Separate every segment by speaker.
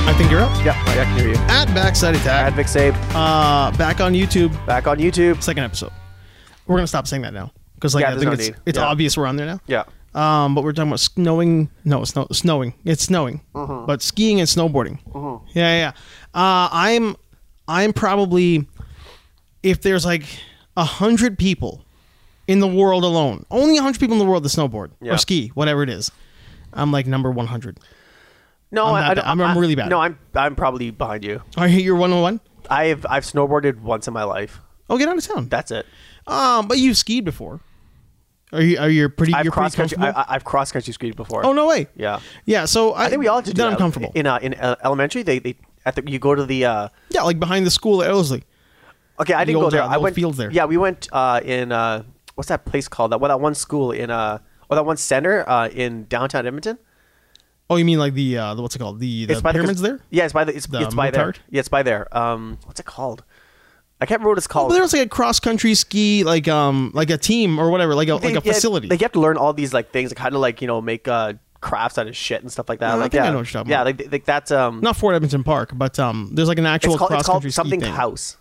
Speaker 1: Yep, I can hear you.
Speaker 2: At Backside Attack.
Speaker 1: Advic Save,
Speaker 2: Uh, back on YouTube.
Speaker 1: back on YouTube.
Speaker 2: Second episode. We're gonna stop saying that now because like
Speaker 1: Yeah,
Speaker 2: I
Speaker 1: there's
Speaker 2: think
Speaker 1: no
Speaker 2: it's
Speaker 1: need.
Speaker 2: it's
Speaker 1: Yeah.
Speaker 2: obvious we're on there now.
Speaker 1: Yeah.
Speaker 2: Um, but we're talking about snowing. No, it's snow, snowing. It's snowing.
Speaker 1: Mm-hmm.
Speaker 2: But skiing and snowboarding. Yeah, yeah. yeah. Uh, I'm, I'm probably, if there's like a hundred people in the world alone, only a hundred people in the world that snowboard
Speaker 1: Yeah.
Speaker 2: or ski, whatever it is, I'm like number one hundred.
Speaker 1: No,
Speaker 2: I'm
Speaker 1: I-
Speaker 2: not
Speaker 1: I,
Speaker 2: bad.
Speaker 1: don't-
Speaker 2: I'm- I'm
Speaker 1: I-
Speaker 2: really bad.
Speaker 1: No, I'm I'm probably behind you.
Speaker 2: Are you you're one hundred one?
Speaker 1: I've I've snowboarded once in my life.
Speaker 2: Oh, get out of town.
Speaker 1: That's it.
Speaker 2: um, but you've skied before. Are you are you pretty?
Speaker 1: I've
Speaker 2: you're
Speaker 1: cross
Speaker 2: pretty
Speaker 1: country. I,
Speaker 2: comfortable.
Speaker 1: I- I've cross country skied before.
Speaker 2: oh no way.
Speaker 1: Yeah.
Speaker 2: Yeah. So I,
Speaker 1: I think we all have to do
Speaker 2: then
Speaker 1: that.
Speaker 2: I'm comfortable.
Speaker 1: In uh, in uh, elementary, they they at the, you go to the. Uh,
Speaker 2: yeah, like behind the school at Ellerslie.
Speaker 1: okay, I
Speaker 2: The
Speaker 1: didn't go
Speaker 2: old,
Speaker 1: there.
Speaker 2: uh, the
Speaker 1: I
Speaker 2: old
Speaker 1: went
Speaker 2: fields there.
Speaker 1: Yeah, we went uh, in uh, what's that place called? That well, that one school in uh, or that one center uh, in downtown Edmonton.
Speaker 2: Oh, you mean like the, uh, the what's it called? The, the pyramids there?
Speaker 1: Yeah, it's by the. It's,
Speaker 2: The
Speaker 1: it's by there.
Speaker 2: Motard?
Speaker 1: Yeah, it's by there. Um, what's it called? I can't remember what it's
Speaker 2: Oh,
Speaker 1: called.
Speaker 2: but there was like a cross country ski, like um, like a team or whatever, like a
Speaker 1: They-
Speaker 2: like a
Speaker 1: yeah,
Speaker 2: facility.
Speaker 1: Like you have to learn all these like things, like how to like you know make uh, crafts out of shit and stuff like that.
Speaker 2: No, I
Speaker 1: like
Speaker 2: think I
Speaker 1: yeah,
Speaker 2: know what you're talking
Speaker 1: yeah,
Speaker 2: about.
Speaker 1: like, th- like that's um.
Speaker 2: Not Fort Edmonton Park, but um, there's like an actual
Speaker 1: it's called,
Speaker 2: cross
Speaker 1: it's
Speaker 2: country
Speaker 1: called
Speaker 2: ski
Speaker 1: something
Speaker 2: thing.
Speaker 1: house.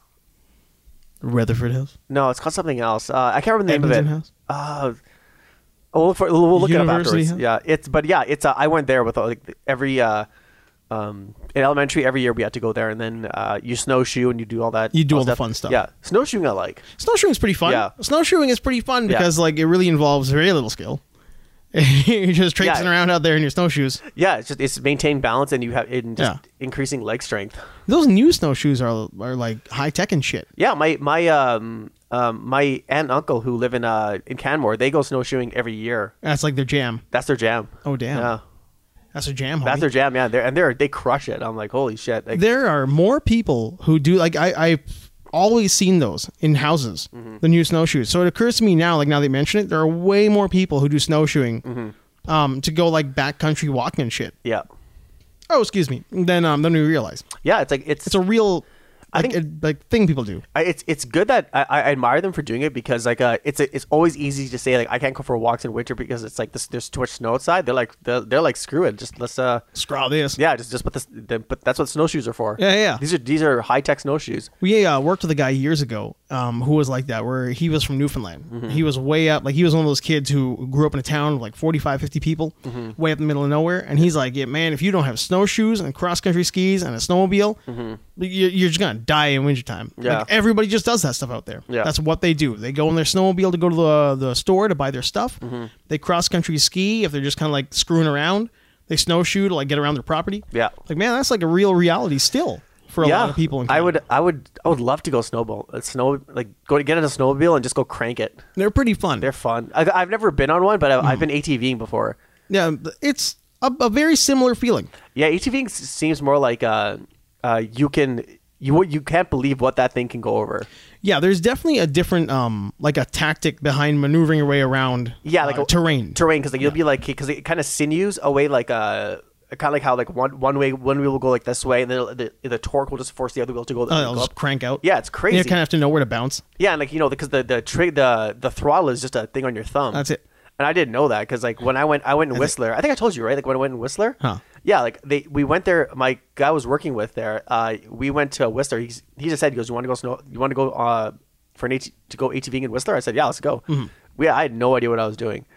Speaker 2: Rutherford House,
Speaker 1: No, it's called something else. Uh, I can't remember the name
Speaker 2: Edmonton
Speaker 1: of it.
Speaker 2: House.
Speaker 1: Uh, oh, we'll look, for, we'll we'll look it up
Speaker 2: University
Speaker 1: afterwards.
Speaker 2: House?
Speaker 1: Yeah, it's but yeah, it's. Uh, I went there with uh, like every uh, um, in elementary every year we had to go there, and then uh, you snowshoe and you do all that.
Speaker 2: You do all the fun stuff.
Speaker 1: Yeah, snowshoeing I like.
Speaker 2: Snowshoeing is pretty fun.
Speaker 1: Yeah.
Speaker 2: Snowshoeing is pretty fun
Speaker 1: Yeah.
Speaker 2: because like it really involves very little skill. you're just traipsing
Speaker 1: Yeah.
Speaker 2: around out there in your snowshoes.
Speaker 1: Yeah, it's just it's maintain balance and you have and just
Speaker 2: Yeah.
Speaker 1: increasing leg strength.
Speaker 2: Those new snowshoes are are like high tech and shit.
Speaker 1: Yeah, my my um, um my aunt and uncle who live in uh in Canmore, they go snowshoeing every year.
Speaker 2: That's like their jam.
Speaker 1: That's their jam.
Speaker 2: Oh, damn.
Speaker 1: Yeah,
Speaker 2: That's their jam.
Speaker 1: that's
Speaker 2: homie.
Speaker 1: their jam. Yeah, they're, and they're they crush it. I'm like, holy shit. Like,
Speaker 2: there are more people who do like I, I've always seen those in houses,
Speaker 1: Mm-hmm.
Speaker 2: the new snowshoes. So it occurs to me now, like now they mention it, there are way more people who do snowshoeing
Speaker 1: Mm-hmm.
Speaker 2: um, to go like backcountry walking and shit.
Speaker 1: yeah,
Speaker 2: Oh, excuse me. Then um, then we realize
Speaker 1: yeah. It's like it's
Speaker 2: it's a real.
Speaker 1: I
Speaker 2: Like,
Speaker 1: think-
Speaker 2: a, like thing people do.
Speaker 1: I- it's it's good that I, I admire them for doing it because like uh it's it's always easy to say like I can't go for walks in winter because it's like this there's too much snow outside. They're like they're, they're like screw it, just let's uh
Speaker 2: Scrawl this.
Speaker 1: yeah just just put this. the- But that's what snowshoes are for.
Speaker 2: Yeah, yeah.
Speaker 1: These are these are high tech snowshoes.
Speaker 2: We uh, worked with a guy years ago um, who was like that, where he was from Newfoundland.
Speaker 1: Mm-hmm.
Speaker 2: He was way up, like he was one of those kids who grew up in a town of like 45, 50 people,
Speaker 1: Mm-hmm.
Speaker 2: way up in the middle of nowhere. And he's like, yeah, man, if you don't have snowshoes and cross country skis and a snowmobile, you- you're just going to die in wintertime.
Speaker 1: Mm-hmm. Yeah.
Speaker 2: Like, everybody just does that stuff out there.
Speaker 1: Yeah.
Speaker 2: That's what they do. They go in their snowmobile to go to the, the store to buy their stuff.
Speaker 1: Mm-hmm.
Speaker 2: They cross country ski if they're just kind of like screwing around. They snowshoe to like get around their property.
Speaker 1: Yeah.
Speaker 2: Like, man, that's like a real reality still for a lot of people in
Speaker 1: I
Speaker 2: Canada.
Speaker 1: would, I would, I would love to go snowball, uh, snow, like go to get in a snowmobile and just go crank it.
Speaker 2: They're pretty fun.
Speaker 1: They're fun. I've, I've never been on one, but I've, I've been
Speaker 2: Hmm.
Speaker 1: ATVing before.
Speaker 2: yeah, it's a, a very similar feeling.
Speaker 1: Yeah, ATVing s- seems more like uh, uh, you can you you can't believe what that thing can go over.
Speaker 2: Yeah, there's definitely a different um like a tactic behind maneuvering your way around.
Speaker 1: Yeah, like
Speaker 2: uh,
Speaker 1: a,
Speaker 2: terrain.
Speaker 1: terrain, because like, you'll be like because it kind of sinews away like uh kind of like how like one one way one wheel will go like this way and then the, the, the torque will just force the other wheel to go,
Speaker 2: Uh,
Speaker 1: go
Speaker 2: I'll
Speaker 1: up.
Speaker 2: just crank out.
Speaker 1: Yeah, it's crazy.
Speaker 2: You kind of have to know where to bounce.
Speaker 1: Yeah, and like you know, because the the tri- the the throttle is just a thing on your thumb.
Speaker 2: That's it.
Speaker 1: And I didn't know that because like when I went, I went in Whistler. I think I told you right, like when I went in Whistler.
Speaker 2: Huh.
Speaker 1: Yeah, like they we went there. My guy was working with there. Uh, we went to Whistler. He's, he just said, "He goes, you want to go snow? You want to go uh for an AT, to go ATVing in Whistler?" I said, "Yeah, let's go." Yeah, I had no idea what I was doing.
Speaker 2: Mm-hmm.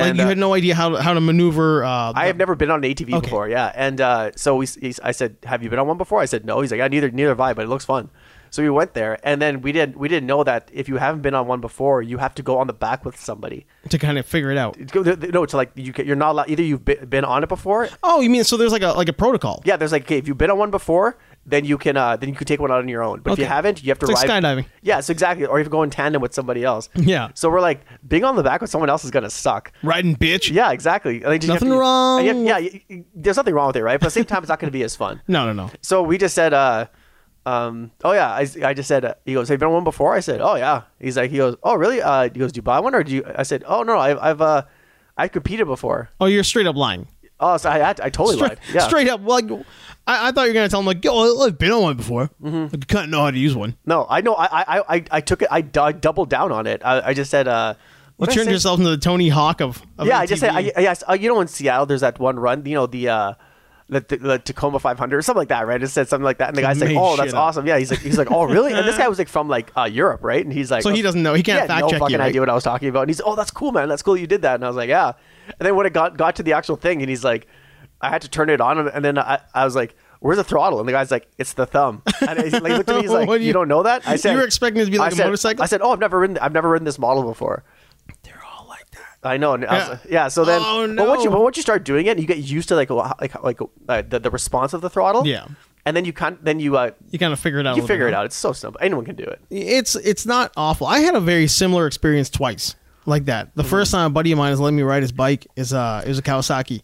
Speaker 2: Like
Speaker 1: And,
Speaker 2: you
Speaker 1: uh,
Speaker 2: had no idea how to, how to maneuver. Uh,
Speaker 1: I
Speaker 2: the-
Speaker 1: have never been on an ATV
Speaker 2: Okay.
Speaker 1: before. Yeah, and uh, so we, he, I said, "Have you been on one before?" I said, "No." He's like, "I neither neither have I, but it looks fun." So we went there, and then we didn't we didn't know that if you haven't been on one before, you have to go on the back with somebody.
Speaker 2: to kind of figure it out.
Speaker 1: It's go- th- th- No, to like you ca- you're not allowed either. You've be- been on it before.
Speaker 2: Oh, you mean so there's like a like a protocol.
Speaker 1: Yeah, there's like okay, if you've been on one before, then you can uh, then you can take one out on your own. But if you
Speaker 2: Okay.
Speaker 1: haven't, you have to
Speaker 2: It's like
Speaker 1: ride
Speaker 2: skydiving.
Speaker 1: Yeah, so exactly, or you have to go in tandem with somebody else.
Speaker 2: Yeah.
Speaker 1: So we're like being on the back with someone else is gonna suck.
Speaker 2: Riding bitch.
Speaker 1: Yeah, exactly. And then you have
Speaker 2: Nothing
Speaker 1: to-
Speaker 2: wrong
Speaker 1: and you have- yeah, y- y- there's nothing wrong with it, right? But at the same time, it's not going to be as fun.
Speaker 2: No, no, no.
Speaker 1: So we just said, uh, um, oh yeah, I, I just said, uh, he goes, have you been on one before? I said, oh yeah. He's like, he goes, oh really? Uh, he goes, do you buy one or do you? I said, oh no, I've, I've, uh, I've competed before.
Speaker 2: Oh, you're straight up lying.
Speaker 1: Oh, so I, had I totally
Speaker 2: Straight,
Speaker 1: lied. Yeah.
Speaker 2: straight up. Like I, I thought you were gonna tell him like, yo, I've been on one before.
Speaker 1: Mm-hmm.
Speaker 2: I kind of know how to use one.
Speaker 1: No, I know. I, I, I, I took it. I, d- I doubled down on it. I, I just said, uh,
Speaker 2: You
Speaker 1: what did I
Speaker 2: turned
Speaker 1: say?
Speaker 2: yourself into the Tony Hawk of, of
Speaker 1: Yeah, I just said, I,
Speaker 2: ATV.
Speaker 1: yes. Uh, you know, in Seattle, there's that one run. You know, the uh, the, the, the Tacoma 500 or something like that, right? It said something like that, and the guy's like,
Speaker 2: Made
Speaker 1: "Oh, that's
Speaker 2: shit up.
Speaker 1: awesome." Yeah, he's like, he's like, "Oh, really?" And this guy was like from like uh, Europe, right? And he's like,
Speaker 2: So he doesn't know. He can't
Speaker 1: had
Speaker 2: fact
Speaker 1: no
Speaker 2: check you,
Speaker 1: fucking
Speaker 2: right?
Speaker 1: idea what I was talking about. And he's, "Oh, that's cool, man. That's cool. You did that." And I was like, "Yeah." And then when it got got to the actual thing, and he's like, "I had to turn it on," and then I, I was like. Where's the throttle? And the guy's like, "It's the thumb." And he's like, looked at me, he's like,
Speaker 2: What do
Speaker 1: you,
Speaker 2: you-
Speaker 1: don't know that?" I
Speaker 2: You
Speaker 1: said,
Speaker 2: were expecting it to be like
Speaker 1: a
Speaker 2: a motorcycle?
Speaker 1: I said, "Oh, I've never ridden. I've never ridden this model before."
Speaker 2: They're all like that.
Speaker 1: I know. and I was-
Speaker 2: Yeah.
Speaker 1: yeah. So then,
Speaker 2: Oh,
Speaker 1: but once you
Speaker 2: no.
Speaker 1: but once you start doing it, and you get used to like wha- like like uh, the, the response of the throttle.
Speaker 2: Yeah.
Speaker 1: And then you can then you uh,
Speaker 2: You kind of figure it out. a
Speaker 1: you
Speaker 2: little
Speaker 1: figure
Speaker 2: bit.
Speaker 1: it out. It's so simple. Anyone can do it.
Speaker 2: It's it's not awful. I had a very similar experience twice like that. The
Speaker 1: Mm-hmm.
Speaker 2: first time a buddy of mine is letting me ride his bike is uh it was a Kawasaki,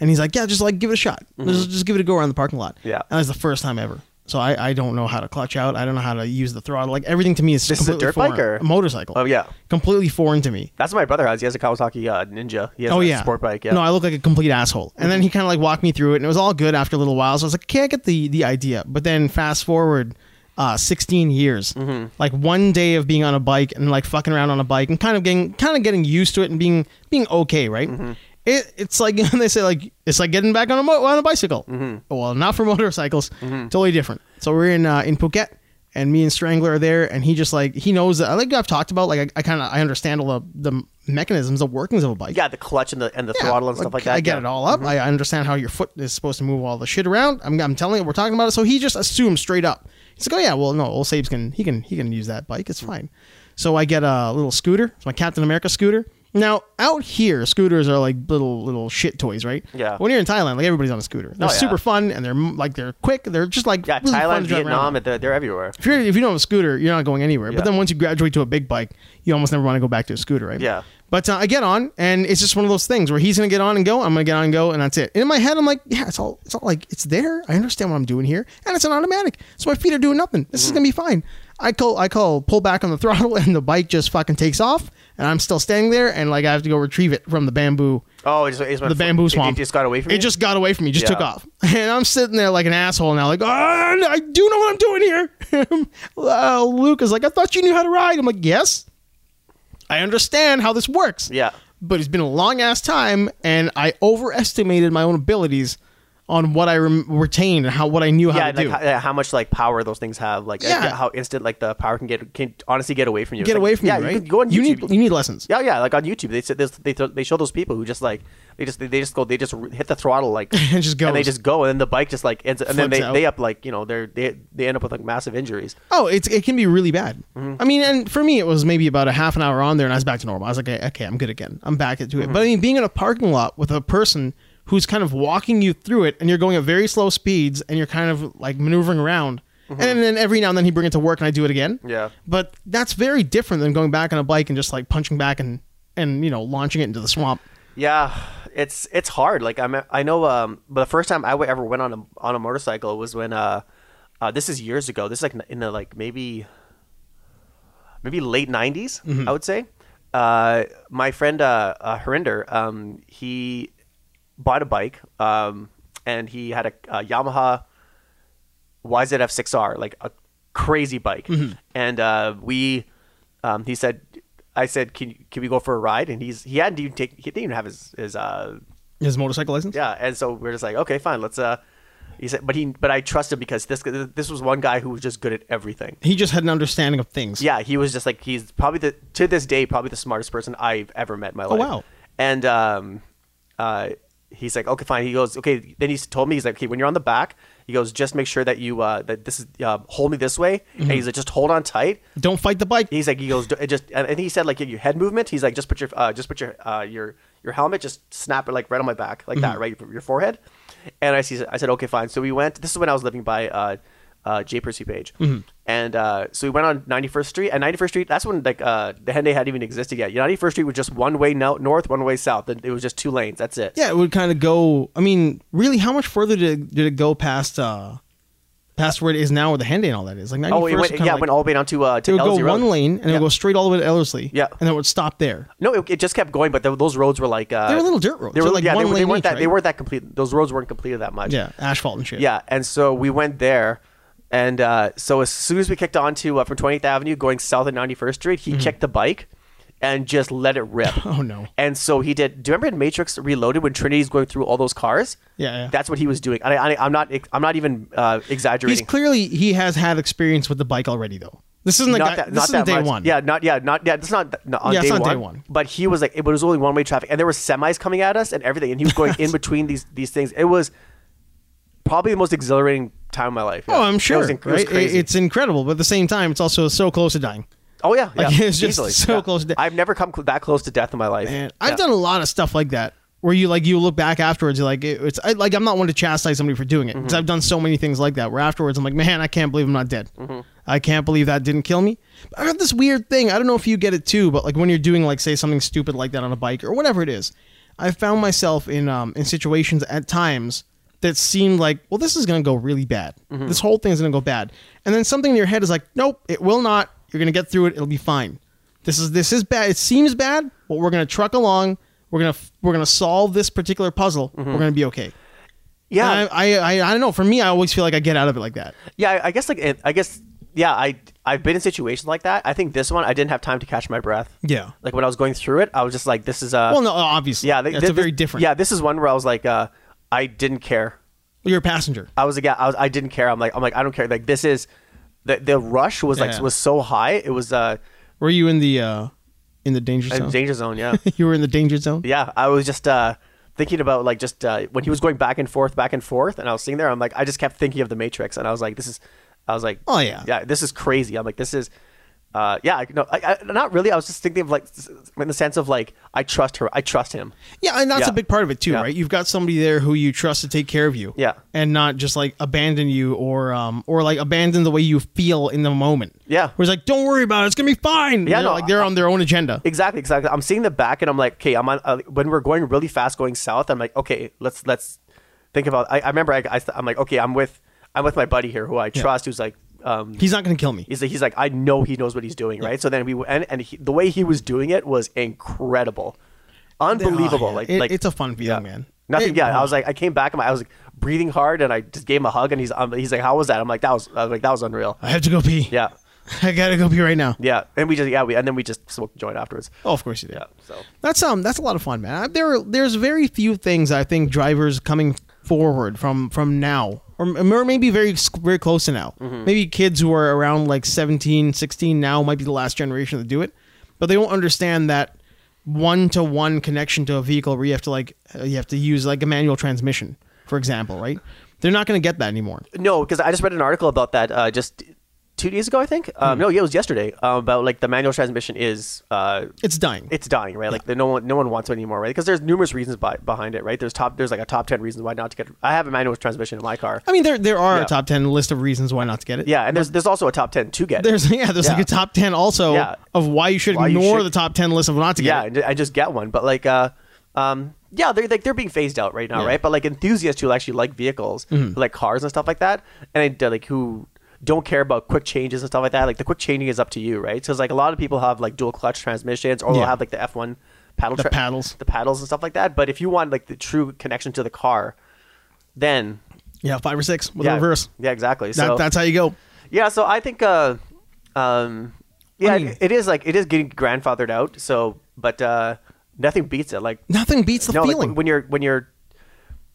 Speaker 2: and he's like, yeah, just like give it a shot. Just, just give it a go around the parking lot.
Speaker 1: Mm-hmm. Yeah.
Speaker 2: and it's the first time ever. So I, I don't know how to clutch out. I don't know how to use the throttle. Like everything to me is
Speaker 1: This is a
Speaker 2: completely
Speaker 1: dirt bike
Speaker 2: foreign.
Speaker 1: or-
Speaker 2: a motorcycle.
Speaker 1: Oh, yeah.
Speaker 2: completely foreign to me.
Speaker 1: That's what my brother has. He has a Kawasaki uh, Ninja. He has
Speaker 2: Oh
Speaker 1: a
Speaker 2: yeah,
Speaker 1: sport bike. Yeah. Mm-hmm.
Speaker 2: No, I look like a complete asshole. And then he kind of like walked me through it, and it was all good after a little while. So I was like, okay, I get the the idea. But then fast forward, uh, sixteen years,
Speaker 1: Mm-hmm.
Speaker 2: like one day of being on a bike and like fucking around on a bike and kind of getting kind of getting used to it and being being okay, right?
Speaker 1: Mm-hmm.
Speaker 2: It, it's like they say like it's like getting back on a mo- on a bicycle.
Speaker 1: Mm-hmm.
Speaker 2: Well, not for motorcycles, totally different. So we're in uh, in Phuket and me and Strangler are there, and he just like he knows. I think I've talked about like I, I kind of I understand all the the mechanisms, the workings of a bike.
Speaker 1: yeah, the clutch and the and the
Speaker 2: Yeah,
Speaker 1: throttle and stuff like that.
Speaker 2: I get
Speaker 1: yeah. Mm-hmm.
Speaker 2: it all up. I I understand how your foot is supposed to move all the shit around. I'm, I'm telling you, we're talking about it. So he just assumes straight up. He's like, oh yeah, well no, old Sabes can he can he can use that bike. It's fine. So I get a little scooter. It's my Captain America scooter. Now out here, scooters are like little little shit toys, right?
Speaker 1: Yeah. Oh,
Speaker 2: When you're in Thailand, like everybody's on a scooter. They're
Speaker 1: yeah.
Speaker 2: super fun and they're mm, like they're quick. They're just like
Speaker 1: Yeah,
Speaker 2: really fun
Speaker 1: Thailand,
Speaker 2: to drive around on.
Speaker 1: Vietnam, they're, they're everywhere.
Speaker 2: If, you're, if you don't have a scooter, you're not going anywhere. But
Speaker 1: Yeah.
Speaker 2: then once you graduate to a big bike, you almost never want to go back to a scooter, right?
Speaker 1: Yeah.
Speaker 2: But uh, I get on, and it's just one of those things where he's gonna get on and go. I'm gonna get on and go, and that's it. And in my head, I'm like, yeah, it's all, it's all like, it's there. I understand what I'm doing here, and it's an automatic, so my feet are doing nothing. This is
Speaker 1: Mm-hmm.
Speaker 2: gonna be fine. I call, I call, pull back on the throttle, and the bike just fucking takes off, and I'm still standing there, and like I have to go retrieve it from the bamboo
Speaker 1: Oh, it's, it's
Speaker 2: the bamboo swamp.
Speaker 1: It, just got away from
Speaker 2: It
Speaker 1: you?
Speaker 2: just got away from me. Just took
Speaker 1: Yeah.
Speaker 2: off, and I'm sitting there like an asshole now. Like, "Ah, I do know what I'm doing here. uh, Luke is like, I thought you knew how to ride. I'm like, yes, I understand how this works.
Speaker 1: Yeah.
Speaker 2: but it's been a long ass time, and I overestimated my own abilities on what I rem retained and how what I knew how
Speaker 1: Yeah,
Speaker 2: to
Speaker 1: like
Speaker 2: do.
Speaker 1: how, yeah, how much like power those things have, like uh,
Speaker 2: Yeah.
Speaker 1: how instant like the power can get can honestly get away from you. It's
Speaker 2: Get
Speaker 1: like-
Speaker 2: away from
Speaker 1: yeah,
Speaker 2: me,
Speaker 1: you
Speaker 2: right?
Speaker 1: could go on
Speaker 2: you
Speaker 1: YouTube.
Speaker 2: need you need lessons.
Speaker 1: Oh, Yeah, yeah, like on YouTube, they said this, they th- they show those people who just like they just they, just go they just r- hit the throttle like
Speaker 2: And just
Speaker 1: and they
Speaker 2: goes.
Speaker 1: just go and then the bike just like ends and then
Speaker 2: Flips
Speaker 1: they,
Speaker 2: out.
Speaker 1: they up like you know they're they they end up with like massive injuries.
Speaker 2: Oh, it's it can be really bad.
Speaker 1: Mm-hmm.
Speaker 2: I mean, and for me, it was maybe about a half an hour on there, and I was back to normal. I was like, okay, okay I'm good again. I'm back into
Speaker 1: Mm-hmm.
Speaker 2: it. But I mean, being in a parking lot with a person who's kind of walking you through it, and you're going at very slow speeds, and you're kind of like maneuvering around, and then every now and then he bring it to work, and I do it again.
Speaker 1: Mm-hmm. Yeah.
Speaker 2: But that's very different than going back on a bike and just like punching back and and you know launching it into the swamp.
Speaker 1: Yeah, it's it's hard. Like I'm I know um but the first time I w- ever went on a on a motorcycle was when uh, uh this is years ago. This is like in the like maybe maybe late 90s i would say uh, my friend uh, uh, harinder um, he bought a bike um, and he had a, a yamaha yzf6r like a crazy bike and uh, we um, he said i said can, you- can we go for a ride and he's he hadn't even taken he didn't even have his, his uh,
Speaker 2: His motorcycle license.
Speaker 1: yeah, and so we're just like, okay, fine, let's. uh He said, but he, but I trust him because this this was one guy who was just good at everything.
Speaker 2: He just had an understanding of things.
Speaker 1: Yeah, he was just like he's probably the to this day probably the smartest person I've ever met in my life.
Speaker 2: Oh, wow.
Speaker 1: And um, uh, he's like, okay, fine. He goes, okay. Then he told me he's like, okay, when you're on the back, he goes, just make sure that you uh that this is uh, hold me this way, and
Speaker 2: Mm-hmm.
Speaker 1: he's like, just hold on tight.
Speaker 2: Don't fight the bike.
Speaker 1: He's like, he goes, it just, and and he said like your head movement. He's like, just put your, uh, just put your, uh, your, your helmet, just snap it like right on my back, like
Speaker 2: Mm-hmm.
Speaker 1: that, right, your forehead. And I see, I said, okay, fine. So we went. This is when I was living by uh, uh, J. Percy Page,
Speaker 2: Mm-hmm.
Speaker 1: and uh, so we went on 91st Street. And 91st Street, that's when like uh, the Henday hadn't even existed yet. 91st Street was just one way no- north, one way south, and it was just two lanes. That's it.
Speaker 2: yeah, it would kind of go. I mean, really, how much further did it, did it go past uh, past where it is now, where the Henday and all that is? Like ninety
Speaker 1: Oh,
Speaker 2: first.
Speaker 1: it went, yeah, it went all the way down to uh,
Speaker 2: It
Speaker 1: to
Speaker 2: would go
Speaker 1: Ellerslie Road.
Speaker 2: one lane and it
Speaker 1: Yeah.
Speaker 2: would go straight all the way to Ellerslie.
Speaker 1: Yeah.
Speaker 2: and then it would stop there.
Speaker 1: No, it, it just kept going, but th those roads were like uh,
Speaker 2: They were little dirt roads.
Speaker 1: They were
Speaker 2: They're like
Speaker 1: yeah,
Speaker 2: one
Speaker 1: they, were- they
Speaker 2: lane
Speaker 1: weren't
Speaker 2: each,
Speaker 1: that they
Speaker 2: right?
Speaker 1: weren't that complete. Those roads weren't completed that much.
Speaker 2: Yeah, asphalt and shit.
Speaker 1: Yeah, and so we went there, and uh, so as soon as we kicked onto uh, from 28th Avenue going south at 91st Street, he checked the bike, and just let it rip.
Speaker 2: Mm-hmm. Oh no.
Speaker 1: And so he did. Do you remember in Matrix Reloaded when Trinity's going through all those cars?
Speaker 2: Yeah, yeah.
Speaker 1: that's what he was doing. And I, I, I'm not. I'm not even uh, exaggerating.
Speaker 2: He's clearly he has had experience with the bike already though. This isn't like
Speaker 1: not
Speaker 2: that,
Speaker 1: that,
Speaker 2: this
Speaker 1: not
Speaker 2: isn't
Speaker 1: that
Speaker 2: day
Speaker 1: much.
Speaker 2: one.
Speaker 1: Yeah, not yeah, not yeah. It's not not on,
Speaker 2: Yeah,
Speaker 1: day,
Speaker 2: it's
Speaker 1: one,
Speaker 2: not day one.
Speaker 1: But he was like, it was only one way traffic, and there were semis coming at us and everything, and he was going in between these these things. It was probably the most exhilarating time of my life. yeah.
Speaker 2: Oh, I'm
Speaker 1: It
Speaker 2: sure.
Speaker 1: was, inc- it was
Speaker 2: right? It-
Speaker 1: crazy.
Speaker 2: It's incredible, but at the same time, it's also so close to dying.
Speaker 1: oh yeah, yeah.
Speaker 2: like, it's just
Speaker 1: easily,
Speaker 2: so
Speaker 1: yeah.
Speaker 2: close to death.
Speaker 1: I've never come cl- that close to death in my life.
Speaker 2: And I've done a lot of stuff like that where you like you look back afterwards, you're like it- it's I, like I'm not one to chastise somebody for doing it because I've done so many things like that where afterwards I'm like, man, I can't believe I'm not dead. I can't believe that didn't kill me. But I got this weird thing. I don't know if you get it too, but like when you're doing like say something stupid like that on a bike or whatever it is, I found myself in um in situations at times that seemed like, well, this is gonna go really bad. This whole thing's gonna go bad. And then something in your head is like, nope, it will not. You're gonna get through it. It'll be fine. This is this is bad. It seems bad, but we're gonna truck along. We're gonna we're gonna solve this particular puzzle. We're gonna be okay.
Speaker 1: Mm-hmm. Yeah,
Speaker 2: And I, I I I don't know. For me, I always feel like I get out of it like that.
Speaker 1: Yeah, I- I guess like it- I guess yeah, I I've been in situations like that. I think this one I didn't have time to catch my breath.
Speaker 2: Yeah.
Speaker 1: Like when I was going through it, I was just like, this is a
Speaker 2: Well, no, obviously.
Speaker 1: yeah,
Speaker 2: that's a very different.
Speaker 1: Yeah, this is one where I was like, uh, I didn't care.
Speaker 2: you're a passenger.
Speaker 1: I was like, yeah, I, was, I didn't care. I'm like, I'm like, I don't care. Like this is the the rush was like
Speaker 2: Yeah.
Speaker 1: was so high. It was uh,
Speaker 2: Were you in the uh in the danger
Speaker 1: a
Speaker 2: zone?
Speaker 1: danger zone. Yeah,
Speaker 2: you were in the danger zone.
Speaker 1: yeah. I was just uh thinking about like just uh when he was going back and forth, back and forth, and I was sitting there. I'm like, I just kept thinking of the Matrix, and I was like, this is. I was like,
Speaker 2: Oh, yeah.
Speaker 1: yeah, this is crazy. I'm like, this is. Uh, yeah, I- no, I, I, not really. I was just thinking of like, s- s- in the sense of like, I trust her. I trust him.
Speaker 2: Yeah, and that's
Speaker 1: Yeah.
Speaker 2: a big part of it too,
Speaker 1: Yeah.
Speaker 2: right? You've got somebody there who you trust to take care of you,
Speaker 1: Yeah.
Speaker 2: and not just like abandon you or um or like abandon the way you feel in the moment.
Speaker 1: Yeah.
Speaker 2: where it's like, don't worry about it, it's gonna be fine.
Speaker 1: Yeah,
Speaker 2: They're,
Speaker 1: no,
Speaker 2: like they're on their own agenda.
Speaker 1: Exactly, exactly. I'm seeing the back, and I'm like, okay, I'm on. Uh, when we're going really fast, going south, I'm like, okay, let's let's think about. I, I remember, I, I am like, okay, I'm with I'm with my buddy here, who I trust, who's like, um,
Speaker 2: He's not gonna kill me.
Speaker 1: he's like, he's like, I know he knows what he's doing, right? So then we and and he, the way he was doing it was incredible, unbelievable.
Speaker 2: Oh, yeah.
Speaker 1: Like
Speaker 2: It-
Speaker 1: like
Speaker 2: it's a fun feeling, man.
Speaker 1: Nothing.
Speaker 2: It-
Speaker 1: yeah, I was like, I came back, and I was like breathing hard, and I just gave him a hug, and he's um, he's like, how was that? I'm like, that was I was like that was unreal.
Speaker 2: I have to go pee.
Speaker 1: Yeah,
Speaker 2: I gotta go pee right now.
Speaker 1: yeah. And we just yeah we and then we just smoked a joint afterwards.
Speaker 2: Oh, of course you did.
Speaker 1: Yeah, so.
Speaker 2: That's um, that's a lot of fun, man. I- There, there's very few things I think drivers coming forward from from now, or, or maybe very s- very close to now.
Speaker 1: Mm-hmm.
Speaker 2: Maybe kids who are around like 17, 16 now might be the last generation to do it, but they won't understand that one to one connection to a vehicle where you have to like uh, you have to use like a manual transmission, for example, right? They're not going to get that anymore.
Speaker 1: No, because I just read an article about that uh, just two days ago, I think. Um, No, yeah, it was yesterday uh, about like the manual transmission is uh,
Speaker 2: It's dying.
Speaker 1: it's dying, right? Like the, no one no one wants it anymore, right? Because there's numerous reasons by, behind it, right? There's top there's like a top ten reasons why not to get. I have a manual transmission in my car.
Speaker 2: I mean, there there are
Speaker 1: Yeah.
Speaker 2: a top ten list of reasons why not to get it.
Speaker 1: Yeah, and there's there's also a top ten to get.
Speaker 2: There's yeah, there's like
Speaker 1: Yeah.
Speaker 2: a top ten also
Speaker 1: Yeah.
Speaker 2: of why you should
Speaker 1: Why you
Speaker 2: ignore
Speaker 1: should-
Speaker 2: the top ten list of not to get.
Speaker 1: yeah,
Speaker 2: it.
Speaker 1: and I just get one, but like uh, um, yeah, they're like they're being phased out right now,
Speaker 2: Yeah. Mm-hmm.
Speaker 1: right? But like enthusiasts who actually like vehicles, who like cars and stuff like that, and uh, like who don't care about quick changes and stuff like that. Like the quick changing is up to you, right? So it's like a lot of people have like dual clutch transmissions, or they'll
Speaker 2: Yeah.
Speaker 1: have like the F one paddle
Speaker 2: The paddles.
Speaker 1: the paddles and stuff like that. But if you want like the true connection to the car, then
Speaker 2: Yeah, five or six with
Speaker 1: yeah,
Speaker 2: a reverse.
Speaker 1: yeah, exactly.
Speaker 2: That,
Speaker 1: so
Speaker 2: that's how you go.
Speaker 1: yeah, so I think, uh, um, yeah,
Speaker 2: mean-
Speaker 1: it is like it is getting grandfathered out. So, but uh, nothing beats it. Like
Speaker 2: Nothing beats the
Speaker 1: no, like,
Speaker 2: feeling.
Speaker 1: when you're when you're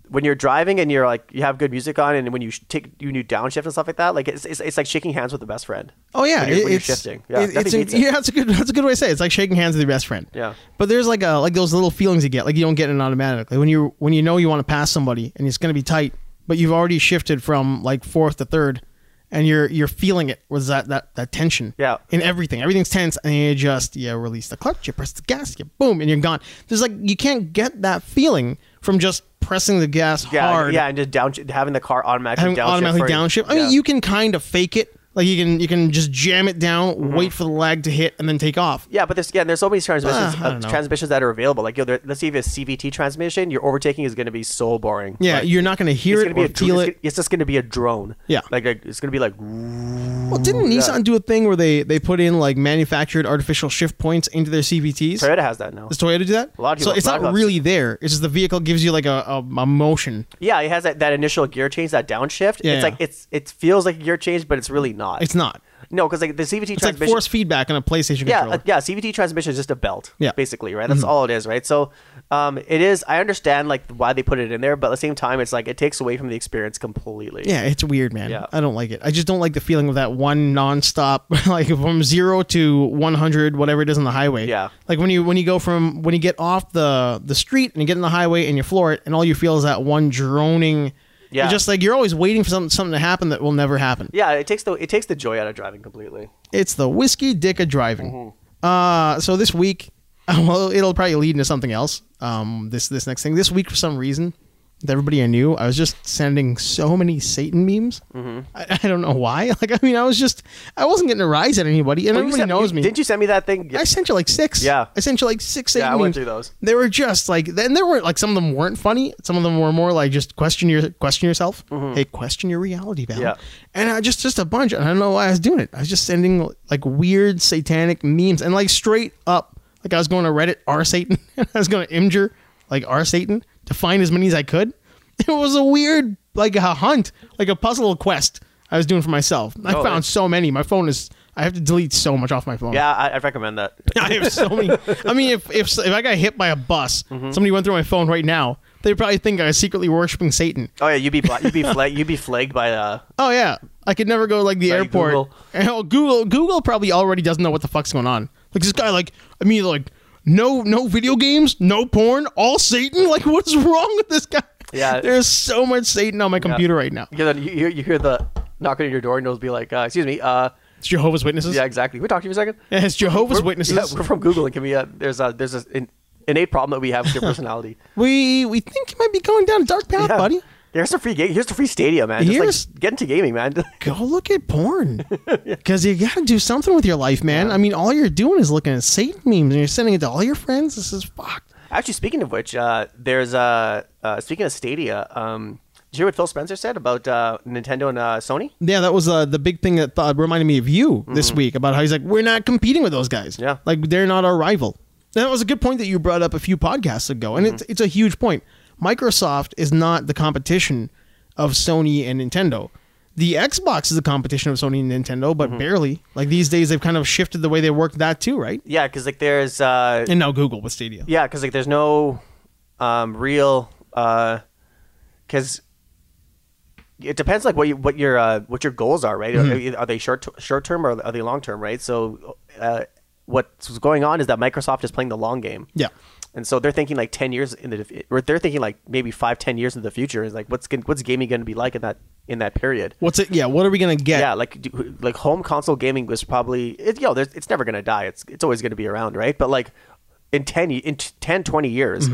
Speaker 1: when you're driving and you're like you have good music on, and when you sh- take you do downshift and stuff like that, like it's, it's it's like shaking hands with the best friend.
Speaker 2: oh yeah,
Speaker 1: when you're,
Speaker 2: it-
Speaker 1: when you're
Speaker 2: it's
Speaker 1: shifting. Yeah,
Speaker 2: it-
Speaker 1: nothing
Speaker 2: it's a-
Speaker 1: beats it.
Speaker 2: yeah, that's a good that's a good way to say it. It's like shaking hands with your best friend.
Speaker 1: Yeah.
Speaker 2: But there's like a like those little feelings you get like you don't get it automatically when you when you know you want to pass somebody and it's going to be tight, but you've already shifted from like fourth to third, and you're you're feeling it was that that that tension.
Speaker 1: Yeah.
Speaker 2: in everything. Everything's tense, and you just you release the clutch, you press the gas, you boom, and you're gone. There's like you can't get that feeling from just pressing the gas
Speaker 1: Yeah,
Speaker 2: hard.
Speaker 1: yeah, and just down having the car automatically
Speaker 2: having
Speaker 1: downshift
Speaker 2: automatically
Speaker 1: for-
Speaker 2: downshift. I mean,
Speaker 1: yeah.
Speaker 2: you can kind of fake it. Like you can you can just jam it down,
Speaker 1: Mm-hmm.
Speaker 2: wait for the lag to hit, and then take off.
Speaker 1: Yeah, but there's again, there's so many transmissions,
Speaker 2: Ah, I
Speaker 1: uh,
Speaker 2: don't know.
Speaker 1: transmissions that are available. Like, yo, there, let's say if it's CVT transmission, your overtaking is going to be so boring.
Speaker 2: Yeah,
Speaker 1: Like,
Speaker 2: you're not going to hear
Speaker 1: it's
Speaker 2: it
Speaker 1: gonna be
Speaker 2: or
Speaker 1: a dr-
Speaker 2: feel
Speaker 1: it's
Speaker 2: it.
Speaker 1: gonna- It's just going to be a drone.
Speaker 2: Yeah.
Speaker 1: like like, it's going to be like
Speaker 2: Well, didn't
Speaker 1: Mm-hmm. yeah.
Speaker 2: Nissan do a thing where they they put in like manufactured artificial shift points into their CVTs?
Speaker 1: Toyota has that now.
Speaker 2: Does Toyota do that?
Speaker 1: A lot of
Speaker 2: so
Speaker 1: people-
Speaker 2: it's
Speaker 1: a lot
Speaker 2: not
Speaker 1: of-
Speaker 2: really there. It's just the vehicle gives you like a, a, a motion.
Speaker 1: Yeah, it has that, that initial gear change, that downshift.
Speaker 2: Yeah, yeah.
Speaker 1: it's like it's it feels like a gear change, but it's really not.
Speaker 2: It's not.
Speaker 1: No, because like the CVT
Speaker 2: It's like
Speaker 1: transmission.
Speaker 2: force feedback on a PlayStation
Speaker 1: yeah,
Speaker 2: controller.
Speaker 1: uh, yeah. CVT transmission is just a belt,
Speaker 2: Yeah. Mm-hmm.
Speaker 1: basically, right? That's all it is, right? So, um, it is. I understand like why they put it in there, but at the same time, it's like it takes away from the experience completely.
Speaker 2: Yeah, it's weird, man.
Speaker 1: Yeah.
Speaker 2: I don't like it. I just don't like the feeling of that one nonstop, like from zero to one hundred, whatever it is on the highway.
Speaker 1: Yeah.
Speaker 2: Like when you when you go from when you get off the the street and you get in the highway and you floor it, and all you feel is that one droning.
Speaker 1: Yeah.
Speaker 2: It's just like you're always waiting for something something to happen that will never happen.
Speaker 1: Yeah, it takes the it takes the joy out of driving completely.
Speaker 2: It's the whiskey dick of driving.
Speaker 1: Mm-hmm.
Speaker 2: Uh, so this week, well, it'll probably lead into something else. Um, this this next thing this week for some reason, with everybody I knew, I was just sending so many Satan memes.
Speaker 1: Mm-hmm.
Speaker 2: I, I don't know why. Like I mean, I was just I wasn't getting a rise at anybody, and
Speaker 1: Well, you
Speaker 2: everybody
Speaker 1: sent-
Speaker 2: knows
Speaker 1: you-
Speaker 2: me.
Speaker 1: Didn't you send me that thing?
Speaker 2: I sent you like six.
Speaker 1: Yeah.
Speaker 2: I sent you like six, eight.
Speaker 1: Yeah, I went
Speaker 2: memes.
Speaker 1: through those.
Speaker 2: They were just like, then there were like some of them weren't funny. Some of them were more like just question your question yourself. Hey, question your reality, pal.
Speaker 1: Mm-hmm. Yeah.
Speaker 2: And I just just a bunch. And I don't know why I was doing it. I was just sending like weird satanic memes and like straight up. Like I was going to Reddit R Satan. and I was going to Imgur like R Satan to find as many as I could. It was a weird like a hunt, like a puzzle quest I was doing for myself. I
Speaker 1: Oh,
Speaker 2: found
Speaker 1: yeah.
Speaker 2: so many. My phone is. I have to delete so much off my phone.
Speaker 1: yeah, I, I recommend that.
Speaker 2: I have so many. I mean, if if if I got hit by a bus,
Speaker 1: Mm-hmm.
Speaker 2: somebody went through my phone right now, they probably think I was secretly worshiping Satan.
Speaker 1: Oh yeah, you'd be bla- you'd be flag- you'd be flagged by uh
Speaker 2: Oh yeah, I could never go to, like the
Speaker 1: Like
Speaker 2: airport.
Speaker 1: Google.
Speaker 2: And, oh, Google Google probably already doesn't know what the fuck's going on. Like this guy, like I mean, like no no video games, no porn, all Satan. Like what is wrong with this guy?
Speaker 1: Yeah.
Speaker 2: there's so much Satan on my computer right now.
Speaker 1: you hear, the, you, hear, you hear the knocking on your door and they'll be like, uh, excuse me, uh
Speaker 2: It's Jehovah's Witnesses.
Speaker 1: yeah exactly. Can We talk to you for a second.
Speaker 2: Yeah, it's Jehovah's
Speaker 1: We're-
Speaker 2: Witnesses.
Speaker 1: yeah, we're from Google and can we uh, there's a there's a, an innate problem that we have with your personality.
Speaker 2: we we think you might be going down a dark path,
Speaker 1: Yeah.
Speaker 2: buddy.
Speaker 1: Here's the free game. Here's the free stadium, man. Just
Speaker 2: Here's-
Speaker 1: like get into gaming, man.
Speaker 2: go look at porn because you got to do something with your life, man. I mean, all you're doing is looking at Satan memes and you're sending it to all your friends. This is fucked.
Speaker 1: Actually, speaking of which, uh, there's uh, uh speaking of Stadia, um, did you hear what Phil Spencer said about uh, Nintendo and uh, Sony?
Speaker 2: Yeah, that was uh, the big thing that uh, reminded me of you this week about how he's like, we're not competing with those guys.
Speaker 1: Mm-hmm. Yeah.
Speaker 2: like they're not our rival. And that was a good point that you brought up a few podcasts ago, and
Speaker 1: Mm-hmm.
Speaker 2: it's it's a huge point. Microsoft is not the competition of Sony and Nintendo. The Xbox is the competition of Sony and Nintendo, but
Speaker 1: Mm-hmm.
Speaker 2: barely. Like these days, they've kind of shifted the way they work that too, right?
Speaker 1: Yeah, because like there's uh,
Speaker 2: And now Google with Stadia.
Speaker 1: yeah, because like there's no um, real because it depends like what you, what your uh, what your goals are, right? Are, are they short short term or are they long term, right? So uh, what's going on is that Microsoft is playing the long game.
Speaker 2: Yeah.
Speaker 1: And so they're thinking like ten years in the, or they're thinking like maybe five, ten years into the future is like what's gon- what's gaming going to be like in that in that period?
Speaker 2: What's it? Yeah, what are we gonna get?
Speaker 1: Yeah, like do- like home console gaming was probably it, you know there's, it's never going to die. It's it's always going to be around, right? But like in 10 y- in t- 10 20 years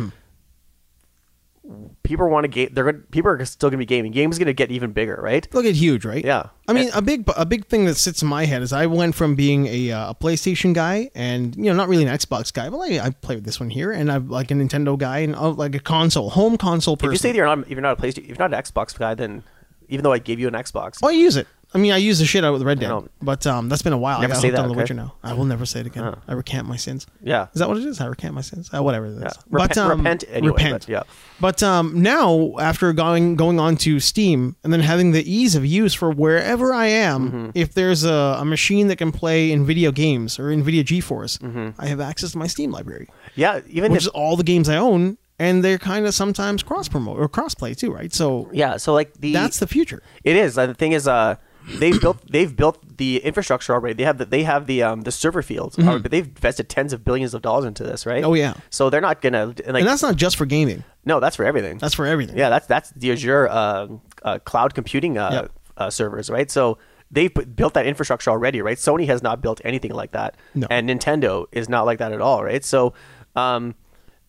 Speaker 2: Mm-hmm.
Speaker 1: people want to game they're gonna, people are still going to be gaming. Games going to get even bigger, right?
Speaker 2: Look at huge, right?
Speaker 1: Yeah.
Speaker 2: I mean, a big a big thing that sits in my head is I went from being a, uh, a PlayStation guy and you know not really an Xbox guy, but like I play with this one here, and I'm like a Nintendo guy and uh, like a console, home console person.
Speaker 1: If you say that you're not if you're not a PlayStation, if you're not an Xbox guy, then even though I gave you an Xbox,
Speaker 2: oh, I use it. I mean, I use the shit out with Red Dead,
Speaker 1: know.
Speaker 2: but um, that's been a while.
Speaker 1: Never
Speaker 2: I got
Speaker 1: say
Speaker 2: hooked
Speaker 1: that,
Speaker 2: on The
Speaker 1: okay?
Speaker 2: Witcher now. I will never say it again. I recant my sins.
Speaker 1: yeah,
Speaker 2: Is that what it is? I recant my sins. Uh, whatever it is. um,
Speaker 1: Yeah. Repent- repent anyway, but yeah.
Speaker 2: But um, now after going going on to Steam and then having the ease of use for wherever I am,
Speaker 1: Mm-hmm.
Speaker 2: if there's a, a machine that can play NVIDIA games or NVIDIA GeForce,
Speaker 1: Mm-hmm.
Speaker 2: I have access to my Steam library,
Speaker 1: yeah. Even
Speaker 2: which
Speaker 1: if,
Speaker 2: is all the games I own, and they're kind of sometimes cross promote or cross play too, right? So
Speaker 1: yeah. So like the
Speaker 2: that's the future.
Speaker 1: It is. And the thing is, uh, they've built they've built the infrastructure already. They have the, they have the um, the server fields, already, but they've invested tens of billions of dollars into this, right?
Speaker 2: Mm-hmm. Oh, yeah.
Speaker 1: So they're not gonna and, like
Speaker 2: And that's not just for gaming.
Speaker 1: no, that's for everything.
Speaker 2: That's for everything.
Speaker 1: yeah, that's that's the Azure uh, uh, cloud computing uh,
Speaker 2: Yep.
Speaker 1: uh, servers, right? So they've bu- built that infrastructure already, right? Sony has not built anything like that,
Speaker 2: No.
Speaker 1: and Nintendo is not like that at all, right? So. Um,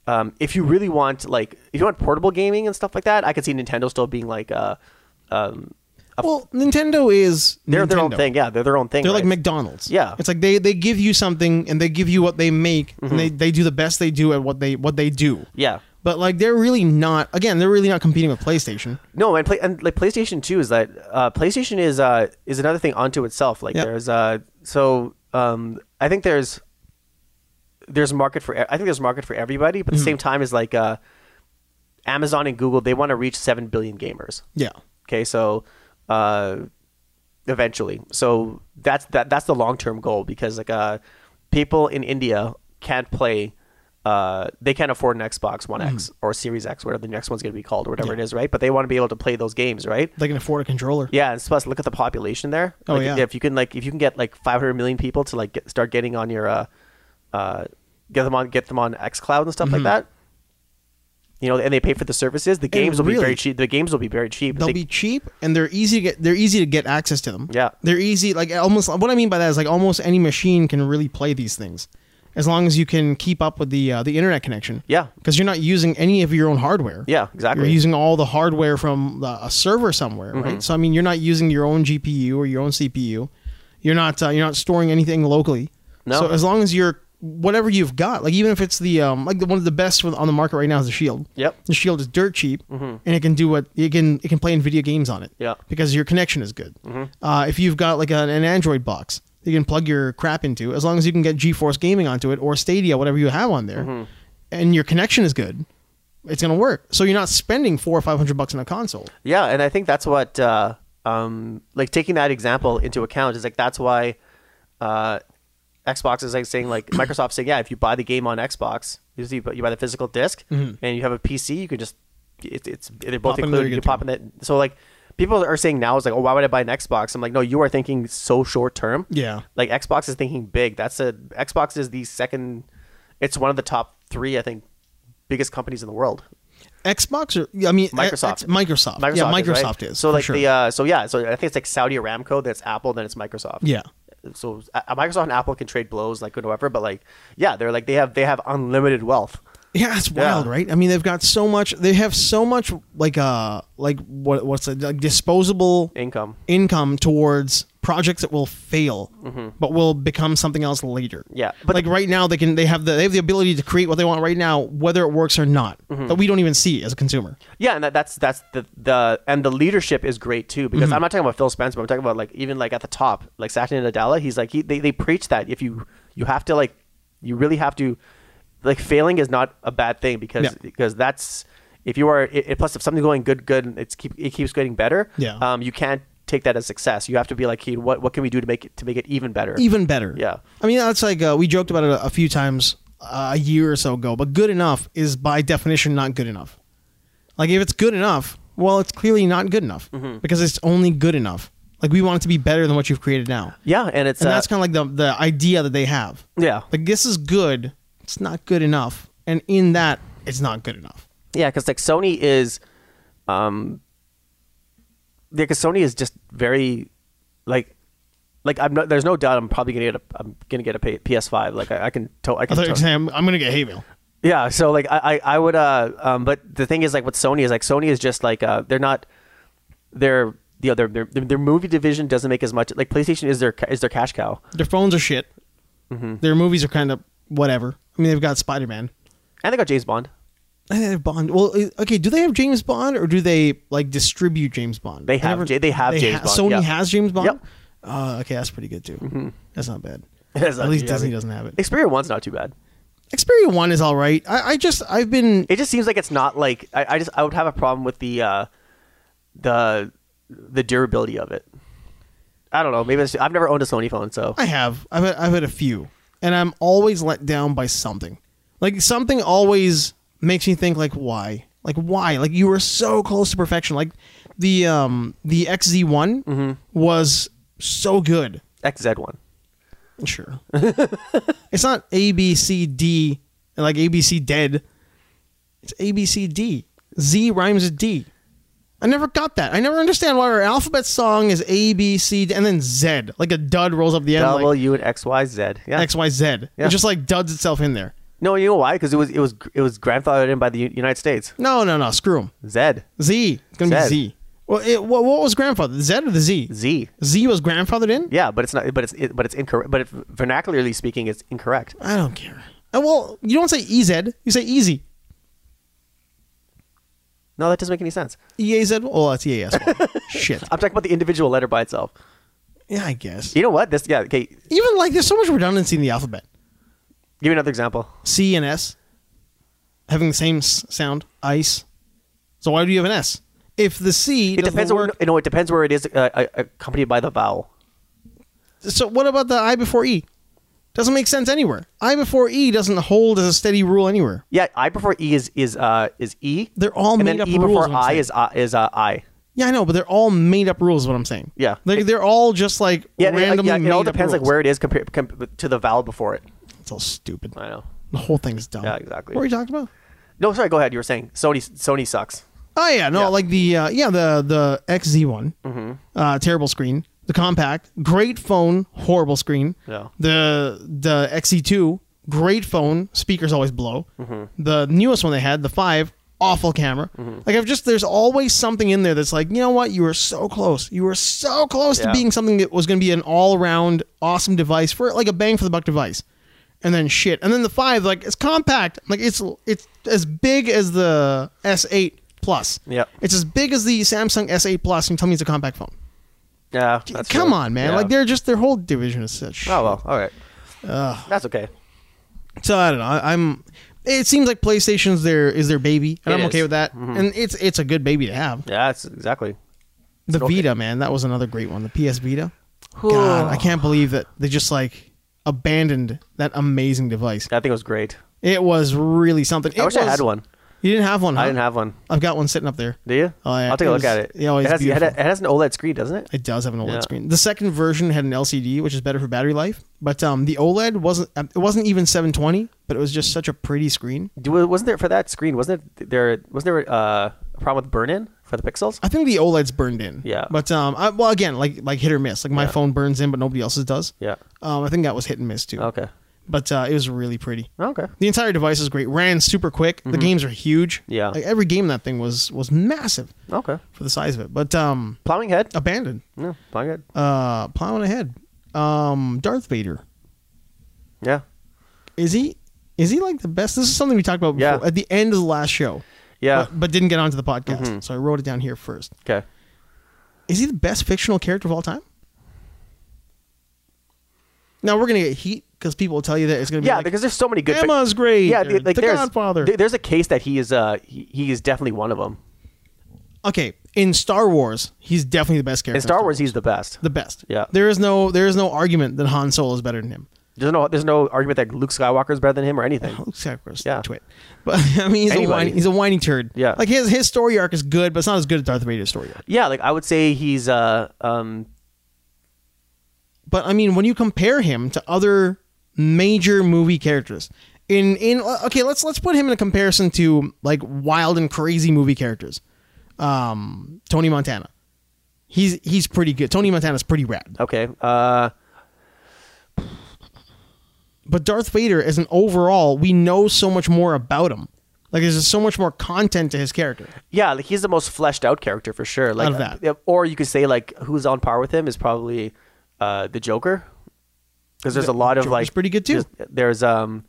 Speaker 1: um, if you really want like if you want portable gaming and stuff like that, I could see Nintendo still being like uh, um, a
Speaker 2: Well, Nintendo is
Speaker 1: they're their own
Speaker 2: Nintendo.
Speaker 1: thing. Yeah, they're their own thing.
Speaker 2: They're like
Speaker 1: right?
Speaker 2: McDonald's.
Speaker 1: Yeah.
Speaker 2: It's like they, they give you something and they give you what they make and
Speaker 1: Mhm.
Speaker 2: they, they do the best they do at what they what they do.
Speaker 1: yeah.
Speaker 2: But like they're really not again, they're really not competing with PlayStation.
Speaker 1: No, and play and like PlayStation Two is that uh, PlayStation is uh, is another thing onto itself. Like
Speaker 2: Yeah.
Speaker 1: there's uh, so um, I think there's there's a market for e- I think there's a market for everybody, but at the same time is like uh, Amazon and Google they want to reach seven billion gamers.
Speaker 2: Yeah.
Speaker 1: Okay, so uh, eventually. So that's that that's the long term goal because like uh, people in India can't play. Uh, they can't afford an Xbox One X
Speaker 2: Mm-hmm.
Speaker 1: or Series X, whatever the next one's going to be called, or whatever it is, right? But they want to be able to play those games, right?
Speaker 2: They can afford a controller.
Speaker 1: Yeah, and plus look at the population there.
Speaker 2: Oh,
Speaker 1: Like,
Speaker 2: yeah.
Speaker 1: If you can like if you can get like 500 million people to like get, start getting on your uh uh get them on get them on XCloud and stuff like
Speaker 2: Mm-hmm.
Speaker 1: that. You know, and they pay for the services. The games will be
Speaker 2: really-
Speaker 1: very cheap. The games will be very cheap.
Speaker 2: They'll
Speaker 1: They-
Speaker 2: be cheap and they're easy to get. They're easy to get access to them.
Speaker 1: Yeah.
Speaker 2: they're easy. Like almost what I mean by that is like almost any machine can really play these things, as long as you can keep up with the uh, the internet connection.
Speaker 1: Yeah.
Speaker 2: because you're not using any of your own hardware.
Speaker 1: Yeah, exactly. Mm-hmm.
Speaker 2: You're using all the hardware from the, a server somewhere, right? So I mean, you're not using your own GPU or your own CPU. You're not uh, you're not storing anything locally.
Speaker 1: No.
Speaker 2: So as long as you're whatever you've got, like even if it's the um like the, one of the best with- on the market right now is the Shield.
Speaker 1: Yep. Mm-hmm.
Speaker 2: The Shield is dirt cheap, and it can do what it can. It can play in video games on it.
Speaker 1: Yeah.
Speaker 2: Because your connection is good.
Speaker 1: Mm-hmm.
Speaker 2: Uh, if you've got like an, an Android box, that you can plug your crap into. As long as you can get GeForce Gaming onto it or Stadia, whatever you have on there,
Speaker 1: Mm-hmm.
Speaker 2: and your connection is good, it's gonna work. So you're not spending four or five hundred bucks on a console.
Speaker 1: Yeah, and I think that's what uh, um, like taking that example into account is like that's why uh, Xbox is like saying like Microsoft saying yeah if you buy the game on Xbox you see you buy the physical disk and you have a PC you can just it, it's they're
Speaker 2: Mm-hmm.
Speaker 1: both
Speaker 2: Pop in there,
Speaker 1: included
Speaker 2: you
Speaker 1: you
Speaker 2: get
Speaker 1: pop in that so like people are saying now it's like oh why would I buy an Xbox I'm like no you are thinking so short term
Speaker 2: Yeah.
Speaker 1: like Xbox is thinking big that's a Xbox is the second it's one of the top three I think biggest companies in the world
Speaker 2: Xbox or I mean e-
Speaker 1: Microsoft.
Speaker 2: X- Microsoft.
Speaker 1: Microsoft.
Speaker 2: Yeah,
Speaker 1: is, right?
Speaker 2: Microsoft is.
Speaker 1: So
Speaker 2: for
Speaker 1: like
Speaker 2: sure.
Speaker 1: the uh, so yeah, so I think it's like Saudi Aramco, then it's Apple, then it's Microsoft.
Speaker 2: yeah.
Speaker 1: So uh, Microsoft and Apple can trade blows like whatever, but like yeah, they're like they have they have unlimited wealth.
Speaker 2: Yeah, it's wild,
Speaker 1: Yeah.
Speaker 2: right? I mean, they've got so much. They have so much like uh like what what's it like disposable
Speaker 1: Income.
Speaker 2: income towards projects that will fail, but will become something else later.
Speaker 1: Mm-hmm. Yeah,
Speaker 2: but
Speaker 1: but-
Speaker 2: like right now, they can they have the they have the ability to create what they want right now, whether it works or not,
Speaker 1: Mm-hmm.
Speaker 2: that we don't even see as a consumer.
Speaker 1: Yeah, and that, that's that's the the and the leadership is great too because
Speaker 2: Mm-hmm.
Speaker 1: I'm not talking about Phil Spencer, but I'm talking about like even like at the top, like Satya Nadella, he's like he they, they preach that if you you have to like you really have to like failing is not a bad thing because
Speaker 2: Yeah.
Speaker 1: because that's if you are it, it- plus if something's going good good and it's keep it keeps getting better
Speaker 2: Yeah.
Speaker 1: um you can't take that as success you have to be like hey, what what can we do to make it to make it even better
Speaker 2: even better.
Speaker 1: Yeah.
Speaker 2: I mean, that's like uh, we joked about it a, a few times uh, a year or so ago, but good enough is by definition not good enough. Like, if it's good enough, well, it's clearly not good enough
Speaker 1: Mm-hmm.
Speaker 2: because it's only good enough. Like, we want it to be better than what you've created now.
Speaker 1: yeah and it's
Speaker 2: And
Speaker 1: uh,
Speaker 2: that's kind of like the, the idea that they have.
Speaker 1: yeah
Speaker 2: Like, this is good, it's not good enough. And in that, it's not good enough.
Speaker 1: Yeah, because like Sony is, um, yeah, because Sony is just very, like, like I'm not. There's no doubt. I'm probably gonna get a. I'm gonna get a P- PS5. Like I, I can. To, I
Speaker 2: I
Speaker 1: can.
Speaker 2: thought you
Speaker 1: to-
Speaker 2: were saying, I'm, I'm going to get hate mail.
Speaker 1: yeah. So like I, I I would uh um. But the thing is like with Sony is like Sony is just like uh they're not, they're you know, their their their movie division doesn't make as much like PlayStation is their ca- is their cash cow.
Speaker 2: Their phones are shit.
Speaker 1: Mm-hmm.
Speaker 2: Their movies are kind of whatever. I mean, they've got Spider Man.
Speaker 1: And they got James Bond.
Speaker 2: I think they have Eh, Bond. Well, i- okay. Do they have James Bond, or do they like distribute James Bond?
Speaker 1: They
Speaker 2: I
Speaker 1: have J- they have James Bond,
Speaker 2: Sony
Speaker 1: yeah.
Speaker 2: has James Bond.
Speaker 1: Yep. Mm-hmm.
Speaker 2: Uh, okay, that's pretty good too. That's not bad.
Speaker 1: That's
Speaker 2: At
Speaker 1: not
Speaker 2: least
Speaker 1: too
Speaker 2: Disney
Speaker 1: shabby.
Speaker 2: doesn't have it.
Speaker 1: Xperia One's not too bad.
Speaker 2: Xperia One is all right. I, I just I've been
Speaker 1: it just seems like it's not like I, I just I would have a problem with the uh, the the durability of it. I don't know. Maybe it's, I've never owned a Sony phone, so
Speaker 2: I have I've had, I've had a few, and I'm always let down by something. Like something always makes me think like why like why like you were so close to perfection. Like the um the XZ One
Speaker 1: Mm-hmm.
Speaker 2: was so good.
Speaker 1: XZ one.
Speaker 2: Sure. it's not A B C D like A B C dead. It's A B C D. Z rhymes with D. I never got that. I never understand why our alphabet song is A B C D, and then Z. Like a dud rolls up the end like
Speaker 1: W and X Y Z. Yeah.
Speaker 2: X Y Z.
Speaker 1: Yeah.
Speaker 2: It just like duds itself in there.
Speaker 1: no, you know why? Because it was it was it was grandfathered in by the U- United States.
Speaker 2: No, no, no. Screw 'em.
Speaker 1: Z
Speaker 2: Z. It's gonna
Speaker 1: Zed.
Speaker 2: be Z. Well, it, what, what was grandfathered? Z or the Z?
Speaker 1: Z.
Speaker 2: Z was grandfathered in.
Speaker 1: Yeah, but it's not. But it's it, but it's incorrect. But if, vernacularly speaking, it's incorrect.
Speaker 2: I don't care. Uh, well, you don't say E Z. You say easy.
Speaker 1: No, that doesn't make any sense.
Speaker 2: E A Z. Oh, that's E A S. Shit.
Speaker 1: I'm talking about the individual letter by itself.
Speaker 2: Yeah, I guess.
Speaker 1: You know what? This yeah. Okay, give
Speaker 2: Even like there's so much redundancy in the alphabet.
Speaker 1: me another example.
Speaker 2: C and S having the same s- sound. Ice. So why do you have an S? if the C
Speaker 1: It depends. Where,
Speaker 2: work,
Speaker 1: you know, it depends where it is uh, uh, accompanied by the vowel.
Speaker 2: so what about the I before E? Doesn't make sense anywhere. I before E doesn't hold as a steady rule anywhere.
Speaker 1: Yeah, I before E is is uh is E.
Speaker 2: They're all
Speaker 1: and
Speaker 2: made
Speaker 1: then
Speaker 2: up
Speaker 1: E
Speaker 2: rules,
Speaker 1: before
Speaker 2: I'm
Speaker 1: I
Speaker 2: saying.
Speaker 1: is uh, is uh, I.
Speaker 2: Yeah, I know, but they're all made up rules. Is what I'm saying.
Speaker 1: Yeah.
Speaker 2: like they're all just like
Speaker 1: Yeah, it-
Speaker 2: randomly.
Speaker 1: yeah, it all
Speaker 2: made up
Speaker 1: depends like
Speaker 2: rules.
Speaker 1: where it is compared com- to the vowel before it.
Speaker 2: It's all stupid.
Speaker 1: I know.
Speaker 2: The whole thing's dumb.
Speaker 1: Yeah, exactly.
Speaker 2: What were you talking about?
Speaker 1: No, sorry. Go ahead. You were saying Sony. Sony sucks.
Speaker 2: Oh yeah, no,
Speaker 1: Yeah. Mm-hmm.
Speaker 2: like the uh, yeah the the XZ one, uh, terrible screen. The compact, great phone, horrible screen.
Speaker 1: Yeah.
Speaker 2: The the XE2, great phone, speakers always blow.
Speaker 1: Mm-hmm.
Speaker 2: The newest one they had, the five, awful camera. Like I've just there's always something in there that's like you know what you were so close, you were so close to
Speaker 1: Yeah.
Speaker 2: being something that was going to be an all around awesome device for like a bang for the buck device. And then shit, and then the five like it's compact, like it's it's as big as the S8 Plus.
Speaker 1: Yep.
Speaker 2: It's as big as the Samsung S8 Plus, and you tell me it's a compact phone.
Speaker 1: Yeah. that's
Speaker 2: Come
Speaker 1: true.
Speaker 2: on, man.
Speaker 1: Yeah.
Speaker 2: Like they're just their whole division is such.
Speaker 1: Oh well. All right. That's okay.
Speaker 2: So I don't know. I, I'm. It seems like PlayStation's their is their baby, and
Speaker 1: It
Speaker 2: I'm okay
Speaker 1: is. Mm-hmm.
Speaker 2: with that. And it's it's a good baby to have.
Speaker 1: Yeah. That's exactly.
Speaker 2: The
Speaker 1: an okay-
Speaker 2: Vita, man, that was another great one. The PS Vita. God, I can't believe that they just like abandoned that amazing device.
Speaker 1: I think it was great.
Speaker 2: It was really something.
Speaker 1: I
Speaker 2: It
Speaker 1: wish I
Speaker 2: was-
Speaker 1: had one.
Speaker 2: You didn't have one. Huh?
Speaker 1: I didn't have one.
Speaker 2: I've got one sitting up there.
Speaker 1: Do you?
Speaker 2: Oh, yeah.
Speaker 1: I'll take
Speaker 2: It
Speaker 1: a look
Speaker 2: was-
Speaker 1: at it.
Speaker 2: yeah, oh,
Speaker 1: it
Speaker 2: it's
Speaker 1: has, it had-
Speaker 2: beautiful.
Speaker 1: it has an OLED screen, doesn't it?
Speaker 2: It does have an OLED
Speaker 1: Yeah.
Speaker 2: screen. The second version had an LCD, which is better for battery life. But um, the OLED wasn't. um, It wasn't even 720, but it was just such a pretty screen.
Speaker 1: Do- Wasn't there for that screen? Wasn't it there? Wasn't there uh, a problem with burn-in for the pixels?
Speaker 2: I think the OLED's burned in.
Speaker 1: Yeah.
Speaker 2: But um, I, well, again, like like hit or miss. Like my phone burns in, but nobody else's does.
Speaker 1: Yeah.
Speaker 2: Um, I think that was hit and miss too.
Speaker 1: Okay.
Speaker 2: But uh, it was really pretty.
Speaker 1: Okay.
Speaker 2: The entire device is great. Ran super quick. The games are huge.
Speaker 1: Mm-hmm. Yeah.
Speaker 2: Like every game in that thing was was massive
Speaker 1: Okay.
Speaker 2: for the size of it. But um,
Speaker 1: Plowing head.
Speaker 2: abandoned.
Speaker 1: No, plowing head.
Speaker 2: Uh, plowing ahead. Um, Darth Vader.
Speaker 1: Yeah.
Speaker 2: Is he? Is he like the best? This is something we talked about before
Speaker 1: Yeah.
Speaker 2: at the end of the last show.
Speaker 1: Yeah. Mm-hmm.
Speaker 2: But, but didn't get onto the podcast, so I wrote it down here first.
Speaker 1: Okay.
Speaker 2: Is he the best fictional character of all time? Now we're gonna get heat because people will tell you that it's gonna be
Speaker 1: Yeah,
Speaker 2: like,
Speaker 1: because there's so many good.
Speaker 2: Emma's great.
Speaker 1: Yeah,
Speaker 2: or
Speaker 1: the, like
Speaker 2: the
Speaker 1: there's,
Speaker 2: Godfather.
Speaker 1: there- There's a case that he is. Uh, he, he is definitely one of them.
Speaker 2: okay, in Star Wars, he's definitely the best character.
Speaker 1: In Star Wars, he's the best.
Speaker 2: the best.
Speaker 1: Yeah.
Speaker 2: there is no there is no argument that Han Solo is better than him.
Speaker 1: There's no. There's no argument that Luke Skywalker is better than him or anything.
Speaker 2: Luke Skywalker's
Speaker 1: Yeah.
Speaker 2: twit, but I mean he's a
Speaker 1: Anybody.
Speaker 2: whiny, he's a whiny turd.
Speaker 1: Yeah.
Speaker 2: like his his story arc is good, but it's not as good as Darth Vader's story arc.
Speaker 1: Yeah, like I would say he's. Uh, um,
Speaker 2: But I mean, when you compare him to other major movie characters, in in okay, let's let's put him in a comparison to like wild and crazy movie characters. Um, Tony Montana, he's he's pretty good. Tony Montana's pretty rad.
Speaker 1: okay. Uh,
Speaker 2: But Darth Vader, as an overall, we know so much more about him. Like there's just so much more content to his character.
Speaker 1: yeah, like he's the most fleshed out character for sure. Like,
Speaker 2: Out of that.
Speaker 1: yeah, or you could say like who's on par with him is probably, uh, the Joker, because there's a lot of
Speaker 2: Joker's
Speaker 1: like
Speaker 2: pretty good, too.
Speaker 1: There's, there's um,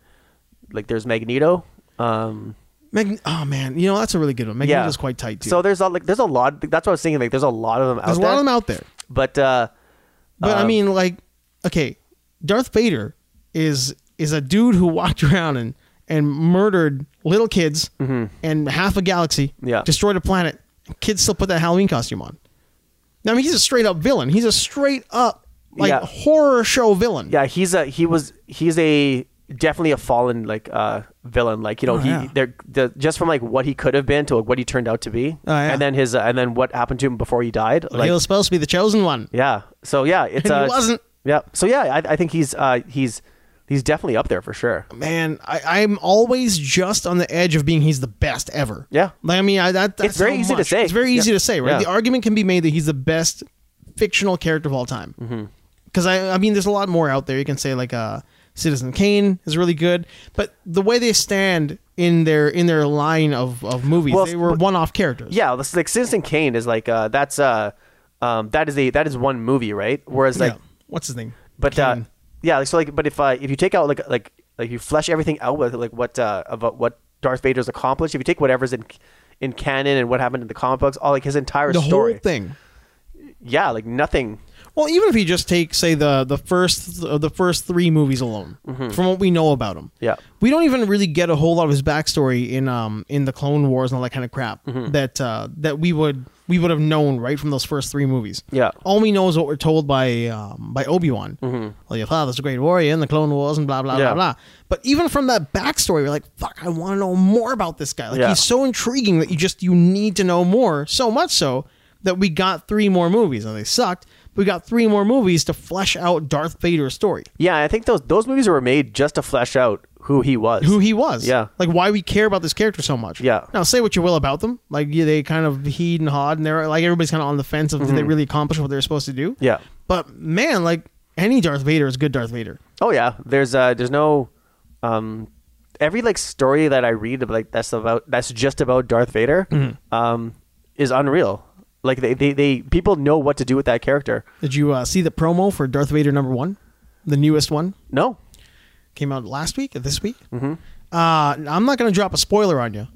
Speaker 1: like there's Magneto. Um,
Speaker 2: Mag- oh man, you know that's a really good one.
Speaker 1: yeah,
Speaker 2: Magneto's quite tight too.
Speaker 1: So there's a like there's a lot. That's what I was thinking. Like there's a lot of them out
Speaker 2: there's a
Speaker 1: there.
Speaker 2: lot of them out there.
Speaker 1: But uh,
Speaker 2: But I
Speaker 1: Um,
Speaker 2: mean, like, okay, Darth Vader is is a dude who walked around and and murdered little kids and half a galaxy,
Speaker 1: Mm-hmm. Yeah.
Speaker 2: destroyed a planet. Kids still put that Halloween costume on. Now, I mean, he's a straight up villain. He's a straight up like
Speaker 1: Yeah.
Speaker 2: horror show villain.
Speaker 1: yeah, he's a he was he's a definitely a fallen like uh villain. Like you know he
Speaker 2: Oh, yeah.
Speaker 1: they're the, just from like what he could have been to like, what he turned out to be,
Speaker 2: Oh, yeah.
Speaker 1: and then his uh, and then what happened to him before he died.
Speaker 2: Like, he
Speaker 1: Like
Speaker 2: was supposed to be the chosen one.
Speaker 1: yeah, so yeah, it's
Speaker 2: He
Speaker 1: uh,
Speaker 2: wasn't.
Speaker 1: Yeah, so yeah, I, I think he's uh he's he's definitely up there for sure.
Speaker 2: Man, I, I'm always just on the edge of being he's the best ever.
Speaker 1: Yeah.
Speaker 2: Like, I mean, I, that, that's
Speaker 1: It's very
Speaker 2: so
Speaker 1: easy to
Speaker 2: much.
Speaker 1: say.
Speaker 2: It's very easy
Speaker 1: Yeah.
Speaker 2: to say, right?
Speaker 1: Yeah.
Speaker 2: The argument can be made that he's the best fictional character of all time.
Speaker 1: Mm-hmm.
Speaker 2: Because I, I mean, there's a lot more out there. You can say like uh, Citizen Kane is really good, but the way they stand in their in their line of, of movies,
Speaker 1: Well,
Speaker 2: they were one off characters.
Speaker 1: Yeah, this, like Citizen Kane is like uh that's uh um that is a that is one movie right. Whereas like
Speaker 2: Yeah. what's his name?
Speaker 1: But uh,
Speaker 2: Kane.
Speaker 1: yeah, like, so like, but if uh, if you take out like like like you flesh everything out with like what uh, about what Darth Vader's accomplished, if you take whatever's in in canon and what happened in the comic books, all like his entire
Speaker 2: the
Speaker 1: story,
Speaker 2: whole thing.
Speaker 1: yeah, like nothing.
Speaker 2: Well, even if you just take, say, the the first uh, the first three movies alone,
Speaker 1: Mm-hmm.
Speaker 2: from what we know about him,
Speaker 1: Yeah.
Speaker 2: we don't even really get a whole lot of his backstory in um in the Clone Wars and all that kind of crap
Speaker 1: Mm-hmm.
Speaker 2: that uh, that we would we would have known right from those first three movies.
Speaker 1: Yeah. Mm-hmm.
Speaker 2: all we know is what we're told by um, by Obi Wan. Well, your father's a great warrior in the Clone Wars and blah blah
Speaker 1: Yeah.
Speaker 2: blah blah. But even from that backstory, we're like, fuck, I want to know more about this guy. Like
Speaker 1: Yeah.
Speaker 2: he's so intriguing that you just you need to know more. So much so that we got three more movies, and they sucked. But we got three more movies to flesh out Darth Vader's story.
Speaker 1: Yeah, I think those those movies were made just to flesh out who he was.
Speaker 2: who he was.
Speaker 1: Yeah.
Speaker 2: Like why we care about this character so much.
Speaker 1: Yeah.
Speaker 2: Now say what you will about them. Like yeah, they kind of heed and hawed and they're like everybody's kind of on the fence of did they really accomplish what they're supposed to do.
Speaker 1: Mm-hmm. Yeah.
Speaker 2: But man, like any Darth Vader is good Darth Vader.
Speaker 1: Oh yeah, there's uh there's no um every like story that I read of, like that's about that's just about Darth Vader
Speaker 2: Mm-hmm.
Speaker 1: um is unreal. Like they, they they people know what to do with that character.
Speaker 2: Did you uh, see the promo for Darth Vader number one, the newest one?
Speaker 1: No.
Speaker 2: came out last week or this week. Uh, I'm not going to drop a spoiler on you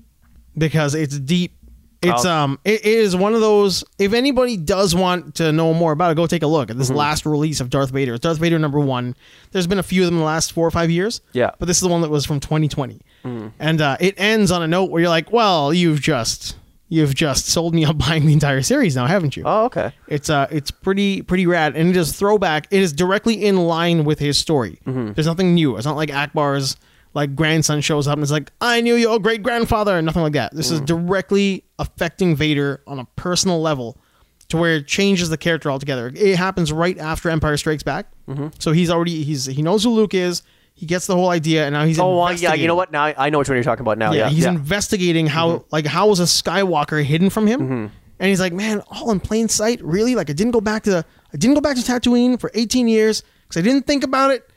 Speaker 2: because it's deep. It's
Speaker 1: Oh.
Speaker 2: um, it is one of those. If anybody does want to know more about it, go take a look at this last release of Darth Vader. It's Darth Vader number one. There's been a few of them in the last four or five years.
Speaker 1: Yeah.
Speaker 2: but this is the one that was from 2020, and uh, it ends on a note where you're like, "Well, you've just you've just sold me on buying the entire series now, haven't you?"
Speaker 1: Oh okay.
Speaker 2: It's uh, it's pretty pretty rad, and it is throwback. It is directly in line with his story.
Speaker 1: Mm-hmm.
Speaker 2: There's nothing new. It's not like Akbar's like grandson shows up and is like, "I knew your great grandfather," and nothing like that. This
Speaker 1: Mm.
Speaker 2: is directly affecting Vader on a personal level, to where it changes the character altogether. It happens right after Empire Strikes Back,
Speaker 1: Mm-hmm.
Speaker 2: so he's already he's he knows who Luke is. He gets the whole idea, and now he's
Speaker 1: Oh uh, yeah, you know
Speaker 2: investigating.
Speaker 1: what? Now I I know which one you're talking about now. Oh, Yeah. Mm-hmm.
Speaker 2: he's investigating how like how was a Skywalker hidden from him, and he's like, man, all in plain sight, really? Like I didn't go back to I didn't go back to Tatooine for 18 years because I didn't think about it,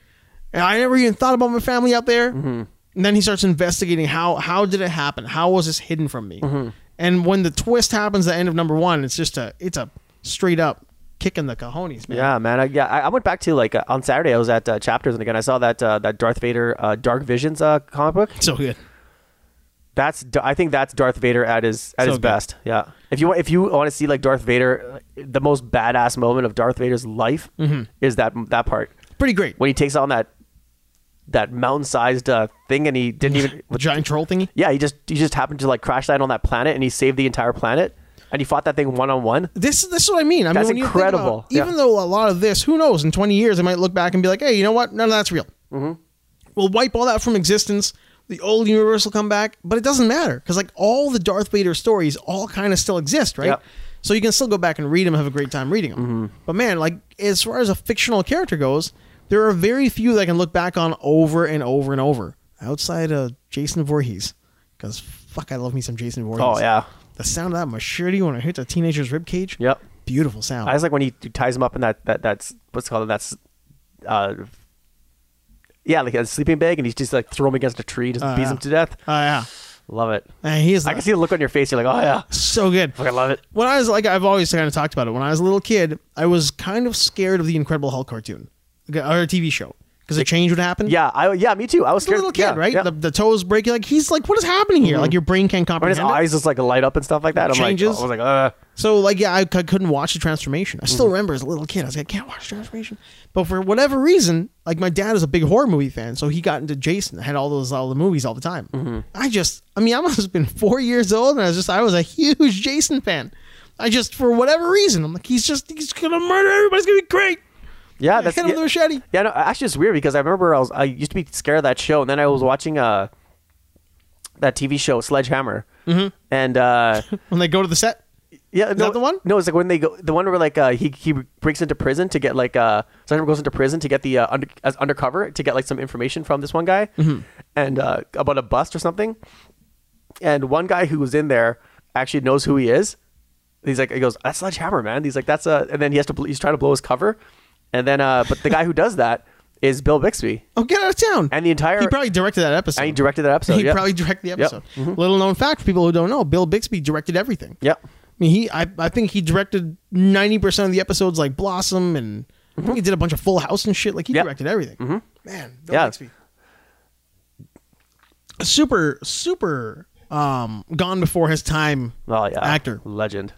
Speaker 2: and I never even thought about my family out there.
Speaker 1: Mm-hmm.
Speaker 2: And then he starts investigating how how did it happen? How was this hidden from me?
Speaker 1: Mm-hmm.
Speaker 2: And when the twist happens at the end of number one, it's just a it's a straight up kick in the cojones, man.
Speaker 1: Yeah, man. I, yeah, I I went back to like uh, on Saturday. I was at uh, Chapters, and again, I saw that uh, that Darth Vader uh, Dark Visions uh, comic book.
Speaker 2: So good.
Speaker 1: That's D- I think that's Darth Vader at his at
Speaker 2: So
Speaker 1: his
Speaker 2: good.
Speaker 1: best. Yeah. If you want, if you want to see like Darth Vader, the most badass moment of Darth Vader's life
Speaker 2: Mm-hmm.
Speaker 1: is that that part
Speaker 2: Pretty great.
Speaker 1: when he takes on that that mountain sized uh, thing, and he didn't even.
Speaker 2: The giant troll thingy.
Speaker 1: yeah, he just he just happened to like crash land on that planet, and he saved the entire planet, and he fought that thing one on one.
Speaker 2: this is this is what I mean. I
Speaker 1: That's
Speaker 2: mean, when You
Speaker 1: incredible.
Speaker 2: think about, even
Speaker 1: Yeah.
Speaker 2: though a lot of this, who knows? In twenty years, I might look back and be like, "Hey, you know what? None of that's real.
Speaker 1: Mm-hmm.
Speaker 2: We'll wipe all that from existence. The old universe will come back, but it doesn't matter because like all the Darth Vader stories all kind of still exist, right?
Speaker 1: Yeah.
Speaker 2: So you can still go back and read them, have a great time reading them.
Speaker 1: Mm-hmm.
Speaker 2: But man, like as far as a fictional character goes, there are very few that I can look back on over and over and over outside of Jason Voorhees, because fuck, I love me some Jason Voorhees.
Speaker 1: Oh yeah,
Speaker 2: The sound of that machete when it hits a teenager's ribcage.
Speaker 1: Yep.
Speaker 2: Beautiful sound.
Speaker 1: I was like when he ties him up in that that that's what's it called that's, uh, yeah, like a sleeping bag, and he's just like throw him against a tree, just
Speaker 2: Oh,
Speaker 1: beats
Speaker 2: yeah.
Speaker 1: him to death.
Speaker 2: Oh, yeah.
Speaker 1: Love it.
Speaker 2: And he is
Speaker 1: I can see the look on your face. You're like, oh yeah,
Speaker 2: so good.
Speaker 1: fucking love it.
Speaker 2: When I was like, I've always kind of talked about it. When I was a little kid, I was kind of scared of the Incredible Hulk cartoon or a TV show because a change would happen.
Speaker 1: Yeah, I yeah, me too. I was
Speaker 2: He's a
Speaker 1: scared.
Speaker 2: little kid,
Speaker 1: yeah,
Speaker 2: right?
Speaker 1: Yeah.
Speaker 2: The, the toes break. Like he's like, what is happening here? Like your brain can't
Speaker 1: when his
Speaker 2: comprehend. it.
Speaker 1: eyes just like light up and stuff like that, I'm
Speaker 2: Changes.
Speaker 1: like, I was like, uh,
Speaker 2: So like, yeah, I, c- I couldn't watch the transformation. I
Speaker 1: Mm-hmm.
Speaker 2: still remember as a little kid, I was like, I can't watch the transformation. But for whatever reason, like my dad is a big horror movie fan, so he got into Jason. Had all those all the movies all the time.
Speaker 1: Mm-hmm.
Speaker 2: I just, I mean, I must have been four years old, and I was just, I was a huge Jason fan. I just, for whatever reason, I'm like, he's just, he's gonna murder. Everybody's gonna be great.
Speaker 1: yeah,
Speaker 2: Hit
Speaker 1: Ah, that's
Speaker 2: him with a
Speaker 1: yeah,
Speaker 2: machete.
Speaker 1: yeah. No, actually, it's weird because I remember I was I used to be scared of that show, and then I was watching uh that TV show Sledgehammer, mm-hmm. and uh
Speaker 2: When they go to the set,
Speaker 1: yeah, no,
Speaker 2: that the one?
Speaker 1: No, it's like when they go the one where like uh he he breaks into prison to get like uh Sledgehammer goes into prison to get the uh, under, as undercover to get like some information from this one guy,
Speaker 2: Mm-hmm.
Speaker 1: and uh about a bust or something, and one guy who was in there actually knows who he is. He's like, he goes, that's Sledgehammer, man. He's like, that's a, and then he has to, bl- he's trying to blow his cover, and then, uh, but the guy who does that is Bill Bixby,
Speaker 2: oh, get out of town.
Speaker 1: and the entire,
Speaker 2: he probably directed that episode.
Speaker 1: and he directed that episode.
Speaker 2: he
Speaker 1: yeah. Mm-hmm.
Speaker 2: probably directed the episode. Little known fact for people who don't know, Bill Bixby directed everything.
Speaker 1: Yep.
Speaker 2: I mean, he I, I think he directed ninety percent of the episodes, like Blossom, and I think he did a bunch of Full House and shit. Like he
Speaker 1: Yep.
Speaker 2: directed everything. Man, Bill
Speaker 1: Mm-hmm. Yeah.
Speaker 2: Bixby, super super um, gone before his time
Speaker 1: Well, yeah, Mm-hmm.
Speaker 2: actor.
Speaker 1: legend.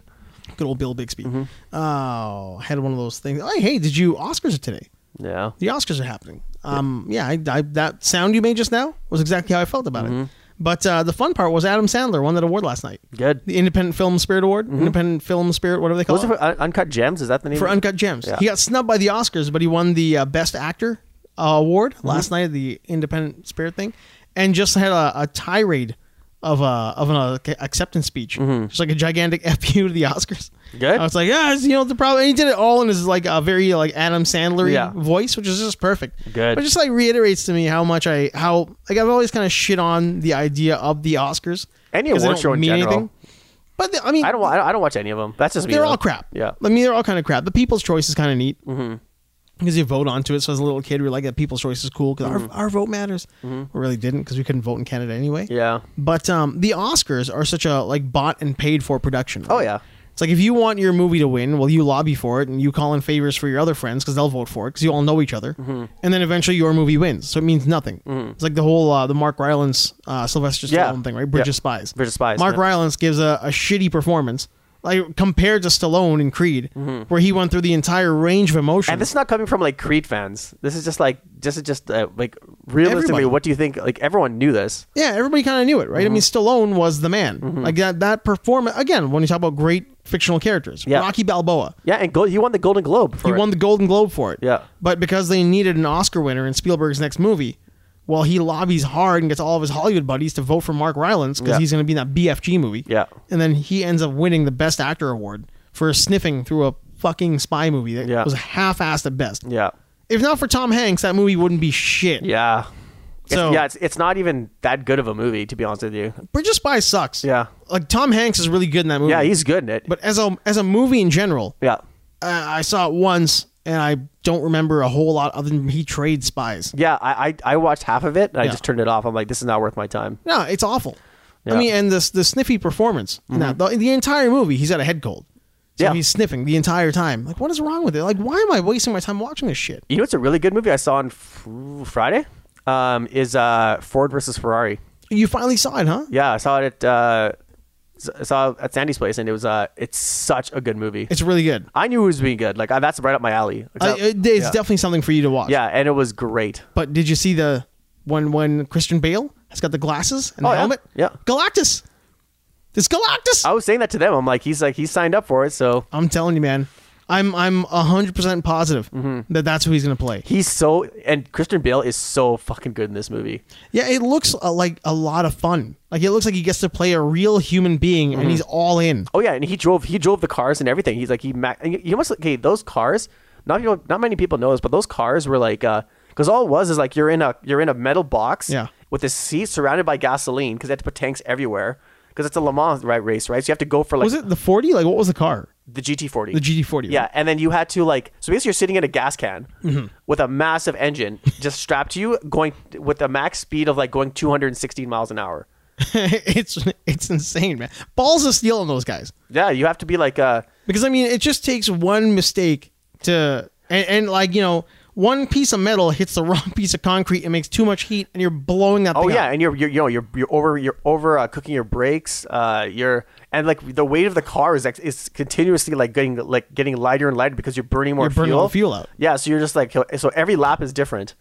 Speaker 2: Good old Bill Bixby. Oh, had one of those things. Oh, hey, did you Oscars are today?
Speaker 1: Yeah.
Speaker 2: The Oscars are happening. Um, yeah, I, I, that sound you made just now was exactly how I felt about it. But uh, the fun part was Adam Sandler won that award last night.
Speaker 1: Good.
Speaker 2: The Independent Film Spirit Award, Independent Film Spirit, whatever they call
Speaker 1: Was
Speaker 2: it,
Speaker 1: it for Un- Uncut Gems? Is that the name?
Speaker 2: for
Speaker 1: of it?
Speaker 2: Uncut Gems.
Speaker 1: Yeah.
Speaker 2: He got snubbed by the Oscars, but he won the uh, Best Actor uh, award
Speaker 1: Mm-hmm.
Speaker 2: last night at the Independent Spirit thing, and just had a, a tirade of a of an uh, acceptance speech, just like a gigantic fu to the Oscars.
Speaker 1: Mm-hmm. Good.
Speaker 2: I was like, ah, it's, you know the problem. And he did it all in his like a very like Adam Sandler
Speaker 1: Yeah.
Speaker 2: voice, which is just perfect.
Speaker 1: Good.
Speaker 2: But just like reiterates to me how much I how like I've always kind of shit on the idea of the Oscars.
Speaker 1: Any
Speaker 2: 'cause they
Speaker 1: award
Speaker 2: don't
Speaker 1: show in
Speaker 2: mean
Speaker 1: general.
Speaker 2: But the- I mean,
Speaker 1: I don't. wa- I don't- I don't watch any of them. That's just me.
Speaker 2: they're all
Speaker 1: though.
Speaker 2: crap.
Speaker 1: Yeah. Mm-hmm.
Speaker 2: I mean, they're all kind of crap. The People's Choice is kind of neat because you vote onto it. So as a little kid, we were like, "That People's Choice is cool because our, our vote matters." We really didn't because we couldn't vote in Canada anyway.
Speaker 1: Mm-hmm. Yeah.
Speaker 2: But um, the Oscars are such a like bought and paid for production.
Speaker 1: Oh, yeah.
Speaker 2: It's like if you want your movie to win, well, you lobby for it and you call in favors for your other friends because they'll vote for it because you all know each other,
Speaker 1: Mm-hmm.
Speaker 2: and then eventually your movie wins. So it means nothing. It's like the whole uh, the Mark Rylance uh, Sylvester Stallone
Speaker 1: Yeah.
Speaker 2: thing, right? Bridge
Speaker 1: Yeah.
Speaker 2: of Spies.
Speaker 1: Bridge of Spies,
Speaker 2: Mark
Speaker 1: yeah.
Speaker 2: Rylance gives a, a shitty performance, like compared to Stallone in Creed, where he went through the entire range of emotions.
Speaker 1: Mm-hmm. And this is not coming from like Creed fans. This is just like this is just uh, like realistically,
Speaker 2: Everybody.
Speaker 1: what do you think? Like everyone knew this.
Speaker 2: Yeah, everybody kind of knew it, right? I mean,
Speaker 1: Mm-hmm.
Speaker 2: Stallone was the man. Like that that performance again. When you talk about great fictional characters,
Speaker 1: Yeah.
Speaker 2: Rocky Balboa,
Speaker 1: Yeah, and go, he won the Golden Globe. For
Speaker 2: he
Speaker 1: it.
Speaker 2: won the Golden Globe for it.
Speaker 1: Yeah.
Speaker 2: but because they needed an Oscar winner in Spielberg's next movie, well, he lobbies hard and gets all of his Hollywood buddies to vote for Mark Rylance because
Speaker 1: Yeah.
Speaker 2: he's going to be in that BFG movie.
Speaker 1: Yeah.
Speaker 2: and then he ends up winning the Best Actor award for sniffing through a fucking spy movie that
Speaker 1: Yeah.
Speaker 2: was half-assed at best.
Speaker 1: Yeah.
Speaker 2: If not for Tom Hanks, that movie wouldn't be shit.
Speaker 1: Yeah. It's,
Speaker 2: So-
Speaker 1: yeah, it's, it's not even that good of a movie to be honest with you.
Speaker 2: Bridge of Spies sucks.
Speaker 1: Yeah.
Speaker 2: like Tom Hanks is really good in that movie.
Speaker 1: Yeah, he's good in it.
Speaker 2: Mm. But as a as a movie in general,
Speaker 1: yeah.
Speaker 2: uh, I saw it once and I don't remember a whole lot other than he trades spies.
Speaker 1: Yeah, I, I, I watched half of it and I
Speaker 2: Yeah.
Speaker 1: just turned it off. I'm like, this is not worth my time.
Speaker 2: No, it's awful. I
Speaker 1: Yeah. Mm-hmm.
Speaker 2: mean, and this the sniffy performance. in that the, the entire movie, he's got a head cold. So
Speaker 1: Yeah.
Speaker 2: he's sniffing the entire time. Like, what is wrong with it? Like, why am I wasting my time watching this shit?
Speaker 1: You know, it's a really good movie I saw on fr- Friday. Um, is uh Ford versus Ferrari.
Speaker 2: You finally saw it, huh?
Speaker 1: Yeah, I saw it at uh, s- I saw it at Sandy's place, and it was uh, it's such a good movie.
Speaker 2: It's really good.
Speaker 1: I knew it was being good. Like I, that's right up my alley. Like,
Speaker 2: I,
Speaker 1: that-
Speaker 2: it- it's
Speaker 1: yeah.
Speaker 2: definitely something for you to watch.
Speaker 1: yeah, and it was great.
Speaker 2: But did you see the when when Christian Bale has got the glasses and
Speaker 1: Oh,
Speaker 2: the
Speaker 1: yeah.
Speaker 2: helmet?
Speaker 1: Yeah. Oh.
Speaker 2: Galactus. It's Galactus.
Speaker 1: I was saying that to them. I'm like, he's like, he signed up for it, so
Speaker 2: I'm telling you, man. I'm I'm hundred percent positive
Speaker 1: Mm-hmm.
Speaker 2: that that's who he's gonna play.
Speaker 1: he's so. And Christian Bale is so fucking good in this movie.
Speaker 2: Yeah, it looks uh, like a lot of fun. Like it looks like he gets to play a real human being, and he's all in.
Speaker 1: Oh yeah, and he drove he drove the cars and everything. He's like he ma- and you you must okay those cars. Not people, not many people know this, but those cars were like because all it was is like you're in a you're in a metal box
Speaker 2: Yeah.
Speaker 1: with a seat surrounded by gasoline because they had to put tanks everywhere because it's a Le Mans right race right so you have to go for like
Speaker 2: Was it the forty? Like what was the car?
Speaker 1: the GT40
Speaker 2: The GT40.
Speaker 1: yeah and then you had to like so basically you're sitting in a gas can
Speaker 2: Mm-hmm.
Speaker 1: with a massive engine just strapped to you going with a max speed of like going 216 miles an hour
Speaker 2: it's it's insane, man. Balls of steel on those guys.
Speaker 1: yeah you have to be like uh
Speaker 2: Because I mean, it just takes one mistake to and, and like you know. One piece of metal hits the wrong piece of concrete and makes too much heat, and you're blowing that.
Speaker 1: Oh
Speaker 2: thing
Speaker 1: yeah,
Speaker 2: up.
Speaker 1: and you're you're you know you're you're over you're over uh, cooking your brakes. Uh, you're and like the weight of the car is ex- is continuously like getting like getting lighter and lighter because you're burning more
Speaker 2: You're burning
Speaker 1: fuel.
Speaker 2: all the fuel out.
Speaker 1: Yeah, so you're just like so every lap is different.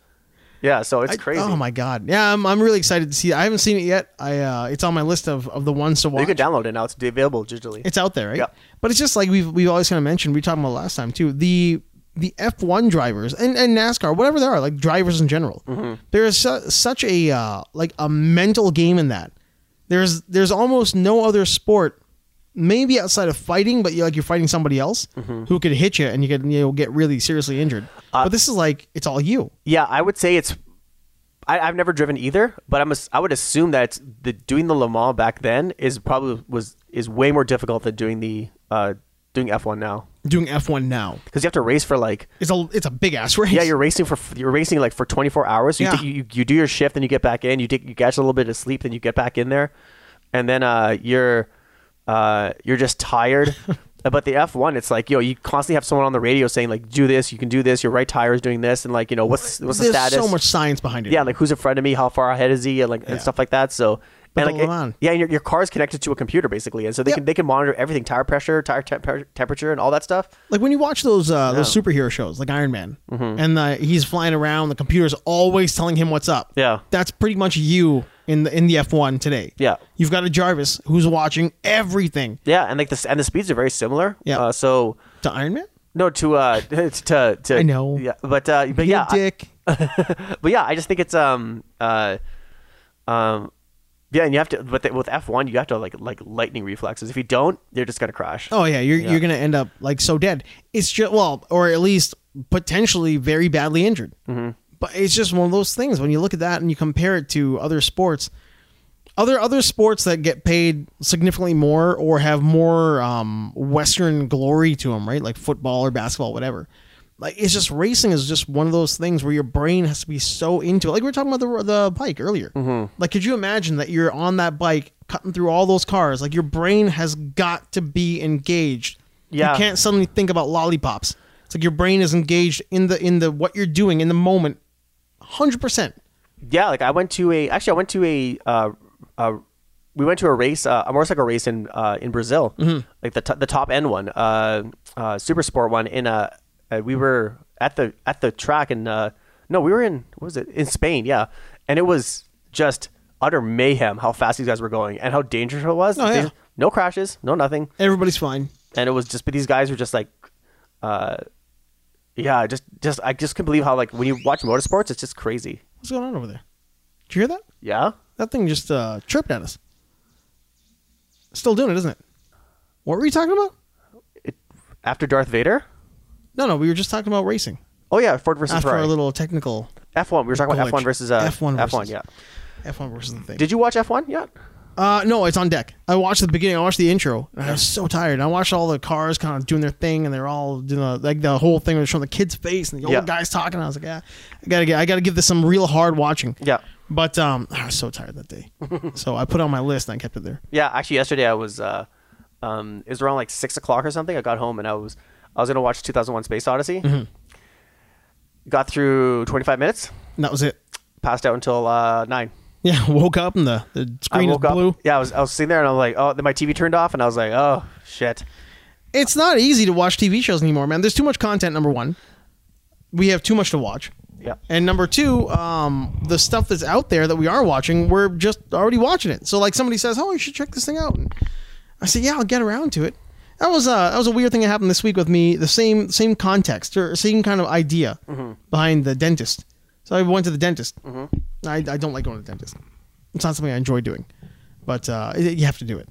Speaker 1: Yeah, so it's crazy.
Speaker 2: Oh my god! Yeah, I'm, I'm really excited to see. It. I haven't seen it yet. I uh, it's on my list of, of the ones to watch.
Speaker 1: you can download it now. It's available digitally.
Speaker 2: it's out there, right?
Speaker 1: Yeah.
Speaker 2: But it's just like we've we've always kind of mentioned. We talked about last time too. The the F1 drivers and, and NASCAR, whatever they are, like drivers in general,
Speaker 1: Mm-hmm.
Speaker 2: there is su- such a uh, like a mental game in that. There's there's almost no other sport, maybe outside of fighting, but you're like you're fighting somebody else
Speaker 1: Mm-hmm.
Speaker 2: who could hit you and you could you know get really seriously injured.
Speaker 1: Uh,
Speaker 2: but this is like it's all you.
Speaker 1: Yeah, I would say it's. I, I've never driven either, but I'm. ass- I would assume that it's the doing the Le Mans back then is probably was is way more difficult than doing the uh doing F1 now
Speaker 2: Doing F1 now,
Speaker 1: because you have to race for like
Speaker 2: it's a it's a big ass race.
Speaker 1: Yeah, you're racing for you're racing like for 24 hours. You,
Speaker 2: Yeah.
Speaker 1: take- you you do your shift, then you get back in. You take you catch a little bit of sleep, then you get back in there, and then uh, you're uh, you're just tired. but the F1, it's like you know you constantly have someone on the radio saying like do this, you can do this. Your right tire is doing this, and like you know what's what's the
Speaker 2: there's
Speaker 1: status?
Speaker 2: so much science behind it.
Speaker 1: yeah, like who's in front of me? How far ahead is he? And like and stuff like that. So
Speaker 2: But
Speaker 1: and
Speaker 2: they'll
Speaker 1: like,
Speaker 2: live on.
Speaker 1: yeah, and your, your car's connected to a computer basically, and so they
Speaker 2: Yep.
Speaker 1: can they can monitor everything: tire pressure, tire temper temperature, and all that stuff.
Speaker 2: Like when you watch those uh, those superhero shows, like Iron Man,
Speaker 1: Mm-hmm.
Speaker 2: and uh, he's flying around, the computer's always telling him what's up.
Speaker 1: Yeah.
Speaker 2: that's pretty much you in the in the F one today.
Speaker 1: Yeah.
Speaker 2: you've got a Jarvis who's watching everything
Speaker 1: Yeah, and like the s- and the speeds are very similar.
Speaker 2: Yeah.
Speaker 1: Uh, so
Speaker 2: to Iron Man.
Speaker 1: no, to uh, to, to, to
Speaker 2: I know.
Speaker 1: Yeah, but uh, but yeah,
Speaker 2: Big dick.
Speaker 1: but yeah, I just think it's um uh um yeah, and you have to but with F one you have to like like lightning reflexes. If you don't, you're just gonna crash.
Speaker 2: oh yeah, you're
Speaker 1: Yeah.
Speaker 2: you're gonna end up like so dead. It's just well, or at least potentially very badly injured.
Speaker 1: Mm-hmm.
Speaker 2: But it's just one of those things when you look at that and you compare it to other sports. Other other sports that get paid significantly more or have more um, Western glory to them, right? Like football or basketball, whatever. Like it's just racing is just one of those things where your brain has to be so into it. Like we were talking about the the bike earlier. Like, could you imagine that you're on that bike cutting through all those cars? Like your brain has got to be engaged.
Speaker 1: Yeah.
Speaker 2: you can't suddenly think about lollipops. It's like your brain is engaged in the in the what you're doing in the moment, hundred percent.
Speaker 1: Yeah, like I went to a actually I went to a uh, uh we went to a race uh, a motorcycle race in uh, in Brazil,
Speaker 2: Mm-hmm.
Speaker 1: like the t- the top end one, uh, uh, super sport one. In uh, uh, we were at the at the track and uh, no, we were in what was it in Spain? Yeah, and it was just utter mayhem how fast these guys were going and how dangerous it was.
Speaker 2: Oh, yeah.
Speaker 1: No crashes, no nothing,
Speaker 2: Everybody's fine.
Speaker 1: and it was just but these guys were just like, uh, yeah, just just I just couldn't believe how like when you watch motorsports, it's just crazy.
Speaker 2: What's going on over there? Did you hear that?
Speaker 1: Yeah.
Speaker 2: That thing just uh, chirped at us. Still doing it, isn't it? What were you talking about?
Speaker 1: it, after Darth Vader.
Speaker 2: No, no, we were just talking about racing.
Speaker 1: Oh yeah, Ford versus
Speaker 2: After
Speaker 1: Ferrari.
Speaker 2: our little technical
Speaker 1: F one. We were talking about F
Speaker 2: college.
Speaker 1: one versus uh,
Speaker 2: F1
Speaker 1: F one.
Speaker 2: versus-
Speaker 1: Yeah.
Speaker 2: F1 versus the thing.
Speaker 1: Did you watch F one yet?
Speaker 2: Uh, no, it's on deck. I watched the beginning. I watched the intro, and I was so tired. I watched all the cars kind of doing their thing, and they're all doing the, like the whole thing. They're showing the kid's face and the old
Speaker 1: Yeah.
Speaker 2: guys talking. I was like, yeah, I gotta get, I gotta give this some real hard watching.
Speaker 1: Yeah.
Speaker 2: But um, I was so tired that day, so I put it on my list and I kept it there.
Speaker 1: Yeah. Actually, yesterday I was. Uh, um, it was around like six o'clock or something. I got home and I was I was gonna watch 2001: Space Odyssey.
Speaker 2: Mm-hmm.
Speaker 1: Got through 25 minutes.
Speaker 2: And that was it.
Speaker 1: Passed out until uh, nine.
Speaker 2: Yeah, woke up and the, the screen
Speaker 1: I
Speaker 2: is
Speaker 1: woke up.
Speaker 2: blue.
Speaker 1: Yeah, I was I was sitting there and I was like, oh, then my TV turned off and I was like, oh shit.
Speaker 2: It's not easy to watch TV shows anymore, man. There's too much content. Number one, we have too much to watch.
Speaker 1: Yeah.
Speaker 2: And number two, um, the stuff that's out there that we are watching, we're just already watching it. So like somebody says, "Oh, you should check this thing out," and I say, "Yeah, I'll get around to it." That was uh, that was a weird thing that happened this week with me. The same same context or same kind of idea behind the dentist. So I went to the dentist. I, I don't like going to the dentist. It's not something I enjoy doing, but uh, it- you have to do it.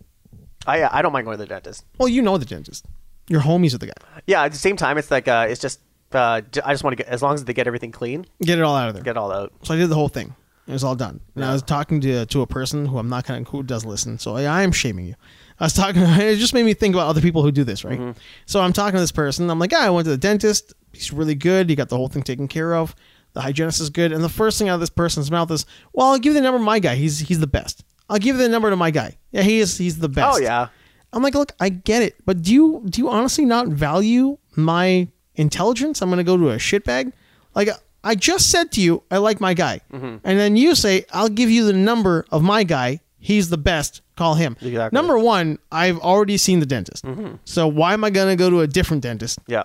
Speaker 1: I I don't mind going to the dentist.
Speaker 2: Well, you know the dentist. Your homies are the guy.
Speaker 1: Yeah. At the same time, it's like uh, it's just uh, j- I just want to get as long as they get everything clean,
Speaker 2: Get it all out of there.
Speaker 1: get it all out.
Speaker 2: So I did the whole thing. It was all done. And I was talking to to a person who I'm not gonna who does listen. So I, I am shaming you. I was talking. It just made me think about other people who do this, right?
Speaker 1: Mm-hmm.
Speaker 2: So I'm talking to this person. I'm like, yeah, I went to the dentist. He's really good. He got the whole thing taken care of. The hygienist is good. And the first thing out of this person's mouth is, well, I'll give you the number of my guy. He's he's the best. I'll give you the number to my guy. Yeah, he is. He's the best.
Speaker 1: Oh yeah.
Speaker 2: I'm like, look, I get it, but do you do you honestly not value my intelligence? I'm gonna go to a shitbag. Like I just said to you, I like my guy,
Speaker 1: Mm-hmm.
Speaker 2: and then you say, I'll give you the number of my guy. He's the best. Call him.
Speaker 1: Exactly. Mm-hmm.
Speaker 2: Number one, I've already seen the dentist, so why am I gonna go to a different dentist?
Speaker 1: Yeah.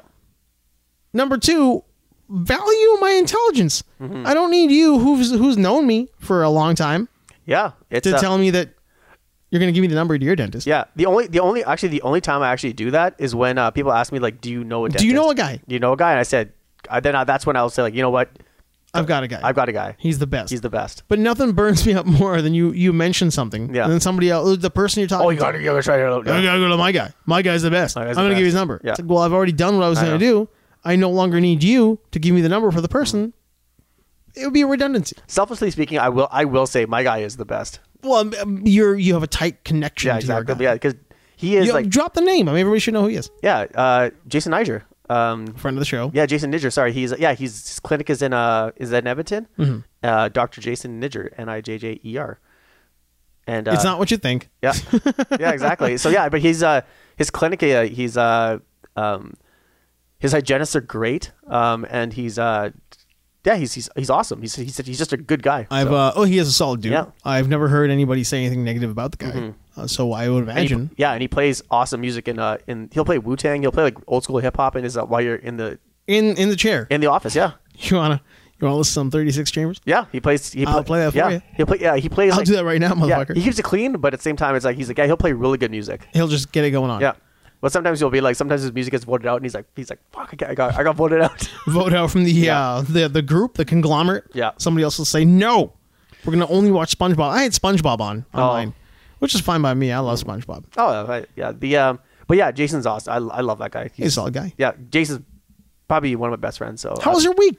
Speaker 2: Number two, value my intelligence.
Speaker 1: Mm-hmm.
Speaker 2: I don't need you, who's who's known me for a long time,
Speaker 1: Yeah. It's
Speaker 2: to
Speaker 1: uh,
Speaker 2: tell me that you're gonna give me the number to your dentist.
Speaker 1: Yeah, the only the only actually the only time I actually do that is when uh, people ask me like, "Do you know a dentist?
Speaker 2: Do you know a guy?
Speaker 1: Do you know a guy?" And I said, I, "Then I, that's when I'll say like, you know what?
Speaker 2: I've got a guy.
Speaker 1: I've got a guy.
Speaker 2: He's the best.
Speaker 1: He's the best."
Speaker 2: But nothing burns me up more than you you mention something.
Speaker 1: Yeah.
Speaker 2: And then somebody else, the person you're talking
Speaker 1: Oh, you
Speaker 2: to,
Speaker 1: gotta you gotta try it out.
Speaker 2: I
Speaker 1: Yeah.
Speaker 2: gotta go to my guy. My guy's the best.
Speaker 1: guy's
Speaker 2: I'm
Speaker 1: the
Speaker 2: gonna
Speaker 1: best.
Speaker 2: give you his number.
Speaker 1: Yeah.
Speaker 2: It's like, well, I've already done what I was gonna
Speaker 1: know.
Speaker 2: do. I no longer need you to give me the number for the person. It would be a redundancy.
Speaker 1: Selfishly speaking, I will I will say my guy is the best.
Speaker 2: Well, um, um, you're you have a tight connection.
Speaker 1: Yeah,
Speaker 2: to your
Speaker 1: exactly.
Speaker 2: guy.
Speaker 1: Yeah, because he is
Speaker 2: You-
Speaker 1: like
Speaker 2: drop the name. I mean, everybody should know who he is.
Speaker 1: yeah, uh, Jason Niger. Um,
Speaker 2: Friend of the show.
Speaker 1: yeah, Jason Niger. Sorry, he's yeah he's his clinic is in uh is in Edmonton.
Speaker 2: Mm-hmm.
Speaker 1: Uh, Doctor Jason Niger, N I J J E R. And uh,
Speaker 2: It's not what you think.
Speaker 1: Yeah, yeah, exactly. So yeah, but he's uh, his clinic, uh, he's uh, um, his hygienists are great, um, and he's uh, yeah, he's he's, he's awesome. He's he's he's just a good guy.
Speaker 2: I've
Speaker 1: So-
Speaker 2: uh, oh, he is a solid dude.
Speaker 1: Yeah. Mm-hmm.
Speaker 2: I've never heard anybody say anything negative about the guy. Uh, so I would
Speaker 1: And he-
Speaker 2: imagine.
Speaker 1: yeah, and he plays awesome music in uh in he'll play Wu Tang, he'll play like old school hip hop, and is uh, while you're in the
Speaker 2: in in the chair.
Speaker 1: in the office, yeah,
Speaker 2: You wanna you wanna listen to some thirty six chambers?
Speaker 1: yeah, he plays. He
Speaker 2: I'll play that for
Speaker 1: yeah,
Speaker 2: you.
Speaker 1: He'll play. Yeah, he plays.
Speaker 2: I'll
Speaker 1: like-
Speaker 2: do that right now,
Speaker 1: Yeah,
Speaker 2: motherfucker.
Speaker 1: he keeps it clean, but at the same time, it's like he's a guy. He'll play really good music.
Speaker 2: He'll just get it going on.
Speaker 1: Yeah, but sometimes he'll be like, sometimes his music gets voted out, and he's like, he's like, fuck, I got, I got, I got voted out.
Speaker 2: Vote out from the uh, the the group, the conglomerate.
Speaker 1: Yeah.
Speaker 2: Somebody else will say no. We're gonna only watch SpongeBob. I had SpongeBob on online, which is fine by me. I love SpongeBob.
Speaker 1: oh, I- yeah, the um, but yeah, Jason's awesome. I, I love that guy.
Speaker 2: He's a solid guy.
Speaker 1: Yeah, Jason's probably one of my best friends. So
Speaker 2: How
Speaker 1: uh,
Speaker 2: was your week?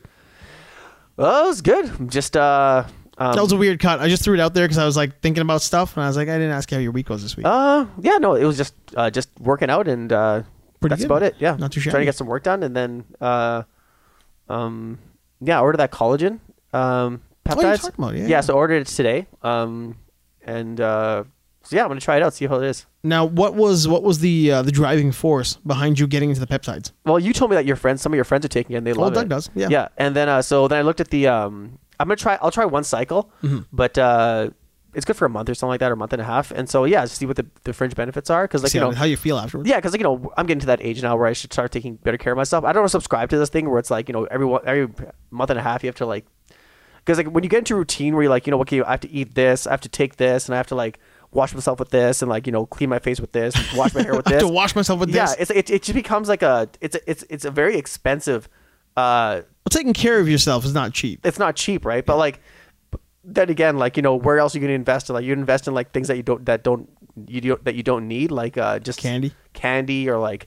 Speaker 1: Oh, it was good. Just uh, um,
Speaker 2: That was a weird cut. I just threw it out there because I was like thinking about stuff, and I was like, I didn't ask you how your week was this week.
Speaker 1: Uh, yeah, no, it was just uh, just working out and uh,
Speaker 2: Pretty
Speaker 1: that's
Speaker 2: good.
Speaker 1: about it. Yeah,
Speaker 2: Not too
Speaker 1: Trying
Speaker 2: shabby.
Speaker 1: to get some work done, and then uh, um, yeah, I ordered that collagen um
Speaker 2: you were
Speaker 1: peptides.
Speaker 2: talking about it, yeah,
Speaker 1: yeah,
Speaker 2: yeah.
Speaker 1: so I ordered it today. Um, and uh, so yeah, I'm gonna try it out, see how it is.
Speaker 2: now, what was what was the uh, the driving force behind you getting into the peptides?
Speaker 1: Well, you told me that your friends, some of your friends are taking it, and they love
Speaker 2: Doug
Speaker 1: it.
Speaker 2: does, yeah.
Speaker 1: Yeah, and then uh, so then I looked at the. Um, I'm gonna try. I'll try one cycle,
Speaker 2: Mm-hmm.
Speaker 1: but uh, it's good for a month or something like that, or a month and a half. And so yeah, see what the, the fringe benefits are, because like
Speaker 2: See
Speaker 1: you
Speaker 2: how,
Speaker 1: know
Speaker 2: how you feel afterwards.
Speaker 1: Yeah, because like, you know, I'm getting to that age now where I should start taking better care of myself. I don't subscribe to this thing where it's like you know every one- every month and a half you have to like because like when you get into a routine where you're like you know what okay, I have to eat this, I have to take this, and I have to like wash myself with this, and like you know clean my face with this, wash my hair with
Speaker 2: I have
Speaker 1: this.
Speaker 2: to wash myself with
Speaker 1: yeah,
Speaker 2: this.
Speaker 1: it's it, it just becomes like a it's a, it's it's a very expensive. uh
Speaker 2: Well, taking care of yourself is not cheap.
Speaker 1: It's not cheap, right? But like b- then again, like you know where else are you gonna invest in? Like you invest in like things that you don't that don't you don't, that you don't need, like uh just
Speaker 2: Candy?
Speaker 1: candy or like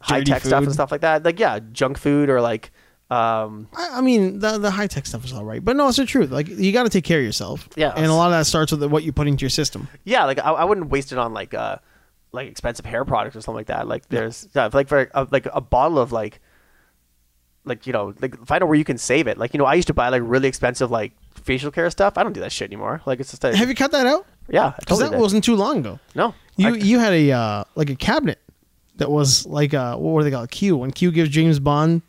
Speaker 1: high
Speaker 2: Dirty
Speaker 1: tech stuff
Speaker 2: food.
Speaker 1: and stuff like that. Like yeah, junk food or like um
Speaker 2: I, I mean, the the high tech stuff is all right, but no, it's the truth. Like you got to take care of yourself.
Speaker 1: Yeah.
Speaker 2: and a lot of that starts with what you put into your system.
Speaker 1: yeah, like I, I wouldn't waste it on like uh like expensive hair products or something like that. Like there's yeah, like for a, like a bottle of like like you know like find out where you can save it. Like you know I used to buy like really expensive like facial care stuff. I don't do that shit anymore. Like it's just like,
Speaker 2: Have you cut that out?
Speaker 1: yeah, I
Speaker 2: Because
Speaker 1: totally
Speaker 2: that
Speaker 1: did.
Speaker 2: wasn't too long ago.
Speaker 1: no.
Speaker 2: You
Speaker 1: I-
Speaker 2: you had a uh, like a cabinet that was like uh, what were they called? Q. When Q gives James Bond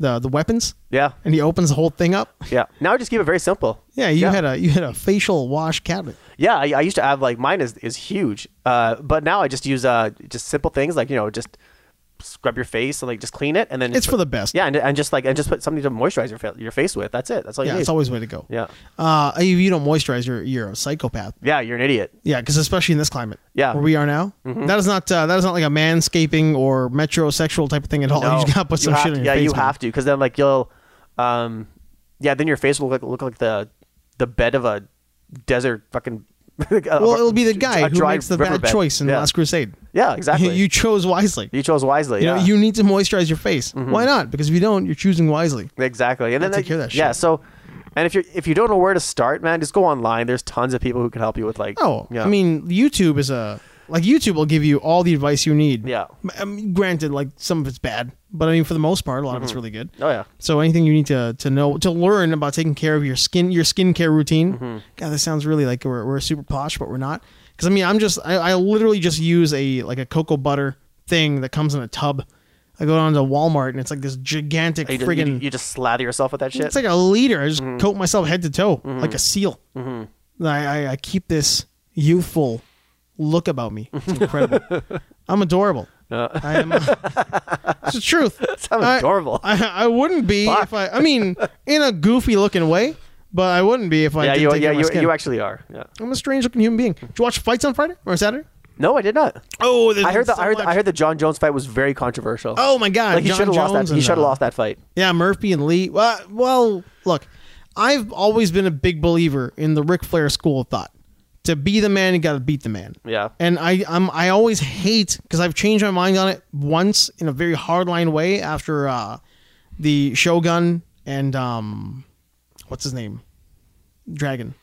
Speaker 2: the the weapons,
Speaker 1: yeah.
Speaker 2: and he opens the whole thing up.
Speaker 1: Yeah. Now I just keep it very simple.
Speaker 2: Yeah, you
Speaker 1: Yeah.
Speaker 2: had a you had a facial wash cabinet.
Speaker 1: Yeah, I, I used to have like mine is is huge, uh, but now I just use uh just simple things like you know just scrub your face and like just clean it and then
Speaker 2: It's for the best.
Speaker 1: yeah and, and just like and just put something to moisturize your fa- your face with. That's it. That's all you
Speaker 2: Yeah,
Speaker 1: need.
Speaker 2: it's always the way to go.
Speaker 1: yeah,
Speaker 2: Uh, if you don't moisturize, you're you're a psychopath.
Speaker 1: yeah, you're an idiot.
Speaker 2: Yeah, because especially in this climate,
Speaker 1: Yeah. Mm-hmm.
Speaker 2: where we are now, that is not uh, that is not like a manscaping or metrosexual type of thing at all.
Speaker 1: No,
Speaker 2: Oh, you just gotta put
Speaker 1: you
Speaker 2: some
Speaker 1: have
Speaker 2: shit
Speaker 1: to-
Speaker 2: in your
Speaker 1: yeah,
Speaker 2: face.
Speaker 1: you
Speaker 2: man.
Speaker 1: have to because then like you'll, um, yeah, then your face will look like, look like the the bed of a desert fucking.
Speaker 2: Well, it'll be the guy who makes the bad choice in
Speaker 1: yeah.
Speaker 2: Last Crusade.
Speaker 1: Yeah, exactly.
Speaker 2: You, you chose wisely.
Speaker 1: You chose wisely.
Speaker 2: You know,
Speaker 1: yeah. Mm-hmm.
Speaker 2: you need to moisturize your face. Why not? Because if you don't, you're choosing wisely.
Speaker 1: Exactly. And then
Speaker 2: I'll take care of that
Speaker 1: Yeah.
Speaker 2: shit.
Speaker 1: So, and if you are if you don't know where to start, man, just go online. There's tons of people who can help you with like.
Speaker 2: Oh,
Speaker 1: yeah.
Speaker 2: I mean, YouTube is a like YouTube will give you all the advice you need.
Speaker 1: Yeah.
Speaker 2: I mean, granted, like some of it's bad, but I mean, for the most part, a lot of it's really good.
Speaker 1: Oh yeah.
Speaker 2: So anything you need to to know to learn about taking care of your skin your skincare routine.
Speaker 1: Mm-hmm.
Speaker 2: God, this sounds really like we're, we're super posh, but we're not. Because I mean, I'm just I, I literally just use a like a cocoa butter thing that comes in a tub. I go down to Walmart and it's like this gigantic
Speaker 1: You just, you-
Speaker 2: friggin'
Speaker 1: you, just slather yourself with that shit. Mm-hmm.
Speaker 2: it's like a liter. I just coat myself head to toe like a seal. I, I, I keep this youthful look about me.
Speaker 1: Mm-hmm.
Speaker 2: It's incredible. I'm adorable.
Speaker 1: Uh.
Speaker 2: I am. uh, it's the truth.
Speaker 1: I'm
Speaker 2: I-
Speaker 1: adorable.
Speaker 2: I, I wouldn't be
Speaker 1: Fuck.
Speaker 2: if I. I mean, in a goofy looking way, but I wouldn't be if I.
Speaker 1: yeah.
Speaker 2: didn't
Speaker 1: You
Speaker 2: take care
Speaker 1: yeah.
Speaker 2: of my
Speaker 1: You,
Speaker 2: skin.
Speaker 1: you actually are. Yeah.
Speaker 2: I'm a strange looking human being. Did you watch fights on Friday or Saturday?
Speaker 1: No, I did not.
Speaker 2: Oh, there's
Speaker 1: I
Speaker 2: been
Speaker 1: heard the
Speaker 2: so
Speaker 1: I heard the,
Speaker 2: much.
Speaker 1: I heard the John Jones fight was very controversial.
Speaker 2: Oh my God,
Speaker 1: Like he
Speaker 2: John
Speaker 1: should have lost
Speaker 2: Jones
Speaker 1: that. He
Speaker 2: and,
Speaker 1: should have
Speaker 2: uh,
Speaker 1: lost that fight.
Speaker 2: Yeah, Murphy and Lee. Well, well, look, I've always been a big believer in the Ric Flair school of thought. To be the man, you got to beat the man.
Speaker 1: Yeah.
Speaker 2: And I, I'm, I always hate because I've changed my mind on it once in a very hardline way after uh, the Shogun and um, what's his name, Dragon.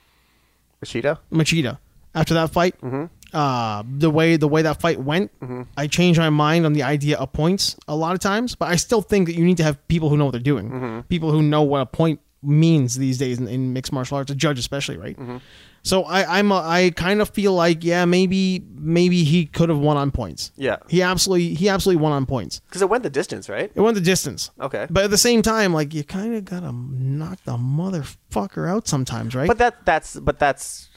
Speaker 1: Rashida.
Speaker 2: Machida. After that fight,
Speaker 1: Mm-hmm.
Speaker 2: uh, the way the way that fight went, I changed my mind on the idea
Speaker 1: Mm-hmm.
Speaker 2: of points a lot of times. But I still think that you need to have people who know what they're doing, people who know what a point means these days in, in mixed martial arts, a judge especially, right?
Speaker 1: Mm-hmm.
Speaker 2: So I, I'm a, I kind of feel like yeah, maybe maybe he could have won on points.
Speaker 1: Yeah.
Speaker 2: he absolutely he absolutely won on points.
Speaker 1: Because it went the distance, right?
Speaker 2: It went the distance.
Speaker 1: Okay.
Speaker 2: But at the same time, like you kind of gotta knock the motherfucker out sometimes, right?
Speaker 1: But that that's but that's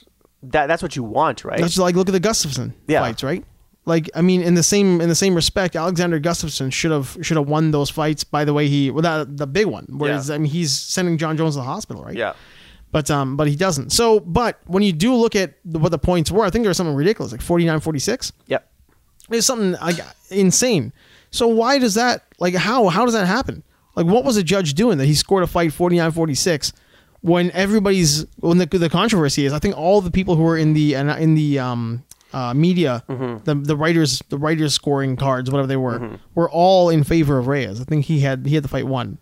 Speaker 1: that that's what you want, right?
Speaker 2: That's just like look at the Gustafson
Speaker 1: Yeah.
Speaker 2: fights, right? Like I mean, in the same in the same respect, Alexander Gustafson should have should have won those fights. By the way, he well that, the big one, whereas
Speaker 1: Yeah.
Speaker 2: I mean he's sending John Jones to the hospital, right?
Speaker 1: yeah.
Speaker 2: But um, but he doesn't. So, but when you do look at the, what the points were, I think there was something ridiculous, like 49, 46.
Speaker 1: Yep.
Speaker 2: It's something like insane. So why does that like how how does that happen? Like what was a judge doing that he scored a fight 49-46 when everybody's when the, the controversy is I think all the people who were in the in the um uh, media
Speaker 1: Mm-hmm.
Speaker 2: the the writers the writers scoring cards whatever they were were all in favor of Reyes. I think he had he had the fight won.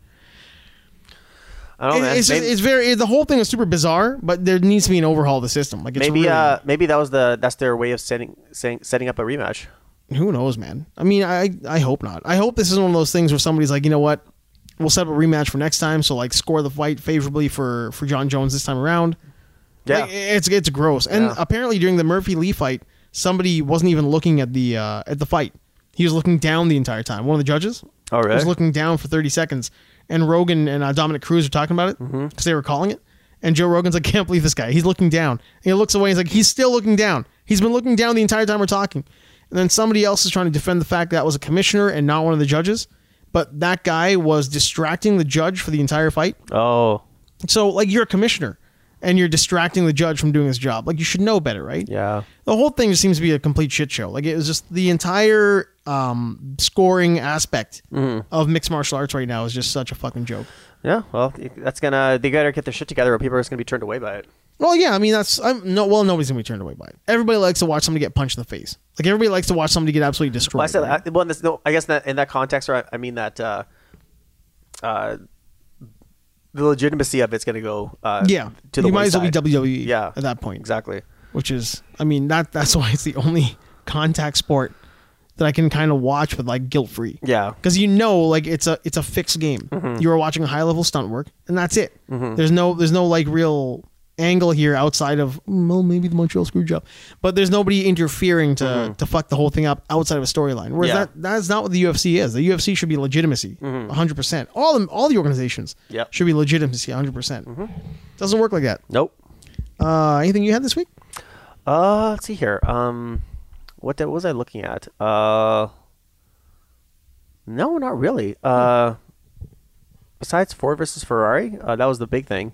Speaker 1: I don't know.
Speaker 2: It-
Speaker 1: man.
Speaker 2: it's, just,
Speaker 1: Oh, Maybe-
Speaker 2: it's very the whole thing is super bizarre, but there needs to be an overhaul of the system. Like it's
Speaker 1: maybe
Speaker 2: really-
Speaker 1: uh maybe that was the that's their way of setting saying setting up a rematch.
Speaker 2: who knows, man? I mean, I I hope not. I hope this is one of those things where somebody's like, you know what, we'll set up a rematch for next time. So like, score the fight favorably for for John Jones this time around.
Speaker 1: Yeah.
Speaker 2: Like, it's it's gross. And
Speaker 1: Yeah.
Speaker 2: apparently during the Murphy Lee fight, somebody wasn't even looking at the uh, at the fight. He was looking down the entire time. One of the judges.
Speaker 1: Oh, really?
Speaker 2: Was looking down for thirty seconds, and Rogan and uh, Dominic Cruz were talking about it because
Speaker 1: Mm-hmm.
Speaker 2: they were calling it. And Joe Rogan's like, can't believe this guy. He's looking down. And he looks away. He's like, he's still looking down. He's been looking down the entire time we're talking. And then somebody else is trying to defend the fact that was a commissioner and not one of the judges. But that guy was distracting the judge for the entire fight.
Speaker 1: Oh.
Speaker 2: So like you're a commissioner and you're distracting the judge from doing his job. Like you should know better, right?
Speaker 1: Yeah.
Speaker 2: The whole thing just seems to be a complete shit show. Like it was just the entire um, scoring aspect
Speaker 1: Mm-hmm.
Speaker 2: of mixed martial arts right now is just such a fucking joke.
Speaker 1: Yeah. Well, that's gonna they gotta get their shit together, or people are just gonna be turned away by it.
Speaker 2: Well, yeah, I mean that's I'm, no. Well, nobody's gonna be turned away by it. Everybody likes to watch somebody get punched in the face. Like everybody likes to watch somebody get absolutely destroyed.
Speaker 1: Well, I said
Speaker 2: right?
Speaker 1: I, well, in this, no, I guess that, in that context, or I, I mean that uh, uh, the legitimacy of it's gonna go. Uh,
Speaker 2: yeah,
Speaker 1: To the
Speaker 2: you might as well be
Speaker 1: wayside.
Speaker 2: WWE.
Speaker 1: Yeah.
Speaker 2: at that point,
Speaker 1: Exactly.
Speaker 2: which is I mean that that's why it's the only contact sport that I can kind of watch with like guilt free.
Speaker 1: Yeah.
Speaker 2: because you know like it's a it's a fixed game
Speaker 1: Mm-hmm.
Speaker 2: you are watching high level stunt work and that's it there's no there's no like real angle here outside of "Mm, well maybe the montreal screw job but there's nobody interfering to to fuck the whole thing up outside of a storyline whereas
Speaker 1: Mm-hmm. Yeah. Mm-hmm.
Speaker 2: that that's not what the ufc is the ufc should be legitimacy 100% all the all the organizations
Speaker 1: Yep. Mm-hmm.
Speaker 2: should be legitimacy 100% percent doesn't work like that
Speaker 1: Nope.
Speaker 2: uh anything you had this week
Speaker 1: Uh, let's see here. Um, what, the, what was I looking at? Uh, no, not really. Uh, besides Ford versus Ferrari, uh, that was the big thing.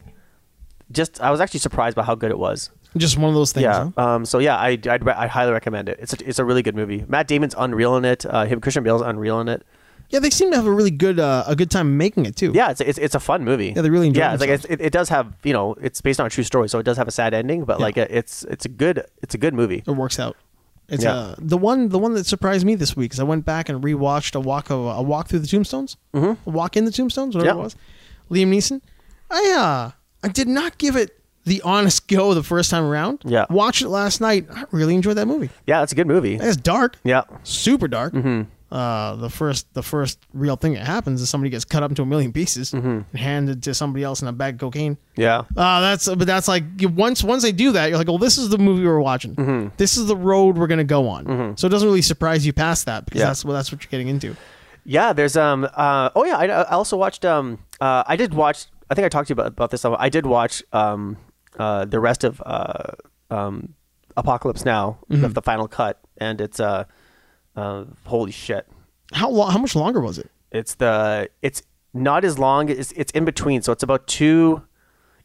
Speaker 1: Just, I was actually surprised by how good it was.
Speaker 2: just one of those things
Speaker 1: Yeah.
Speaker 2: huh?
Speaker 1: Um. So yeah, I I'd, re- I highly recommend it. It's a, it's a really good movie. Matt Damon's unreal in it. Uh, him Christian Bale's unreal in it.
Speaker 2: yeah they seem to have a really good uh, a good time making it too
Speaker 1: Yeah, it's it's, it's a fun movie.
Speaker 2: Yeah, they really enjoyed
Speaker 1: Yeah, it's like it's, it, it does have you know it's based on a true story, so it does have a sad ending, but like it's it's a good it's a good movie.
Speaker 2: it works out. It's
Speaker 1: Yeah.
Speaker 2: uh, the one the one that surprised me this week is I went back and rewatched a walk of, a walk through the tombstones, mm-hmm. a walk in the tombstones, whatever
Speaker 1: Yeah.
Speaker 2: it was. Liam Neeson. I uh, I did not give it the honest go the first time around.
Speaker 1: Yeah.
Speaker 2: watched it last night. I really enjoyed that movie.
Speaker 1: Yeah, it's a good movie.
Speaker 2: It's dark,
Speaker 1: Yeah. Mm-hmm.
Speaker 2: super dark. Uh, the first the first real thing that happens is somebody gets cut up into a million pieces
Speaker 1: Mm-hmm.
Speaker 2: and handed to somebody else in a bag of cocaine.
Speaker 1: Yeah.
Speaker 2: Uh, that's but that's like you- once once they do that, you're like, well, this is the movie we're watching.
Speaker 1: Mm-hmm.
Speaker 2: This is the road we're gonna go on. So it doesn't really surprise you past that because
Speaker 1: Yeah.
Speaker 2: that's well, that's what you're getting into.
Speaker 1: Yeah, there's um uh oh yeah, I, I also watched um uh I did watch I think I talked to you about, about this I did watch um uh the rest of uh um Apocalypse Now the, the final cut and it's uh, uh holy shit.
Speaker 2: How long? How much longer was it?
Speaker 1: It's the it's not as long it's it's in between so it's about two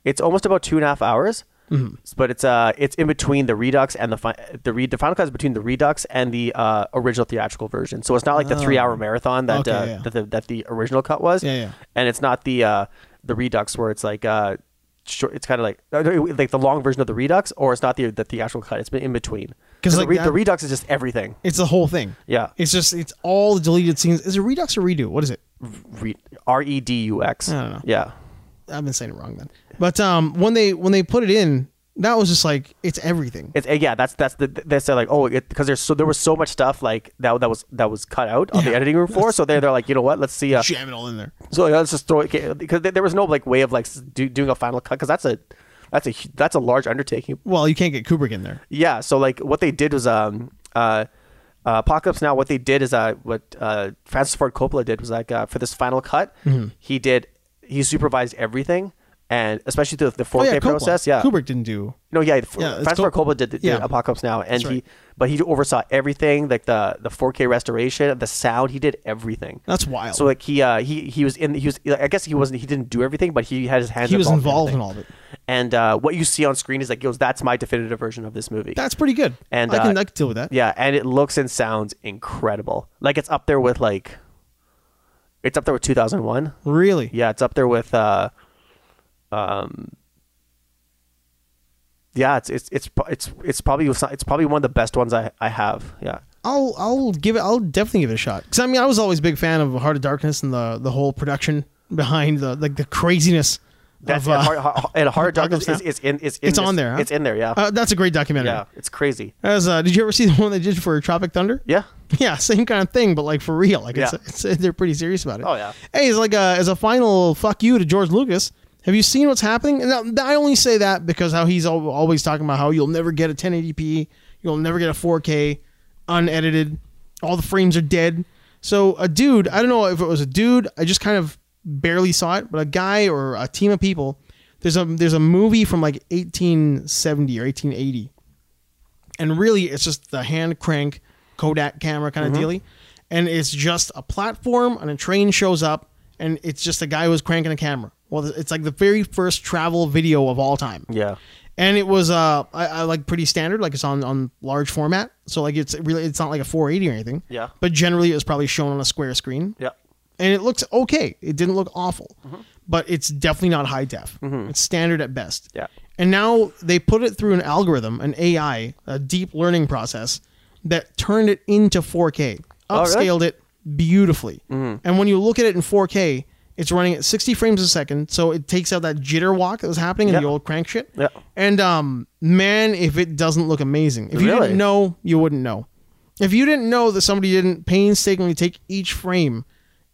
Speaker 1: it's almost about two and a half hours.
Speaker 2: Mm-hmm.
Speaker 1: But it's uh it's in between the Redux and the fi- the read the final cut is between the Redux and the uh, original theatrical version. So it's not like the three hour marathon that
Speaker 2: Oh. Okay,
Speaker 1: uh,
Speaker 2: yeah.
Speaker 1: that, the, that the original cut was.
Speaker 2: Yeah, yeah.
Speaker 1: And it's not the uh, the Redux where it's like uh short. It's kind of like uh, like the long version of the Redux, or it's not the the theatrical cut. It's in between
Speaker 2: 'Cause
Speaker 1: the,
Speaker 2: like
Speaker 1: re-
Speaker 2: that-
Speaker 1: the Redux is just everything.
Speaker 2: It's the whole thing.
Speaker 1: Yeah.
Speaker 2: It's just it's all the deleted scenes. Is it Redux or Redo? What is it?
Speaker 1: Re- R E D U X.
Speaker 2: I don't know.
Speaker 1: Yeah.
Speaker 2: I've been saying it wrong then. But um, when they when they put it in, That was just like it's everything.
Speaker 1: It's eh, yeah, that's that's the that's they're like oh because there's so there was so much stuff like that that was that was cut out on the
Speaker 2: Yeah.
Speaker 1: editing room floor. So they're they're like you know what let's see uh,
Speaker 2: Jam it all in there.
Speaker 1: so yeah, let's just throw it because there there was no like way of like s- do, doing a final cut because that's a that's a hu- that's a large undertaking.
Speaker 2: Well, you can't get Kubrick in there.
Speaker 1: Yeah. So like what they did was um uh, uh apocalypse now what they did is uh what uh Francis Ford Coppola did was like uh, for this final cut
Speaker 2: Mm-hmm.
Speaker 1: he did he supervised everything and especially through the 4K
Speaker 2: Oh yeah, Coppola.
Speaker 1: process yeah
Speaker 2: Kubrick didn't do.
Speaker 1: no yeah, f-
Speaker 2: Yeah, it's
Speaker 1: Francis Ford
Speaker 2: Coppola.
Speaker 1: Coppola did, did
Speaker 2: Yeah.
Speaker 1: Apocalypse Now and
Speaker 2: That's right.
Speaker 1: he but he oversaw everything like the the 4K restoration the sound he did everything.
Speaker 2: That's wild.
Speaker 1: So like he uh he he was in he was I guess he wasn't he didn't do everything but he had his hands
Speaker 2: he was involved in
Speaker 1: everything.
Speaker 2: all of it.
Speaker 1: And uh, what you see on screen is like goes that's my definitive version of this movie.
Speaker 2: That's pretty good.
Speaker 1: And,
Speaker 2: I can,
Speaker 1: uh,
Speaker 2: I can deal with that.
Speaker 1: Yeah, and it looks and sounds incredible. Like it's up there with like it's up there with 2001.
Speaker 2: Really.
Speaker 1: Yeah, it's up there with uh um Yeah, it's it's it's pro- it's it's probably it's probably one of the best ones I I have. Yeah.
Speaker 2: I'll I'll give it. I'll definitely give it a shot. Because I mean, I was always a big fan of Heart of Darkness and the the whole production behind the like the craziness.
Speaker 1: That's
Speaker 2: of, uh,
Speaker 1: and Hard, Hard- and Hard Darkness is,
Speaker 2: Darkness
Speaker 1: is in is in
Speaker 2: It's
Speaker 1: this-
Speaker 2: on there, huh?
Speaker 1: It's in there, yeah.
Speaker 2: uh, that's a great documentary.
Speaker 1: yeah, it's crazy.
Speaker 2: As uh, did you ever see the one they did for Tropic Thunder?
Speaker 1: Yeah.
Speaker 2: Yeah, same kind of thing, but like for real. Like
Speaker 1: Yeah.
Speaker 2: it's, it's they're pretty serious about it.
Speaker 1: Oh, yeah.
Speaker 2: Hey, it's like a, as a final fuck you to George Lucas. Have you seen what's happening? And that- I only say that because how he's al- always talking about how you'll never get a 1080p, you'll never get a 4K, unedited, all the frames are dead. So a dude, I don't know if it was a dude, I just kind of barely saw it, but a guy or a team of people. There's a there's a movie from like 1870 or 1880 and really it's just the hand crank Kodak camera kind
Speaker 1: Mm-hmm.
Speaker 2: of dealy, and it's just a platform and a train shows up, and it's just a guy who's cranking a camera. Well, it's like the very first travel video of all time.
Speaker 1: Yeah.
Speaker 2: And it was uh, I, I like pretty standard, like it's on on large format, so like it's really it's not like a 480 or anything.
Speaker 1: Yeah.
Speaker 2: But generally, it was probably shown on a square screen
Speaker 1: Yeah.
Speaker 2: and it looks okay. It didn't look awful,
Speaker 1: Mm-hmm.
Speaker 2: but it's definitely not high def. It's standard at best.
Speaker 1: Yeah.
Speaker 2: And now they put it through an algorithm, an AI, a deep learning process that turned it into 4K,
Speaker 1: Oh, really? Mm-hmm.
Speaker 2: upscaled it beautifully. And when you look at it in 4K, it's running at 60 frames a second, so it takes out that jitter walk that was happening in
Speaker 1: Yeah.
Speaker 2: the old crank shit.
Speaker 1: Yeah.
Speaker 2: And um, man, if it doesn't look amazing, if you
Speaker 1: Really?
Speaker 2: didn't know, you wouldn't know. If you didn't know that somebody didn't painstakingly take each frame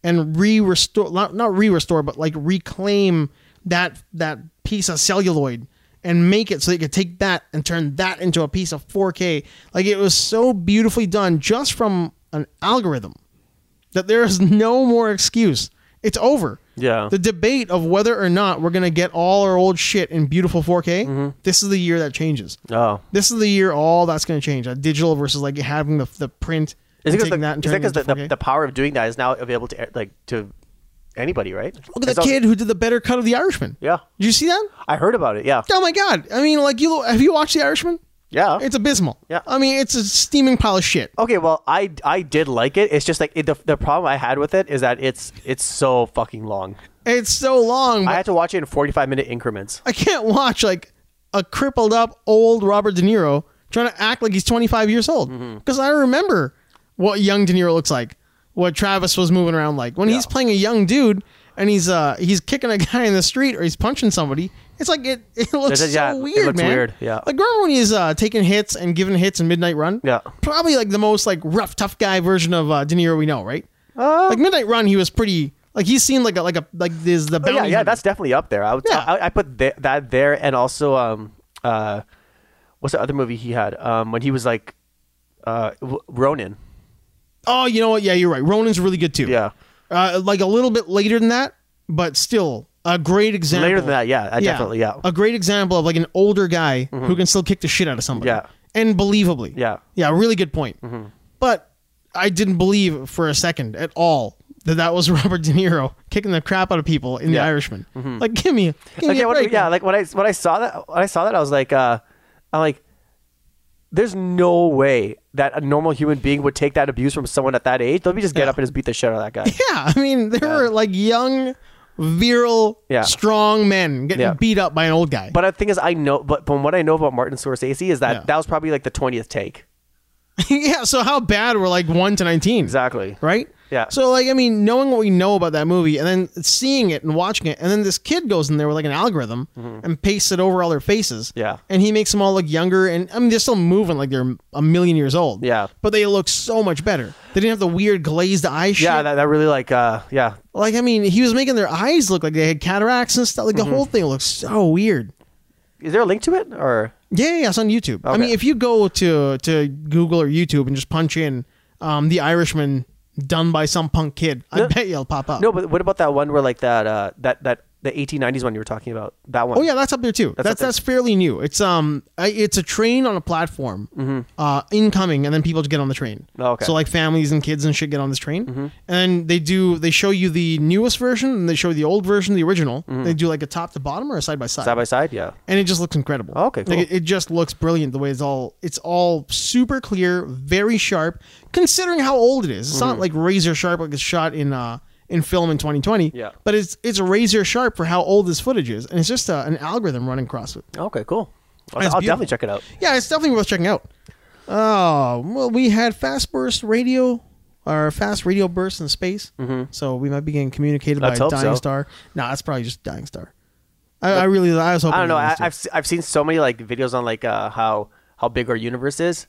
Speaker 2: and re-restore, not, not re-restore, but like reclaim that that piece of celluloid and make it so they could take that and turn that into a piece of 4K. Like it was so beautifully done just from an algorithm that there is no more excuse. It's over.
Speaker 1: Yeah.
Speaker 2: The debate of whether or not we're going to get all our old shit in beautiful 4K,
Speaker 1: Mm-hmm.
Speaker 2: this is the year that changes.
Speaker 1: Oh.
Speaker 2: This is the year all that's going to change. A digital versus like having the, the print and
Speaker 1: Is it because
Speaker 2: taking
Speaker 1: the,
Speaker 2: that and
Speaker 1: is it
Speaker 2: turning it
Speaker 1: 'cause
Speaker 2: into
Speaker 1: the,
Speaker 2: 4K.
Speaker 1: the, the power of doing that is now available to like to anybody, right?
Speaker 2: Look at the
Speaker 1: It's all-
Speaker 2: kid who did the better cut of The Irishman.
Speaker 1: Yeah.
Speaker 2: Did you see that?
Speaker 1: I heard about it. Yeah.
Speaker 2: Oh my god! I mean, like you have you watched The Irishman?
Speaker 1: Yeah.
Speaker 2: It's abysmal.
Speaker 1: Yeah.
Speaker 2: I mean, it's a steaming pile of shit.
Speaker 1: Okay, well, I, I did like it. It's just like it, the, the problem I had with it is that it's it's so fucking long.
Speaker 2: It's so long.
Speaker 1: I
Speaker 2: But I,
Speaker 1: had to watch it in 45 minute increments.
Speaker 2: can't watch like a crippled up old Robert De Niro trying to act like he's 25 years old
Speaker 1: Mm-hmm.
Speaker 2: because I remember what young De Niro looks like, what Travis was moving around like when he's
Speaker 1: Yeah.
Speaker 2: playing a young dude and he's uh he's kicking a guy in the street or he's punching somebody. It's like it, it looks
Speaker 1: Does it- yeah,
Speaker 2: so
Speaker 1: it
Speaker 2: weird,
Speaker 1: looks
Speaker 2: man.
Speaker 1: weird, yeah.
Speaker 2: Like remember when he's uh, taking hits and giving hits in Midnight Run?
Speaker 1: Yeah.
Speaker 2: Probably like the most like rough tough guy version of uh, De Niro we know, right?
Speaker 1: Uh,
Speaker 2: like Midnight Run, he was pretty. Like he seemed like a like a like this the bounty
Speaker 1: Oh, yeah, yeah,
Speaker 2: hunter.
Speaker 1: that's definitely up there. I would,
Speaker 2: Yeah.
Speaker 1: I, I put th- that there, and also um uh, what's the other movie he had um when he was like uh w- Ronin.
Speaker 2: Oh, you know what? Yeah, you're right. Ronin's really good too.
Speaker 1: Yeah.
Speaker 2: Uh, like a little bit later than that, but still a great example.
Speaker 1: Later than that, yeah, I definitely yeah. Mm-hmm.
Speaker 2: A great example of like an older guy who can still kick the shit out of somebody.
Speaker 1: Yeah.
Speaker 2: And believably.
Speaker 1: Yeah. Mm-hmm.
Speaker 2: Yeah, really good point. But I didn't believe for a second at all that that was Robert De Niro kicking the crap out of people in
Speaker 1: Yeah.
Speaker 2: The Irishman. Like, give me, give me
Speaker 1: okay,
Speaker 2: a
Speaker 1: when,
Speaker 2: break.
Speaker 1: yeah, like when I when I saw that when I saw that I was like uh I'm like there's no way that a normal human being would take that abuse from someone at that age. Let me just get up and just beat the shit out of that guy.
Speaker 2: Yeah, I mean, there were like young, virile,
Speaker 1: Yeah.
Speaker 2: strong men getting
Speaker 1: Yeah.
Speaker 2: beat up by an old guy.
Speaker 1: But the thing is, I know, but from what I know about Martin Scorsese is that
Speaker 2: Yeah.
Speaker 1: that was probably like the twentieth take.
Speaker 2: yeah, so how bad were like one to nineteen?
Speaker 1: Exactly.
Speaker 2: Right?
Speaker 1: Yeah.
Speaker 2: So like, I mean, knowing what we know about that movie, and then seeing it and watching it, and then this kid goes in there with like an algorithm and pastes it over all their faces.
Speaker 1: Mm-hmm. Yeah.
Speaker 2: And he makes them all look younger, and I mean, they're still moving like they're a million years old.
Speaker 1: Yeah.
Speaker 2: But they look so much better. They didn't have the weird glazed eye shit.
Speaker 1: Yeah, that, that really like uh yeah.
Speaker 2: Like, I mean, he was making their eyes look like they had cataracts and stuff. Like,
Speaker 1: Mm-hmm.
Speaker 2: the whole thing looks so weird.
Speaker 1: Is there a link to it or
Speaker 2: Yeah, yeah, it's on YouTube. I
Speaker 1: Okay.
Speaker 2: mean, if you go to to Google or YouTube and just punch in um, "The Irishman" done by some punk kid, I bet you'll pop up.
Speaker 1: no? But what about that one where like that uh that that the 1890s one you were talking about? That one.
Speaker 2: Oh yeah, that's up there too. That's
Speaker 1: up
Speaker 2: that's,
Speaker 1: there.
Speaker 2: fairly new. It's um, I, it's a train on a platform, uh, incoming, and then people get on the train.
Speaker 1: Mm-hmm. Oh, okay. Mm-hmm.
Speaker 2: So like families and kids and shit get on this train, and they do they show you the newest version and they show you the old version, the original. They do like a top to bottom or a side by
Speaker 1: Mm-hmm. Side by side. Yeah.
Speaker 2: and it just looks incredible.
Speaker 1: Okay, cool.
Speaker 2: Like, it, it just looks brilliant the way it's all it's all super clear, very sharp, considering how old it is. It's
Speaker 1: Mm-hmm.
Speaker 2: not like razor sharp like it's shot in uh in film in 2020.
Speaker 1: Yeah.
Speaker 2: But it's it's razor sharp for how old this footage is, and it's just uh, an algorithm running across it.
Speaker 1: Okay. Cool. I'll,
Speaker 2: That's
Speaker 1: I'll
Speaker 2: beautiful.
Speaker 1: definitely check it out.
Speaker 2: Yeah, it's definitely worth checking out. Oh well, we had fast burst radio. Or fast radio bursts in space, mm-hmm. so we might be getting communicated
Speaker 1: Let's
Speaker 2: by a
Speaker 1: hope
Speaker 2: dying
Speaker 1: so.
Speaker 2: star. No, that's probably just dying star. I, I really, I was hoping.
Speaker 1: I don't know.
Speaker 2: it
Speaker 1: I,
Speaker 2: was too.
Speaker 1: I've se- I've seen so many like videos on like uh how how big our universe is.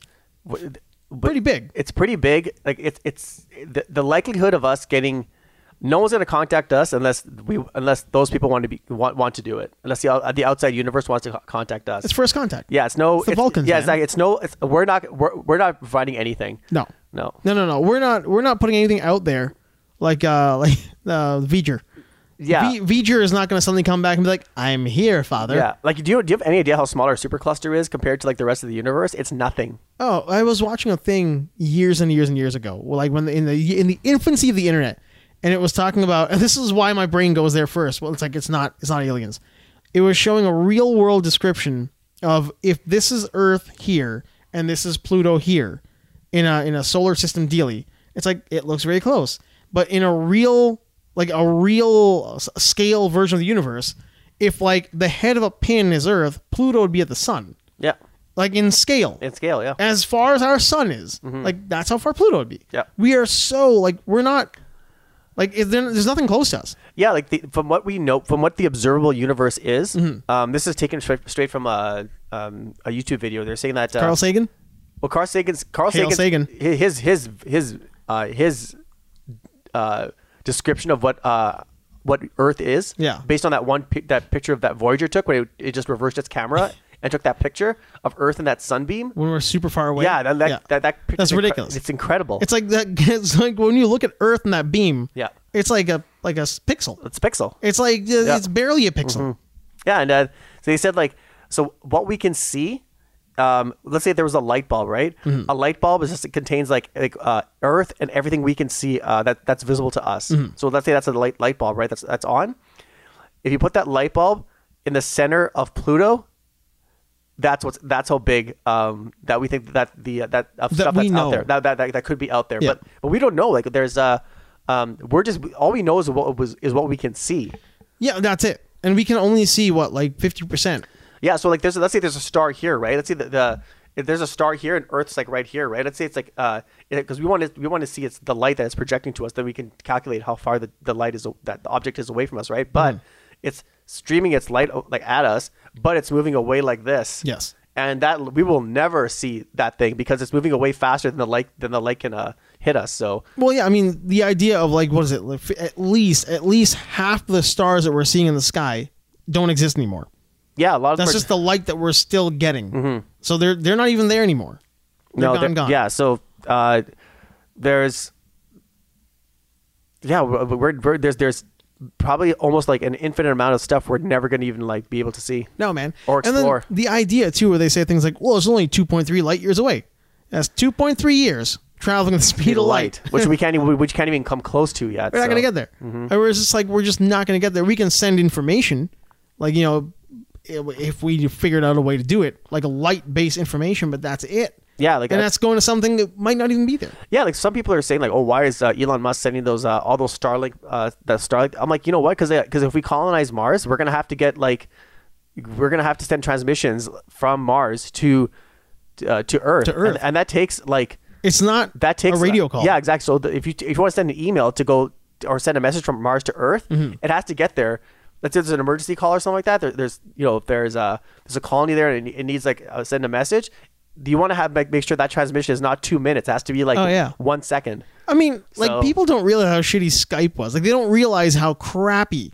Speaker 1: W- but
Speaker 2: pretty big.
Speaker 1: It's pretty big. Like it's it's the, the likelihood of us getting. No one's gonna contact us unless we unless those people want to be want, want to do it. Unless the out- the outside universe wants to co- contact us.
Speaker 2: It's first contact.
Speaker 1: Yeah, it's no.
Speaker 2: It's the Vulcans,
Speaker 1: Yeah,
Speaker 2: man.
Speaker 1: it's like it's no. It's, we're not. We're, we're not providing anything.
Speaker 2: No.
Speaker 1: No.
Speaker 2: No, no, no. We're not. We're not putting anything out there, like uh, like uh, V'ger.
Speaker 1: Yeah.
Speaker 2: v- V'ger is not going to suddenly come back and be like, "I'm here, Father."
Speaker 1: Yeah. Like, do you do you have any idea how small our supercluster is compared to like the rest of the universe? It's nothing.
Speaker 2: Oh, I was watching a thing years and years and years ago, well, like when the, in the in the infancy of the internet, and it was talking about. And this is why my brain goes there first. Well, it's like it's not it's not aliens. It was showing a real world description of if this is Earth here and this is Pluto here, in a in a solar system dealy. It's like it looks very close, but in a real like a real s- scale version of the universe, if like the head of a pin is Earth, Pluto would be at the sun,
Speaker 1: Yeah.
Speaker 2: like in scale
Speaker 1: In scale. Yeah.
Speaker 2: as far as our sun is. Like that's how far Pluto would be.
Speaker 1: Mm-hmm. Yeah.
Speaker 2: We are so like we're not like is there, there's nothing close to us.
Speaker 1: Yeah. Like the, from what we know, from what the observable universe is,
Speaker 2: Mm-hmm.
Speaker 1: um, this is taken straight, straight from a, um, a YouTube video. They're saying that uh,
Speaker 2: Carl Sagan.
Speaker 1: Well, Carl Sagan's Carl
Speaker 2: Hail
Speaker 1: Sagan's,
Speaker 2: Sagan.
Speaker 1: hi- His his his uh, his uh, description of what uh, what Earth is.
Speaker 2: Yeah.
Speaker 1: Based on that one pi- that picture of that Voyager took, where it, it just reversed its camera and took that picture of Earth and that sunbeam.
Speaker 2: When we're super far away.
Speaker 1: Yeah, that that, that, that picture
Speaker 2: That's
Speaker 1: is incre-
Speaker 2: ridiculous.
Speaker 1: It's incredible.
Speaker 2: It's like that. It's like when you look at Earth and that beam.
Speaker 1: Yeah.
Speaker 2: It's like a like a s- pixel.
Speaker 1: it's pixel.
Speaker 2: It's like uh,
Speaker 1: Yeah. Mm-hmm.
Speaker 2: it's barely a pixel.
Speaker 1: Yeah, and uh, so they said like so what we can see. Um, let's say there was a light bulb, right?
Speaker 2: Mm-hmm.
Speaker 1: A light bulb is just it contains like like uh, Earth and everything we can see uh, that that's visible to us.
Speaker 2: Mm-hmm.
Speaker 1: So let's say that's a light light bulb, right? That's that's on. If you put that light bulb in the center of Pluto, that's what's that's how big um, that we think that the uh, that of
Speaker 2: That
Speaker 1: stuff
Speaker 2: we
Speaker 1: that's
Speaker 2: know.
Speaker 1: out there that, that that that could be out there,
Speaker 2: Yeah.
Speaker 1: but but we don't know. Like there's uh, um, we're just all we know is what was is what we can see.
Speaker 2: Yeah, that's it. And we can only see what like fifty percent.
Speaker 1: Yeah, so like there's let's say there's a star here, right? Let's say the, the if there's a star here and Earth's like right here, right? Let's say it's like uh because we want to we want to see it's the light that it's projecting to us, then we can calculate how far the, the light is that the object is away from us, right?
Speaker 2: Hmm.
Speaker 1: But it's streaming its light o- like at us, but it's moving away like this.
Speaker 2: Yes.
Speaker 1: And that we will never see that thing because it's moving away faster than the light than the light can uh, hit us. So
Speaker 2: Well, yeah, I mean, the idea of like what is it? Like, f- at least at least half the stars that we're seeing in the sky don't exist anymore.
Speaker 1: yeah, a lot of
Speaker 2: That's
Speaker 1: per-
Speaker 2: just the light that we're still getting. So they're they're not even there anymore. They're
Speaker 1: Mm-hmm. no,
Speaker 2: gone,
Speaker 1: there-
Speaker 2: gone.
Speaker 1: yeah. So uh, there's yeah, we're, we're, we're- there's there's probably almost like an infinite amount of stuff we're never going to even like be able to see.
Speaker 2: No, man.
Speaker 1: Or explore.
Speaker 2: And then the idea too, where they say things like, "Well, it's only 2.3 light years away." That's 2.3 years traveling at the speed of light.
Speaker 1: which we can't even which can't even come close to yet.
Speaker 2: We're not
Speaker 1: so. mm-hmm.
Speaker 2: gonna get there. And we're just like we're just not gonna get there. We can send information, like you know, i- if we figured out a way to do it, like a light-based information, but that's it.
Speaker 1: Yeah, like
Speaker 2: and
Speaker 1: I-
Speaker 2: that's going to something that might not even be there.
Speaker 1: Yeah, like some people are saying, like, oh, why is uh, Elon Musk sending those uh, all those Starlink, uh, that Starlink? I'm like, you know what? Because because if we colonize Mars, we're gonna have to get like, we're gonna have to send transmissions from Mars to uh, to Earth,
Speaker 2: To Earth.
Speaker 1: and, and that takes like
Speaker 2: It's not
Speaker 1: that takes
Speaker 2: a radio call.
Speaker 1: Yeah, exactly. So the, if you if you want to send an email to go or send a message from Mars to Earth,
Speaker 2: Mm-hmm.
Speaker 1: it has to get there. Let's say there's an emergency call or something like that. There, there's you know if there's a there's a colony there and it needs like uh, send a message. Do you want to have like, make sure that transmission is not two minutes? It has to be like
Speaker 2: Oh, yeah.
Speaker 1: one second.
Speaker 2: I mean, like
Speaker 1: So-
Speaker 2: people don't realize how shitty Skype was. Like they don't realize how crappy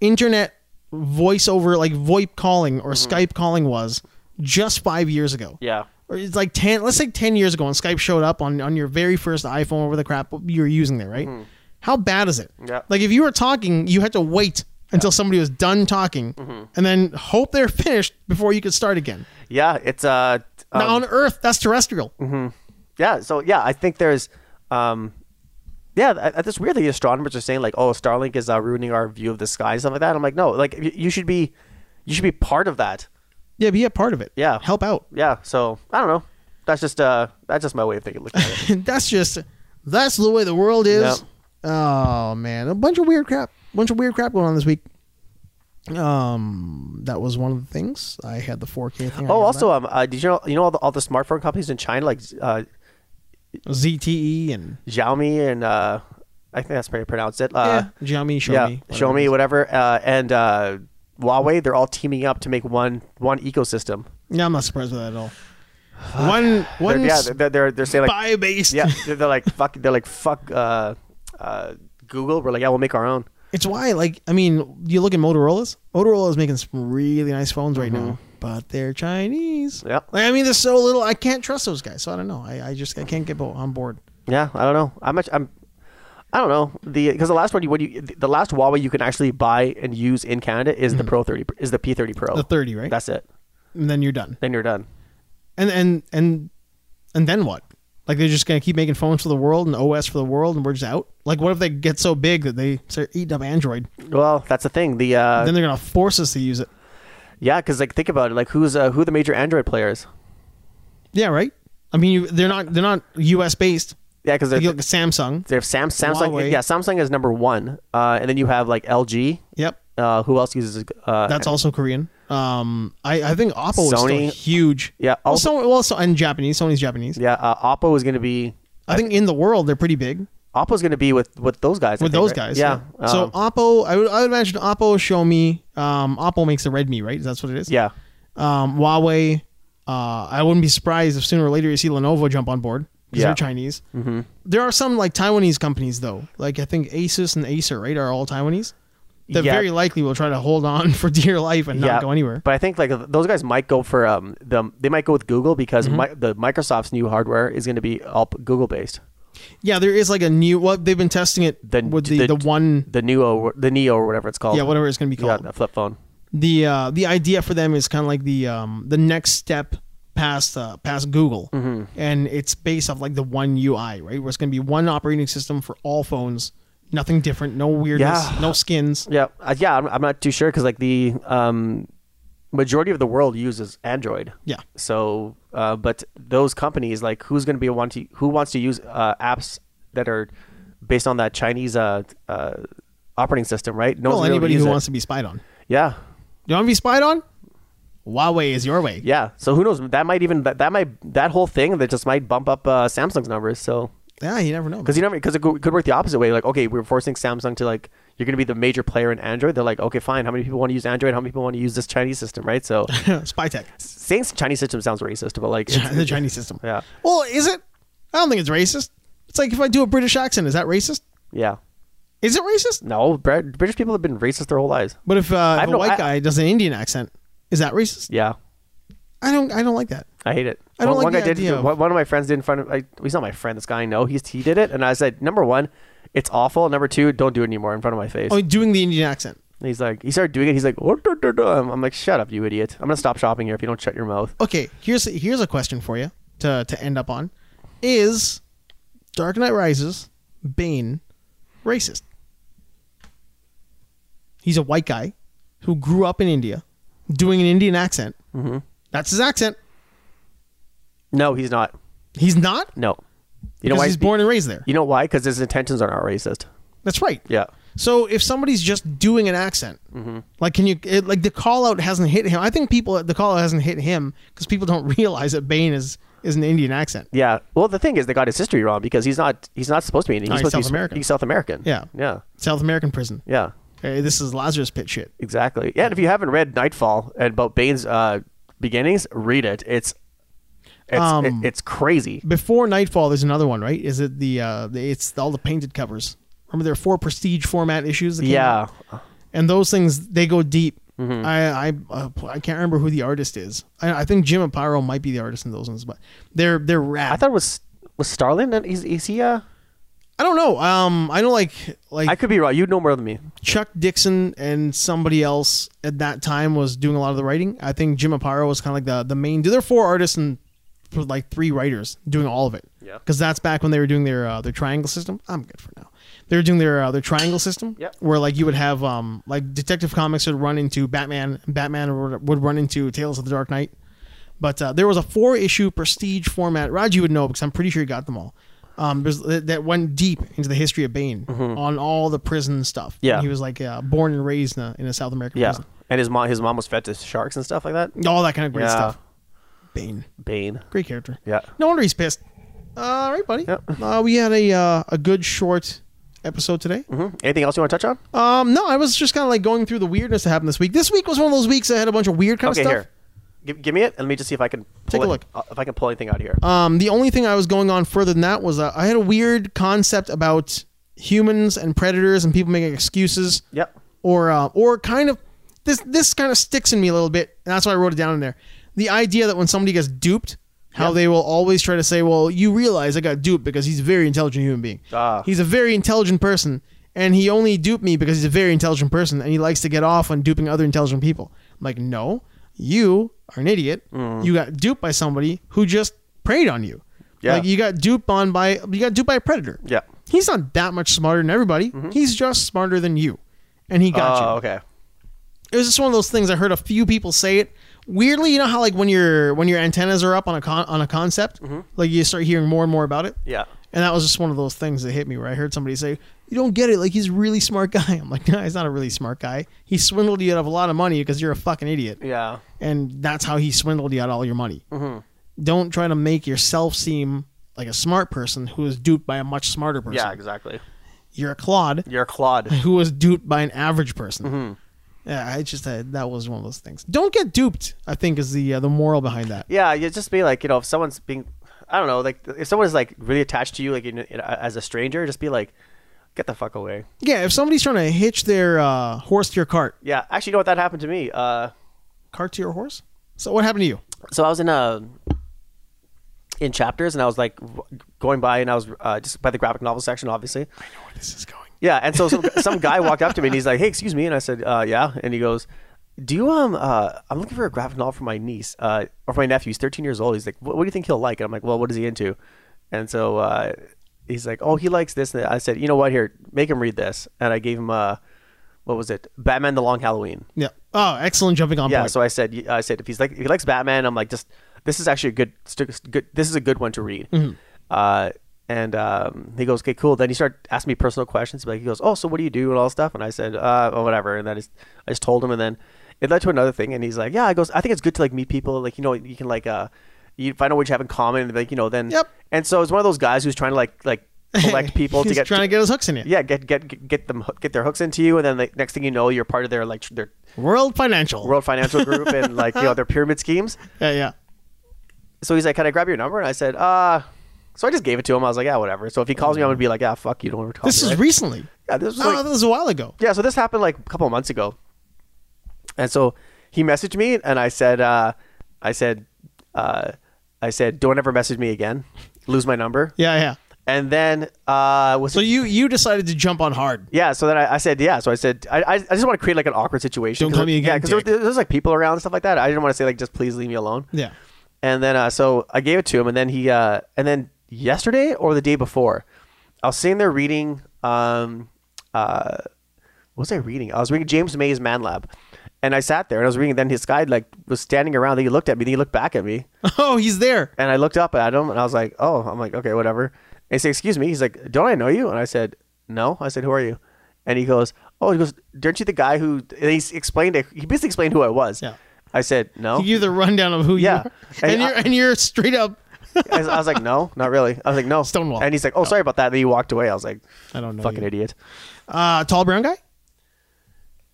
Speaker 2: internet voice over like VoIP calling or Skype calling was just five years ago.
Speaker 1: Mm-hmm. Yeah.
Speaker 2: Or it's like ten let's say ten years ago when Skype showed up on, on your very first iPhone over the crap you were using there, right? How bad is it?
Speaker 1: Mm-hmm. Yeah.
Speaker 2: Like if you were talking, you had to wait until somebody was done talking
Speaker 1: Mm-hmm.
Speaker 2: and then hope they're finished before you could start again.
Speaker 1: Yeah, it's uh, um, Mm-hmm.
Speaker 2: now on Earth, that's terrestrial.
Speaker 1: yeah. So yeah, I think there's, um, yeah, th- th- that's weird that the astronomers are saying like, oh, Starlink is uh, ruining our view of the sky and stuff like that. I'm like, no, like y- you should be, you should be part of that.
Speaker 2: Yeah, be a part of it.
Speaker 1: Yeah.
Speaker 2: Help out.
Speaker 1: Yeah. So I don't know. That's just uh, that's just my way of thinking. Looking at it.
Speaker 2: that's just that's the way the world is. Oh man, a bunch of weird crap, bunch of weird crap going on this week. Um, that was one of the things I had the 4K thing. I
Speaker 1: oh,
Speaker 2: got
Speaker 1: also, um, uh, did you know you know all the, all the smartphone companies in China like uh,
Speaker 2: that. ZTE E and
Speaker 1: Xiaomi and uh, I think that's how you pronounce it. Uh,
Speaker 2: yeah, Xiaomi, Xiaomi,
Speaker 1: yeah,
Speaker 2: whatever it
Speaker 1: Xiaomi,
Speaker 2: is.
Speaker 1: whatever, uh, and uh, Huawei. They're all teaming up to make one one ecosystem.
Speaker 2: Yeah, I'm not surprised with that at all. One
Speaker 1: They're,
Speaker 2: one
Speaker 1: yeah, they're, they're they're saying like
Speaker 2: spy based.
Speaker 1: yeah, they're, they're like fuck. They're like fuck. Uh, uh, Google. We're like, yeah, we'll make our own.
Speaker 2: It's why, like, I mean, you look at Motorola's. Motorola's making some really nice phones right now, but they're Chinese.
Speaker 1: Mm-hmm. Yep.
Speaker 2: Like, I mean, there's so little. I can't trust those guys, so I don't know. I, I just I can't get bo- on board.
Speaker 1: Yeah, I don't know. I'm much. I'm. I don't know the because the last one you when you the last Huawei you can actually buy and use in Canada is the Pro thirty is the P thirty Pro.
Speaker 2: Mm-hmm. The 30, right?
Speaker 1: That's it.
Speaker 2: and then you're done.
Speaker 1: Then you're done.
Speaker 2: And and and and then what? Like they're just gonna keep making phones for the world and OS for the world, and we're just out. Like, what if they get so big that they start eating up Android?
Speaker 1: Well, that's the thing. The uh,
Speaker 2: then they're gonna force us to use it.
Speaker 1: yeah, because like think about it. Like who's uh, who the major Android players?
Speaker 2: Yeah, right. I mean, you, they're not they're not U.S. based.
Speaker 1: Yeah, because
Speaker 2: Like,
Speaker 1: they
Speaker 2: you look at Samsung.
Speaker 1: they have Sam, Samsung.
Speaker 2: Huawei.
Speaker 1: Yeah, Samsung is number one. Uh, and then you have like LG.
Speaker 2: Yep,
Speaker 1: Uh, who else uses? Uh,
Speaker 2: that's also Korean. Um, I, I think Oppo is still
Speaker 1: Sony.
Speaker 2: huge.
Speaker 1: Yeah,
Speaker 2: Also, well, so and Japanese. Sony's Japanese.
Speaker 1: yeah. Uh, Oppo is going to be
Speaker 2: I think in the world they're pretty big.
Speaker 1: Oppo's going to be with with those guys. I
Speaker 2: with
Speaker 1: think,
Speaker 2: those
Speaker 1: right?
Speaker 2: guys.
Speaker 1: Yeah.
Speaker 2: so
Speaker 1: um,
Speaker 2: Oppo, I would, I would imagine Oppo, Xiaomi. Um, Oppo makes the Redmi, right? That's what it is.
Speaker 1: yeah.
Speaker 2: Um, Huawei. Uh, I wouldn't be surprised if sooner or later you see Lenovo jump on board because
Speaker 1: Yeah.
Speaker 2: they're Chinese. Mm-hmm. There are some like Taiwanese companies though. Like I think Asus and Acer, right, are all Taiwanese. That
Speaker 1: Yeah.
Speaker 2: very likely will try to hold on for dear life and not go anywhere.
Speaker 1: But I think like those guys might go for um the they might go with Google because
Speaker 2: Mm-hmm.
Speaker 1: mi- the Microsoft's new hardware is going to be all Google based.
Speaker 2: Yeah, there is like a new. Well, they've been testing it
Speaker 1: The-
Speaker 2: with the, the
Speaker 1: the-
Speaker 2: one.
Speaker 1: The Neo the Neo or whatever it's called.
Speaker 2: Yeah, whatever it's going to be
Speaker 1: Yeah,
Speaker 2: called.
Speaker 1: the flip phone.
Speaker 2: the uh, the idea for them is kind of like the um, the next step past uh, past Google,
Speaker 1: Mm-hmm.
Speaker 2: and it's based off like the one UI, right? Where it's going to be one operating system for all phones, nothing different, no weirdness,
Speaker 1: Yeah.
Speaker 2: no skins.
Speaker 1: Yeah, uh, yeah. I'm, I'm not too sure because like the um majority of the world uses Android.
Speaker 2: Yeah,
Speaker 1: So, uh, but those companies like who's going to be a want to who wants to use uh, apps that are based on that Chinese uh, uh, operating system, right? No
Speaker 2: well,
Speaker 1: one's gonna be able to
Speaker 2: anybody
Speaker 1: use
Speaker 2: who
Speaker 1: it.
Speaker 2: wants to be spied on,
Speaker 1: Yeah.
Speaker 2: you want to be spied on? Huawei is your way.
Speaker 1: Yeah. So who knows? That might even that, that might that whole thing that just might bump up uh, Samsung's numbers. So
Speaker 2: Yeah, you never know.
Speaker 1: because you never because it could could work the opposite way. Like okay, we're forcing Samsung to like you're going to be the major player in Android. They're like okay, fine. How many people want to use Android? How many people want to use this Chinese system? Right. So
Speaker 2: spy tech,
Speaker 1: saying Chinese system sounds racist, but like it's-
Speaker 2: the Chinese system.
Speaker 1: Yeah.
Speaker 2: Well, is it? I don't think it's racist. It's like if I do a British accent, is that racist?
Speaker 1: yeah.
Speaker 2: Is it racist?
Speaker 1: No, Br- British people have been racist their whole lives.
Speaker 2: But if, uh, if
Speaker 1: have
Speaker 2: a
Speaker 1: no-
Speaker 2: white
Speaker 1: I-
Speaker 2: guy does an Indian accent, is that racist?
Speaker 1: Yeah.
Speaker 2: I don't. I don't like that.
Speaker 1: I hate it.
Speaker 2: I don't like
Speaker 1: one, one
Speaker 2: the
Speaker 1: guy
Speaker 2: idea
Speaker 1: did.
Speaker 2: of-
Speaker 1: One, one of my friends did in front of. I, he's not my friend. This guy I know. He's he did it, and I said, number one, it's awful. Number two, don't do it anymore in front of my face.
Speaker 2: Oh, doing the Indian accent.
Speaker 1: And he's like, he started doing it. He's like, "Oh, da, da, da." I'm I'm like, shut up, you idiot. I'm gonna stop shopping here if you don't shut your mouth.
Speaker 2: Okay, here's here's a question for you to to end up on: Is Dark Knight Rises Bane racist? He's a white guy who grew up in India, doing an Indian accent. Mm-hmm. That's his accent.
Speaker 1: No, he's not.
Speaker 2: He's not
Speaker 1: No. You know
Speaker 2: because
Speaker 1: why?
Speaker 2: he's born and raised there.
Speaker 1: You know why? Because his intentions are not racist.
Speaker 2: That's right.
Speaker 1: Yeah.
Speaker 2: So if somebody's just doing an accent,
Speaker 1: Mm-hmm.
Speaker 2: like can you it, like the call out hasn't hit him? I think people the call out hasn't hit him because people don't realize that Bane is is an Indian accent.
Speaker 1: Yeah. Well, the thing is, they got his history wrong because he's not he's not supposed to be Indian.
Speaker 2: No,
Speaker 1: He's,
Speaker 2: he's
Speaker 1: supposed
Speaker 2: South
Speaker 1: to be,
Speaker 2: American.
Speaker 1: He's South American.
Speaker 2: Yeah.
Speaker 1: Yeah.
Speaker 2: South American prison.
Speaker 1: Yeah.
Speaker 2: Hey, this is Lazarus pit shit.
Speaker 1: Exactly. Yeah. And if you haven't read Nightfall and about Bane's uh, beginnings, read it. It's it's
Speaker 2: Um,
Speaker 1: it- it's crazy.
Speaker 2: Before Nightfall, there's another one, right? Is it the uh, the, it's all the painted covers? Remember there are four prestige format issues. That came
Speaker 1: Yeah. Mm-hmm.
Speaker 2: out? and those things they go deep. I I uh, I can't remember who the artist is. I, I think Jim Aparo might be the artist in those ones, but they're they're rad.
Speaker 1: I
Speaker 2: I,
Speaker 1: thought it was was Starlin. and Is is he? Uh,
Speaker 2: don't know. Um, I know like like
Speaker 1: I could be wrong. You know more than me.
Speaker 2: Chuck Dixon and somebody else at that time was doing a lot of the writing. I think Jim Aparo was kind of like the the main. There are four artists and like three writers doing all of it.
Speaker 1: Yeah.
Speaker 2: Because that's back when they were doing their uh, their triangle system. I'm good for now. They were doing their uh, their triangle system.
Speaker 1: Yep.
Speaker 2: Where like you would have um like Detective Comics would run into Batman, and Batman would would run into Tales of the Dark Knight. But uh, there was a four issue prestige format. Raj, you would know because I'm pretty sure you got them all. Um, there's- that that went deep into the history of Bane on all the prison stuff.
Speaker 1: Yeah.
Speaker 2: And he was like uh, born and raised in a, in a South American
Speaker 1: Yeah.
Speaker 2: prison.
Speaker 1: And his mom his mom was fed to sharks and stuff like that.
Speaker 2: All that kind of great
Speaker 1: Yeah.
Speaker 2: stuff. Bane,
Speaker 1: Bane.
Speaker 2: great character.
Speaker 1: Yeah.
Speaker 2: No wonder he's pissed. All right, buddy.
Speaker 1: Yep.
Speaker 2: Uh, we had a uh, a good short episode today.
Speaker 1: Mhm. Anything else you want to touch on?
Speaker 2: Um, no, I was just kind of like going through the weirdness that happened this week. This week was one of those weeks that had a bunch of weird kind
Speaker 1: okay,
Speaker 2: of stuff.
Speaker 1: here. Give, give me it, and let me just see if I can pull
Speaker 2: Take a
Speaker 1: it-
Speaker 2: look.
Speaker 1: uh, If I can pull anything out of here.
Speaker 2: Um, the only thing I was going on further than that was uh, I had a weird concept about humans and predators and people making excuses.
Speaker 1: Yep.
Speaker 2: Or uh, or kind of this this kind of sticks in me a little bit, and that's why I wrote it down in there. The idea that when somebody gets duped, how
Speaker 1: Yep.
Speaker 2: they will always try to say, "Well, you realize I got duped because he's a very intelligent human being.
Speaker 1: Ah.
Speaker 2: He's a very intelligent person, and he only duped me because he's a very intelligent person, and he likes to get off on duping other intelligent people." I'm like, no, you are an idiot.
Speaker 1: Mm-hmm.
Speaker 2: You got duped by somebody who just preyed on you.
Speaker 1: Yeah.
Speaker 2: Like you got duped on by you got duped by a predator.
Speaker 1: Yeah. Mm-hmm.
Speaker 2: He's not that much smarter than everybody. He's just smarter than you. And he got you
Speaker 1: Oh, okay.
Speaker 2: it was just one of those things I heard a few people say it. Weirdly, you know how like when your when your antennas are up on a con- on a concept, like you start hearing more and more about it.
Speaker 1: Mm-hmm. Yeah.
Speaker 2: And that was just one of those things that hit me where I heard somebody say, "You don't get it. Like he's a really smart guy." I'm like, "No, he's not a really smart guy. He swindled you out of a lot of money because you're a fucking idiot."
Speaker 1: Yeah.
Speaker 2: And that's how he swindled you out of all your money. Don't try to make yourself seem like a smart person who was duped by a much smarter person.
Speaker 1: Yeah. Exactly.
Speaker 2: You're a clod
Speaker 1: You're Claude.
Speaker 2: who was duped by an average person. Yeah, I just uh, that was one of those things. Don't get duped. I think is the uh, the moral behind that.
Speaker 1: Yeah, you just be like, you know, if someone's being, I don't know, like if someone's like really attached to you, like in, in, uh, as a stranger, just be like, get the fuck away.
Speaker 2: Yeah, if somebody's trying to hitch their uh, horse to your cart,
Speaker 1: Yeah, actually, you know what that happened to me. Uh,
Speaker 2: cart to your horse. So what happened to you?
Speaker 1: so I was in a in chapters, and I was like w- going by, and I was uh, just by the graphic novel section, obviously.
Speaker 2: I know where this is going.
Speaker 1: Yeah, and so some, some guy walked up to me and he's like, "Hey, excuse me," and I said, uh, "Yeah," and he goes, "Do you um uh I'm looking for a graphic novel for my niece uh or for my nephew. He's 13 years old. He's like, what, what do you think he'll like?" And I'm like, "Well, what is he into?" And so uh, he's like, "Oh, he likes this." And I said, "You know what? Here, make him read this." And I gave him uh, what was it? Batman: The Long Halloween.
Speaker 2: Yeah. Oh, excellent jumping on
Speaker 1: Yeah.
Speaker 2: point.
Speaker 1: So I said, I said, if he's like, if he likes Batman, I'm like, just this is actually a good, st- good. This is a good one to read.
Speaker 2: Mm-hmm.
Speaker 1: Uh, and um, he goes, okay, cool. Then he started asking me personal questions. Like he goes, oh, so what do you do and all stuff? And I said, uh, oh, whatever. And then I just, I just told him, and then it led to another thing. And he's like, yeah, I goes, I think it's good to like meet people. Like you know, you can like uh, you find out what you have in common, and like you know, then.
Speaker 2: Yep.
Speaker 1: And so it's one of those guys who's trying to like like collect people to
Speaker 2: He's
Speaker 1: get
Speaker 2: trying to get his hooks in you.
Speaker 1: yeah get get get them hook- get their hooks into you, and then like, next thing you know, you're part of their like tr- their
Speaker 2: World Financial.
Speaker 1: World Financial Group and like you know their pyramid schemes.
Speaker 2: Yeah, yeah.
Speaker 1: So he's like, "Can I grab your number?" And I said, "Uh." So I just gave it to him. I was like, "Yeah, whatever." So if he calls me, I'm gonna be like, "Yeah, fuck you, don't ever call
Speaker 2: This
Speaker 1: me,
Speaker 2: is
Speaker 1: right?"
Speaker 2: recently.
Speaker 1: yeah, this was
Speaker 2: No,
Speaker 1: like-
Speaker 2: this is a while ago.
Speaker 1: yeah. So this happened like a couple of months ago, and so he messaged me, and I said, uh, "I said, uh, I said, don't ever message me again. Lose my number."
Speaker 2: Yeah, yeah.
Speaker 1: And then uh, was
Speaker 2: So you you decided to jump on hard.
Speaker 1: Yeah, so then I, I said, yeah. So I said, I, I I just want to create like an awkward situation.
Speaker 2: Don't call me
Speaker 1: Yeah,
Speaker 2: again,
Speaker 1: because there,
Speaker 2: dick.
Speaker 1: there- there's like people around and stuff like that. I didn't want to say like just please leave me alone.
Speaker 2: Yeah.
Speaker 1: And then uh, so I gave it to him, and then he uh, and then yesterday or the day before, I was sitting there reading. Um, uh, what was I reading? I was reading James May's Man Lab, and I sat there and I was reading. Then his guy like was standing around. Then he looked at me. Then he looked back at me.
Speaker 2: Oh, he's there.
Speaker 1: And I looked up at him and I was like, oh, I'm like, okay, whatever. And he said, excuse me. He's like, don't I know you? And I said, no. I said, who are you? And he goes, oh, he goes, aren't you the guy who, and he explained it. He basically explained who I was.
Speaker 2: Yeah.
Speaker 1: I said, no.
Speaker 2: He gave you the rundown of who
Speaker 1: Yeah.
Speaker 2: you are.
Speaker 1: And
Speaker 2: And,
Speaker 1: I-
Speaker 2: you're and you're straight up
Speaker 1: I was, I was like, no, not really. I was like, no.
Speaker 2: Stonewall.
Speaker 1: And he's like, oh, sorry about that. And then he walked away. I was like,
Speaker 2: I don't know.
Speaker 1: fucking
Speaker 2: you.
Speaker 1: idiot.
Speaker 2: Uh, tall brown guy?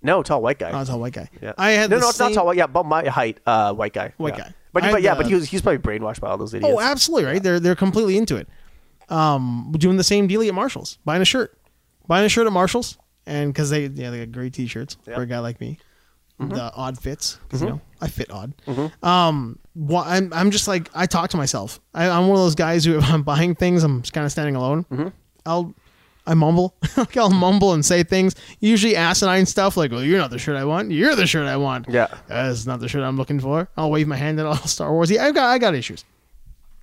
Speaker 1: No, tall white guy.
Speaker 2: Oh, tall white guy.
Speaker 1: yeah.
Speaker 2: I had
Speaker 1: no,
Speaker 2: the
Speaker 1: no, it's
Speaker 2: same-
Speaker 1: not tall. white- Yeah, about my height, uh, white guy.
Speaker 2: White
Speaker 1: Yeah.
Speaker 2: guy.
Speaker 1: But,
Speaker 2: I
Speaker 1: but
Speaker 2: had
Speaker 1: yeah,
Speaker 2: the-
Speaker 1: but he was he's probably brainwashed by all those idiots.
Speaker 2: Oh, absolutely, right? They're they're completely into it. Um, doing the same dealie at Marshalls, buying a shirt, buying a shirt at Marshalls, and because they yeah they got great T-shirts
Speaker 1: Yeah.
Speaker 2: for a guy like me, the odd fits because you know I fit odd. Um, wha- I'm I'm just like I talk to myself. I, I'm one of those guys who if I'm buying things, I'm kind of standing alone. I'll. I mumble, like I'll mumble and say things, usually asinine stuff like, "Well, you're not the shirt I want. You're the shirt I want."
Speaker 1: Yeah.
Speaker 2: that's not the shirt I'm looking for. I'll wave my hand at all Star Wars. Yeah, I got, I got issues.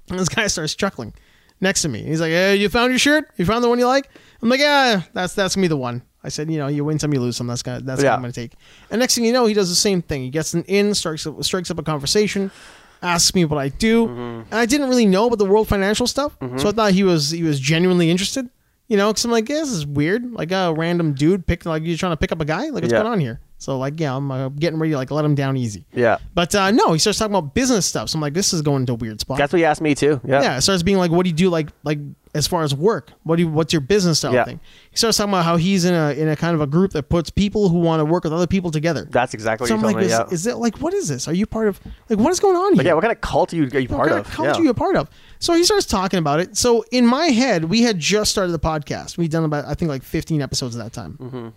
Speaker 2: And this guy starts chuckling next to me. He's like, hey, you found your shirt? You found the one you like? I'm like, yeah, that's that's gonna be the one. I said, you know, you win some, you lose some. That's gonna that's what
Speaker 1: Yeah.
Speaker 2: I'm gonna take. And next thing you know, he does the same thing. He gets an in, strikes up, strikes up a conversation, asks me what I do,
Speaker 1: Mm-hmm.
Speaker 2: and I didn't really know about the world financial stuff, so I thought he was he was genuinely interested. You know, because I'm like, yeah, this is weird. Like a random dude picked, like you're trying to pick up a guy. Like what's
Speaker 1: Yeah.
Speaker 2: going on here? So like, yeah, I'm uh, getting ready to like let him down easy.
Speaker 1: Yeah.
Speaker 2: But uh, no, he starts talking about business stuff. So I'm like, this is going to a weird spot
Speaker 1: That's what he asked me too. Yeah.
Speaker 2: yeah, it starts being like, what do you do like like as far as work? What do you, what's your business style
Speaker 1: Yeah.
Speaker 2: thing? He starts talking about how he's in a in a kind of a group that puts people who want to work with other people together.
Speaker 1: That's exactly
Speaker 2: so I'm
Speaker 1: what you
Speaker 2: like,
Speaker 1: told me.
Speaker 2: is,
Speaker 1: Yeah.
Speaker 2: is it like what is this? Are you part of like what is going on here?
Speaker 1: yeah. What kind of cult are you, are you part
Speaker 2: what kind
Speaker 1: of?
Speaker 2: of culture
Speaker 1: yeah.
Speaker 2: you a part of? So he starts talking about it. So in my head, we had just started the podcast. We'd done about I think like 15 episodes at that time.
Speaker 1: Mm-hmm.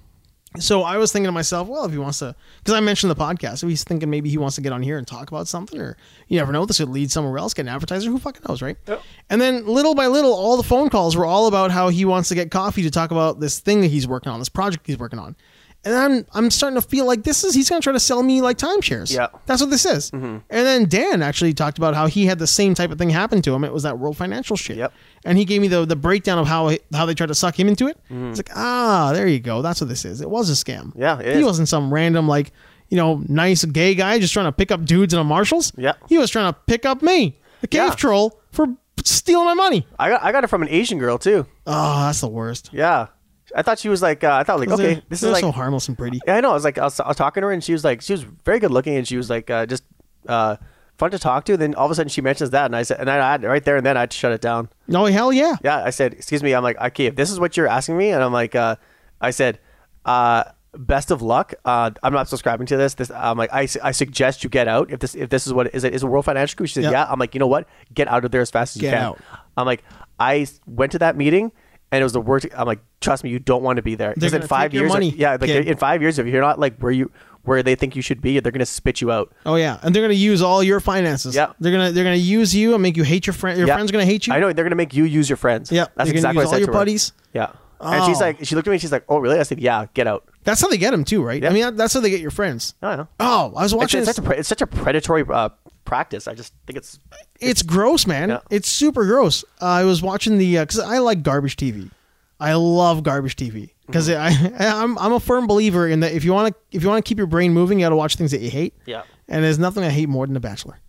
Speaker 2: So I was thinking to myself, well, if he wants to, because I mentioned the podcast, so he's thinking maybe he wants to get on here and talk about something, or you never know, this could lead somewhere else, get an advertiser, who fucking knows, right?
Speaker 1: Yep.
Speaker 2: And then little by little, all the phone calls were all about how he wants to get coffee to talk about this thing that he's working on, this project he's working on. And I'm I'm starting to feel like this is he's gonna try to sell me like timeshares.
Speaker 1: Yeah.
Speaker 2: That's what this is.
Speaker 1: Mm-hmm.
Speaker 2: And then Dan actually talked about how he had the same type of thing happen to him. It was that world financial shit.
Speaker 1: Yep.
Speaker 2: And he gave me the the breakdown of how how they tried to suck him into it. It's like ah, there you go. That's what this is. It was a scam.
Speaker 1: Mm-hmm. Yeah, it
Speaker 2: he
Speaker 1: is.
Speaker 2: wasn't some random like you know nice gay guy just trying to pick up dudes in a Marshalls.
Speaker 1: Yeah.
Speaker 2: He was trying to pick up me, the cave
Speaker 1: Yeah.
Speaker 2: troll, for stealing my money.
Speaker 1: I got I got it from an Asian girl too.
Speaker 2: Oh, that's the worst.
Speaker 1: Yeah. I thought she was like uh, I thought like okay
Speaker 2: They're-
Speaker 1: this
Speaker 2: they're
Speaker 1: is like
Speaker 2: so harmless and pretty.
Speaker 1: Yeah, I know. I was like, I was, I was talking to her, and she was like, she was very good looking, and she was like, uh, just uh, fun to talk to. Then all of a sudden, she mentions that, and I said, and I, I right there and then I had to shut it down.
Speaker 2: No, hell yeah.
Speaker 1: Yeah, I said, excuse me. I'm like, okay, if this is what you're asking me, and I'm like, uh, I said, uh, best of luck. Uh, I'm not subscribing to this. This, I'm like, I, su- I suggest you get out. If this, if this is what is it is a world financial group. She said,
Speaker 2: Yeah.
Speaker 1: yeah. I'm like, you know what? Get out of there as fast as
Speaker 2: Get
Speaker 1: you can.
Speaker 2: out.
Speaker 1: I'm like, I s- went to that meeting. And it was the worst. I'm like, trust me, you don't want to be there.
Speaker 2: They're
Speaker 1: Because in
Speaker 2: gonna
Speaker 1: five
Speaker 2: take your
Speaker 1: years,
Speaker 2: money,
Speaker 1: like, yeah, like
Speaker 2: kid.
Speaker 1: in five years, if you're not like where you where they think you should be, they're gonna spit you out.
Speaker 2: Oh yeah, and they're gonna use all your finances.
Speaker 1: Yeah.
Speaker 2: they're gonna they're gonna use you and make you hate your friend. Your
Speaker 1: Yeah.
Speaker 2: friends are gonna hate you.
Speaker 1: I know they're gonna make you use your friends.
Speaker 2: Yeah,
Speaker 1: that's
Speaker 2: you're gonna
Speaker 1: exactly
Speaker 2: use
Speaker 1: what I said
Speaker 2: all your
Speaker 1: to her.
Speaker 2: buddies.
Speaker 1: Yeah, and she's
Speaker 2: Oh.
Speaker 1: like, she looked at me. and She's like, oh really? I said, yeah, get out.
Speaker 2: That's how they get them too, right? I
Speaker 1: Yeah.
Speaker 2: mean, that- that's how they get your friends.
Speaker 1: I don't know.
Speaker 2: Oh, I was
Speaker 1: It's,
Speaker 2: watching.
Speaker 1: it's
Speaker 2: this-
Speaker 1: such a pre- it's such a predatory uh, practice. I just think it's
Speaker 2: it's gross, man.
Speaker 1: Yeah.
Speaker 2: It's super gross. Uh, I was watching the because I like garbage TV. I love garbage TV because
Speaker 1: Mm-hmm.
Speaker 2: I I'm I'm a firm believer in that if you want to if you want to keep your brain moving, you got to watch things that you hate.
Speaker 1: Yeah.
Speaker 2: And there's nothing I hate more than The Bachelor.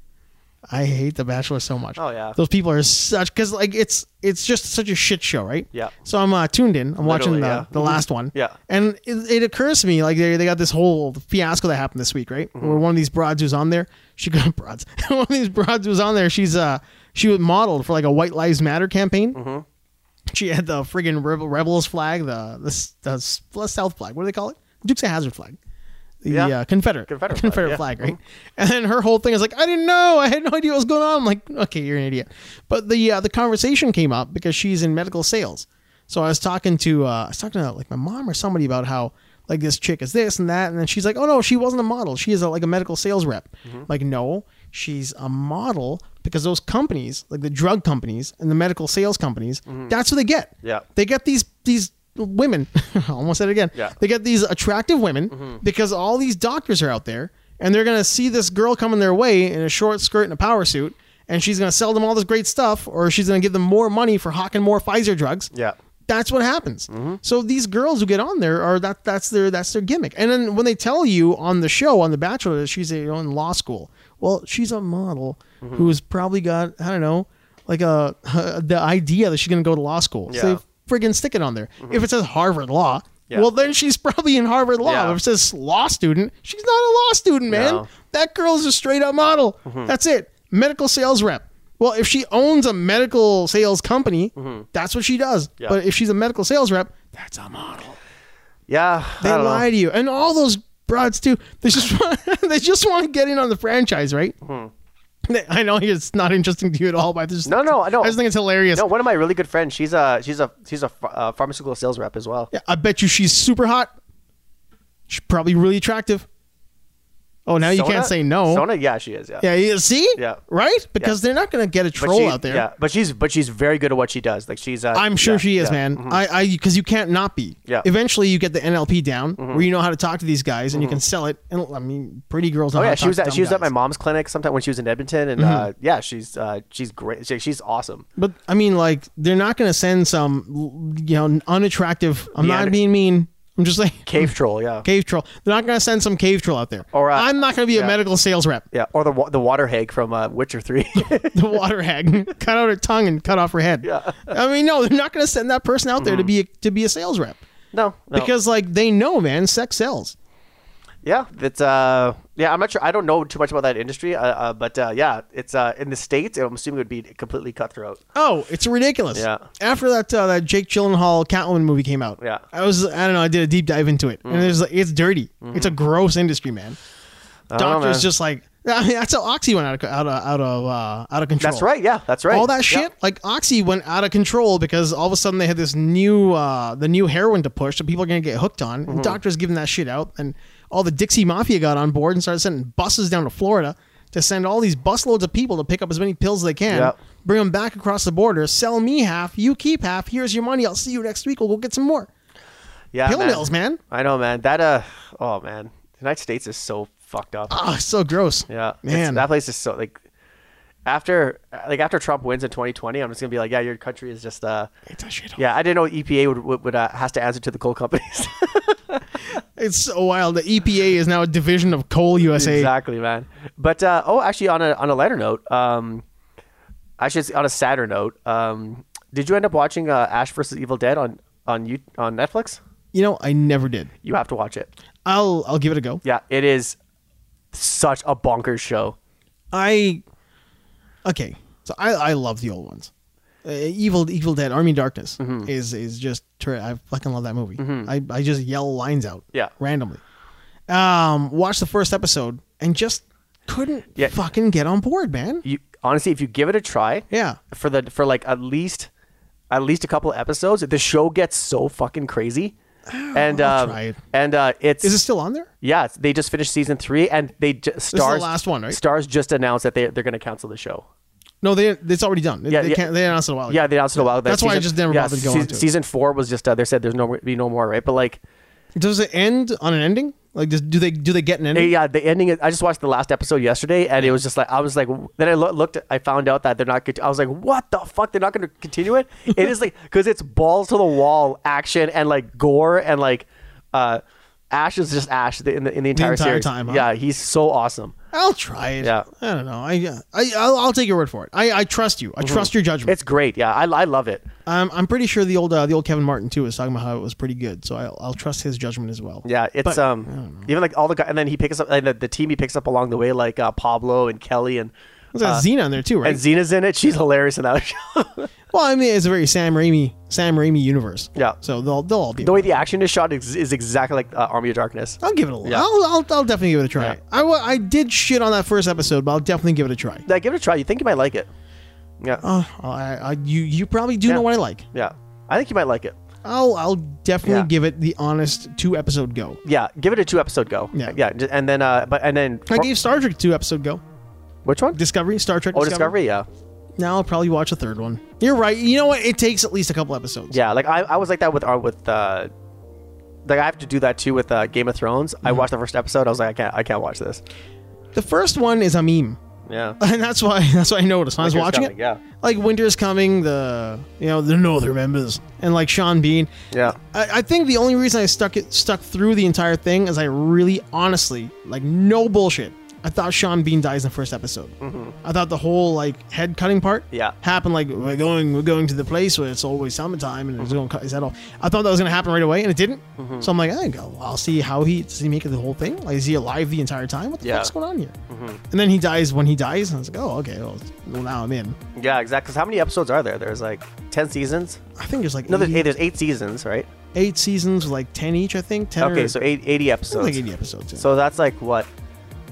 Speaker 2: I hate The Bachelor so much.
Speaker 1: Oh, yeah.
Speaker 2: Those people are such because like it's it's just such a shit show, right?
Speaker 1: Yeah.
Speaker 2: So I'm uh, tuned in. I'm watching
Speaker 1: Literally,
Speaker 2: the,
Speaker 1: yeah.
Speaker 2: the last one.
Speaker 1: Yeah.
Speaker 2: And it, it occurs to me like they, they got this whole fiasco that happened this week, right?
Speaker 1: Mm-hmm.
Speaker 2: Where one of these broads who's on there, she got broads. one of these broads who's on there, she's uh she was modeled for like a White Lives Matter campaign.
Speaker 1: Mm-hmm.
Speaker 2: She had the friggin' rebel, rebels flag, the the, s- the s- South flag. What do they call it? Dukes of Hazard flag. The
Speaker 1: Yeah.
Speaker 2: uh, Confederate
Speaker 1: Confederate flag,
Speaker 2: Confederate
Speaker 1: yeah.
Speaker 2: flag, right? And then her whole thing is like, I didn't know, I had no idea what was going on. I'm like, okay, you're an idiot. But the uh, the conversation came up because she's in medical sales. So I was talking to uh, I was talking to like my mom or somebody about how like this chick is this and that, and then she's like, oh no, she wasn't a model. She is a, like a medical sales representative Like no, she's a model because those companies, like the drug companies and the medical sales companies, that's what they get.
Speaker 1: Yeah.
Speaker 2: they get these these women. I almost said it again.
Speaker 1: Yeah. Mm-hmm.
Speaker 2: They get these attractive women because all these doctors are out there and they're going to see this girl coming their way in a short skirt and a power suit and she's going to sell them all this great stuff or she's going to give them more money for hawking more Pfizer drugs.
Speaker 1: Yeah.
Speaker 2: That's what happens.
Speaker 1: Mm-hmm.
Speaker 2: So these girls who get on there are that that's their that's their gimmick. And then when they tell you on the show on the bachelor that she's you know, in law school, well, she's a model
Speaker 1: Mm-hmm.
Speaker 2: who's probably got I don't know, like a the idea that she's going to go to law school. So
Speaker 1: Yeah. Mm-hmm.
Speaker 2: they friggin' stick it on there. If it says Harvard Law,
Speaker 1: Yeah.
Speaker 2: well, then she's probably in Harvard Law.
Speaker 1: Yeah.
Speaker 2: If it says law student, she's not a law student, man.
Speaker 1: No. Mm-hmm.
Speaker 2: That girl's a straight up model. That's it. Medical sales rep. Well, if she owns a medical sales company, that's what she does.
Speaker 1: Mm-hmm. Yeah.
Speaker 2: But if she's a medical sales rep, that's a model.
Speaker 1: Yeah,
Speaker 2: They
Speaker 1: I don't know.
Speaker 2: lie to you, and all those broads too. They just want, they just want to get in on the franchise, right? They- I know it's not interesting to you at all, but I just
Speaker 1: Mm-hmm. No, no, I know.
Speaker 2: I just think it's hilarious.
Speaker 1: No, one of my really good friends. She's a she's a she's a ph- uh, pharmaceutical sales rep as well.
Speaker 2: Yeah, I bet you she's super hot. She's probably really attractive. Oh, now you
Speaker 1: Sona?
Speaker 2: can't say no.
Speaker 1: Sona, yeah, she is. Yeah.
Speaker 2: Yeah, you see?
Speaker 1: Yeah.
Speaker 2: Right? Because they're not going to get a
Speaker 1: But
Speaker 2: troll
Speaker 1: she-
Speaker 2: out there.
Speaker 1: Yeah, but she's but she's very good at what she does. Like she's. Uh,
Speaker 2: I'm sure
Speaker 1: yeah,
Speaker 2: she is,
Speaker 1: yeah. Mm-hmm.
Speaker 2: man. I, I, because you can't not be.
Speaker 1: Yeah. Mm-hmm.
Speaker 2: Eventually, you get the NLP down, where you know how to talk to these guys, and you can sell it. And I mean, pretty girls. Know
Speaker 1: Oh
Speaker 2: how
Speaker 1: yeah,
Speaker 2: to
Speaker 1: she
Speaker 2: talk
Speaker 1: was
Speaker 2: to
Speaker 1: at
Speaker 2: dumb
Speaker 1: she was at
Speaker 2: guys. Mm-hmm.
Speaker 1: my mom's clinic sometime when she was in Edmonton, and uh, yeah, she's uh, she's great. She, she's awesome.
Speaker 2: But I mean, like, they're not going to send some, you know, unattractive. I'm
Speaker 1: Neander-
Speaker 2: not being mean. I'm just like
Speaker 1: Cave troll, yeah,
Speaker 2: cave troll. They're not going to send some cave troll out there.
Speaker 1: Or, uh,
Speaker 2: I'm not going to be
Speaker 1: yeah.
Speaker 2: a medical sales rep.
Speaker 1: yeah, or the wa- the water hag from uh, Witcher Three.
Speaker 2: the water hag, cut out her tongue and cut off her head.
Speaker 1: Yeah. Mm-hmm.
Speaker 2: I mean, no, they're not going to send that person out there to be a, to be a sales rep
Speaker 1: no, no,
Speaker 2: because like they know, man, sex sells.
Speaker 1: Yeah, that's uh, yeah. I'm not sure. I don't know too much about that industry, uh, uh, but uh, yeah, it's uh, in the states. I'm assuming it would be completely cutthroat.
Speaker 2: Oh, it's ridiculous.
Speaker 1: Yeah.
Speaker 2: After that, uh, that Jake Gyllenhaal Catwoman movie came out.
Speaker 1: Yeah.
Speaker 2: I was, I don't know, I did a deep dive into it, and it's like it's dirty. It's a gross industry, man.
Speaker 1: don't know,
Speaker 2: Doctors
Speaker 1: man.
Speaker 2: just like I mean, that's how Oxy went out of out of out of, uh, out of control.
Speaker 1: That's right. Yeah, that's right.
Speaker 2: All that
Speaker 1: Yeah.
Speaker 2: shit, like Oxy went out of control because all of a sudden they had this new, uh, the new heroin to push that people are gonna get hooked on.
Speaker 1: Mm-hmm.
Speaker 2: And doctors giving that shit out, and all the Dixie Mafia got on board and started sending buses down to Florida to send all these busloads of people to pick up as many pills as they can,
Speaker 1: Yep.
Speaker 2: bring them back across the border, sell me half, you keep half. Here's your money. I'll see you next week. We'll go get some more
Speaker 1: Yeah,
Speaker 2: pill mills, man.
Speaker 1: I know, man. That uh, oh man, the United States is so fucked up.
Speaker 2: Oh, it's so gross.
Speaker 1: yeah, It's-
Speaker 2: man.
Speaker 1: that place is so like. After like after Trump wins in 2020, I'm just gonna be like, yeah, your country is just uh,
Speaker 2: It's a shit.
Speaker 1: yeah. I didn't know EPA would would, would uh, has to answer to the coal companies.
Speaker 2: It's so wild. The EPA is now a division of Coal USA.
Speaker 1: Exactly, man. But uh, oh, actually, on a on a lighter note, um, actually, it's on a sadder note, um, did you end up watching uh, Ash versus Evil Dead on on you on Netflix?
Speaker 2: You know, I never did.
Speaker 1: You have to watch it.
Speaker 2: I'll I'll give it a go.
Speaker 1: Yeah, it is such a bonkers show.
Speaker 2: I okay. So I I love the old ones. Uh, Evil Evil Dead Army of Darkness
Speaker 1: Mm-hmm.
Speaker 2: is is just ter- I fucking love that movie. I I just yell lines out.
Speaker 1: Yeah.
Speaker 2: randomly. Um, watched the first episode and just couldn't
Speaker 1: Yeah.
Speaker 2: fucking get on board, man.
Speaker 1: You honestly, if you give it a try,
Speaker 2: Yeah.
Speaker 1: for the for like at least at least a couple episodes, the show gets so fucking crazy. And
Speaker 2: I'll
Speaker 1: um,
Speaker 2: try it.
Speaker 1: and uh, it's
Speaker 2: Is it still on there?
Speaker 1: Yeah, it's- they just finished season three, and they ju- stars
Speaker 2: the last one, right?
Speaker 1: Stars just announced that they they're going to cancel the show.
Speaker 2: No, they it's already done. They,
Speaker 1: Yeah,
Speaker 2: they
Speaker 1: yeah.
Speaker 2: can't. They announced it a while. ago.
Speaker 1: Yeah, they announced it a while. ago.
Speaker 2: Oh, That's why I just never
Speaker 1: yeah,
Speaker 2: bothered to go
Speaker 1: season,
Speaker 2: onto it.
Speaker 1: Season four was just uh, they said there's no be no more, right? But like,
Speaker 2: Does it end on an ending? Like, does, do they do they get an ending?
Speaker 1: yeah, the ending. is- I just watched the last episode yesterday, and it was just like I was like. Then I loo- looked, I found out that they're not. cont- I was like, what the fuck? They're not going to continue it. It is like because it's balls to the wall action and like gore and like. uh Ash is just Ash in the in the entire,
Speaker 2: entire
Speaker 1: series.
Speaker 2: time, huh?
Speaker 1: Yeah, he's so awesome.
Speaker 2: I'll try it.
Speaker 1: Yeah.
Speaker 2: I don't know. I, I I'll, I'll take your word for it. I, I trust you. I
Speaker 1: Mm-hmm.
Speaker 2: trust your judgment.
Speaker 1: It's great. Yeah, I, I love it.
Speaker 2: Um, I'm pretty sure the old uh, the old Kevin Martin too was talking about how it was pretty good, so I'll, I'll trust his judgment as well.
Speaker 1: Yeah, it's
Speaker 2: But-
Speaker 1: um even like all the guys, and then he picks up and the, the team he picks up along the way, like uh, Pablo and Kelly and
Speaker 2: There's a Xena in there too, right?
Speaker 1: Uh, and Xena's in it. She's hilarious in that show.
Speaker 2: well, I mean, it's a very Sam Raimi Sam Raimi universe.
Speaker 1: Yeah.
Speaker 2: So they'll they'll all be.
Speaker 1: the way the action is shot is, is exactly like uh, Army of Darkness.
Speaker 2: I'll give it a.
Speaker 1: Yeah.
Speaker 2: I'll, I'll I'll definitely give it a try.
Speaker 1: Yeah.
Speaker 2: I wa- I did shit on that first episode, but I'll definitely give it a try.
Speaker 1: Now give it a try. You think you might like it? Yeah,
Speaker 2: Oh, I, I you you probably do know what I like.
Speaker 1: yeah. I think you might like it.
Speaker 2: I'll I'll definitely
Speaker 1: Yeah.
Speaker 2: give it the honest two episode go.
Speaker 1: Yeah, give it a two episode go.
Speaker 2: Yeah.
Speaker 1: yeah. j- And then uh, but and then
Speaker 2: I gave Star Trek two episode go.
Speaker 1: which one?
Speaker 2: Discovery Star Trek.
Speaker 1: Oh, Discovery. Yeah,
Speaker 2: Now I'll probably watch a third one. You're right. You know what? It takes at least a couple episodes.
Speaker 1: yeah. Like I, I was like that with our with. Uh, like I have to do that too with uh, Game of Thrones. I
Speaker 2: Mm-hmm.
Speaker 1: watched the first episode. I was like, I can't, I can't watch this.
Speaker 2: The first one is a meme,
Speaker 1: Yeah,
Speaker 2: and that's why that's why I noticed when I was
Speaker 1: Winter's
Speaker 2: watching
Speaker 1: coming,
Speaker 2: it.
Speaker 1: yeah.
Speaker 2: Like winter's coming, the you know the Northern members, and like Sean Bean.
Speaker 1: Yeah.
Speaker 2: I, I think the only reason I stuck it stuck through the entire thing is I really honestly like no bullshit. I I thought Sean Bean dies in the first episode. I thought the whole like head cutting part
Speaker 1: Mm-hmm. Yeah.
Speaker 2: happened like we're going we're going to the place where it's always summertime and it's
Speaker 1: Mm-hmm.
Speaker 2: going to cut his head off. I thought that was going to happen right away and it didn't. So I'm like, I think I'll, I'll see how he does he make it the whole thing. Like is he alive the entire time? What the
Speaker 1: Yeah. Mm-hmm.
Speaker 2: fuck's going on here? And then he dies when he dies and I was like, oh okay, well, well now I'm in.
Speaker 1: Yeah, exactly. 'Cause how many episodes are there? There's like ten seasons.
Speaker 2: I think there's like
Speaker 1: No, there's,
Speaker 2: eighty-
Speaker 1: hey, there's eight seasons, right?
Speaker 2: eight seasons, with, like ten each. I think ten.
Speaker 1: Okay,
Speaker 2: or,
Speaker 1: so eight, 80
Speaker 2: I
Speaker 1: episodes.
Speaker 2: think like eighty episodes. yeah.
Speaker 1: So that's like what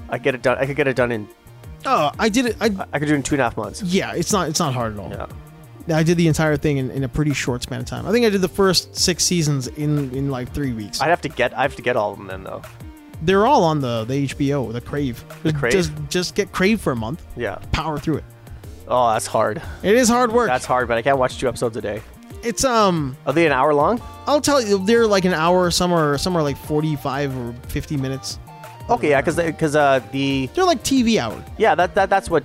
Speaker 1: I get it done. I could get it done in.
Speaker 2: oh, I did it. I
Speaker 1: I could do it in two and a half months.
Speaker 2: yeah, it's not it's not hard at all.
Speaker 1: Yeah.
Speaker 2: I did the entire thing in, in a pretty short span of time. I think I did the first six seasons in in like three weeks.
Speaker 1: I'd have to get. I have to get all of them then, though.
Speaker 2: They're all on the the HBO, the Crave. The
Speaker 1: Crave?
Speaker 2: Just just get Crave for a month.
Speaker 1: Yeah.
Speaker 2: Power through it.
Speaker 1: Oh, that's hard.
Speaker 2: It is hard work.
Speaker 1: That's hard, but I can't watch two episodes a day.
Speaker 2: it's um.
Speaker 1: Are they an hour long?
Speaker 2: I'll tell you, they're like an hour. Some are some are like forty five or fifty minutes.
Speaker 1: Okay, yeah, because because uh the
Speaker 2: They're like TV hour.
Speaker 1: yeah that, that that's what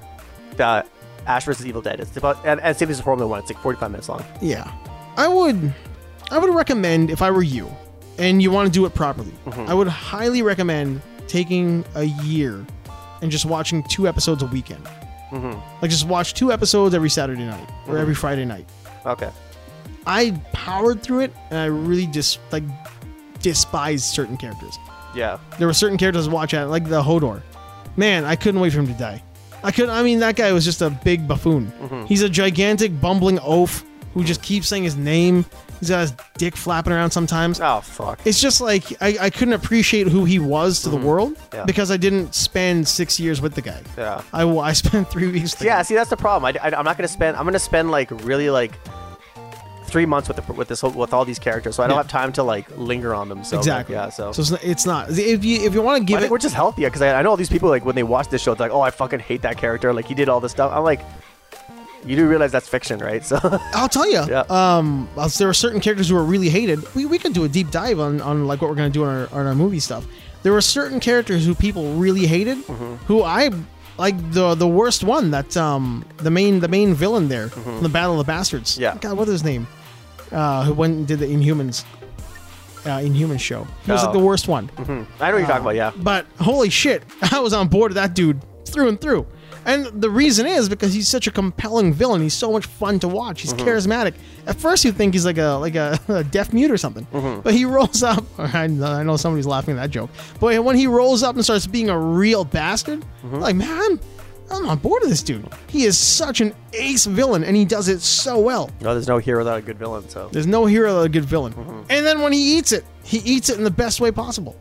Speaker 1: uh, Ash vs Evil Dead is about, and, and same as the Formula One. It's like forty five minutes long.
Speaker 2: Yeah, I would. I would recommend if I were you, and you want to do it properly. I would highly recommend taking a year and just watching two episodes a weekend. Like just watch two episodes every Saturday night or every Friday night.
Speaker 1: Okay.
Speaker 2: I powered through it, and I really just like despise certain characters.
Speaker 1: Yeah.
Speaker 2: There were certain characters I watch at like the Hodor. Man, I couldn't wait for him to die. I could. I mean, that guy was just a big buffoon.
Speaker 1: Mm-hmm.
Speaker 2: He's a gigantic bumbling oaf who just keeps saying his name. He's got his dick flapping around sometimes.
Speaker 1: Oh fuck.
Speaker 2: It's just like I, I couldn't appreciate who he was to the world
Speaker 1: Mm-hmm. Yeah.
Speaker 2: because I didn't spend six years with the guy.
Speaker 1: Yeah.
Speaker 2: I, wa- I spent three weeks. with the
Speaker 1: Yeah.
Speaker 2: guy.
Speaker 1: See, that's the problem. I, am not gonna spend. I'm gonna spend like really like three months with the, with this whole, with all these characters, so I don't
Speaker 2: Yeah.
Speaker 1: have time to like linger on them. So like,
Speaker 2: exactly.
Speaker 1: yeah. So.
Speaker 2: it's not, it's not if you if you want to
Speaker 1: I
Speaker 2: give
Speaker 1: think
Speaker 2: it
Speaker 1: we're just healthier because I, I know all these people like when they watch this show, it's like, oh, I fucking hate that character. Like he did all this stuff. I'm like, you do realize that's fiction, right? So
Speaker 2: I'll tell you.
Speaker 1: Yeah.
Speaker 2: Um, well, there were certain characters who were really hated. We, we could do a deep dive on, on like what we're gonna do on our, on our movie stuff. There were certain characters who people really hated,
Speaker 1: Mm-hmm.
Speaker 2: who I like the the worst one. That's um the main the main villain there, from the Battle of the Bastards.
Speaker 1: Mm-hmm. Yeah.
Speaker 2: God, what's his name? Uh, who went and did the Inhumans, uh, Inhuman show. He was
Speaker 1: Oh.
Speaker 2: like the worst one.
Speaker 1: I know what you're
Speaker 2: uh,
Speaker 1: talking about. Yeah.
Speaker 2: But holy shit, I was on board with that dude through and through. And the reason is because he's such a compelling villain. He's so much fun to watch. He's charismatic. At first, you think he's like a like a, a deaf mute or something, but he rolls up. I know, I know somebody's laughing at that joke, but when he rolls up and starts being a real bastard, like man, I'm on board with this dude. He is such an ace villain, and he does it so well.
Speaker 1: No, there's no hero without a good villain. So
Speaker 2: There's no hero without a good villain.
Speaker 1: Mm-hmm.
Speaker 2: And then when he eats it, he eats it in the best way possible.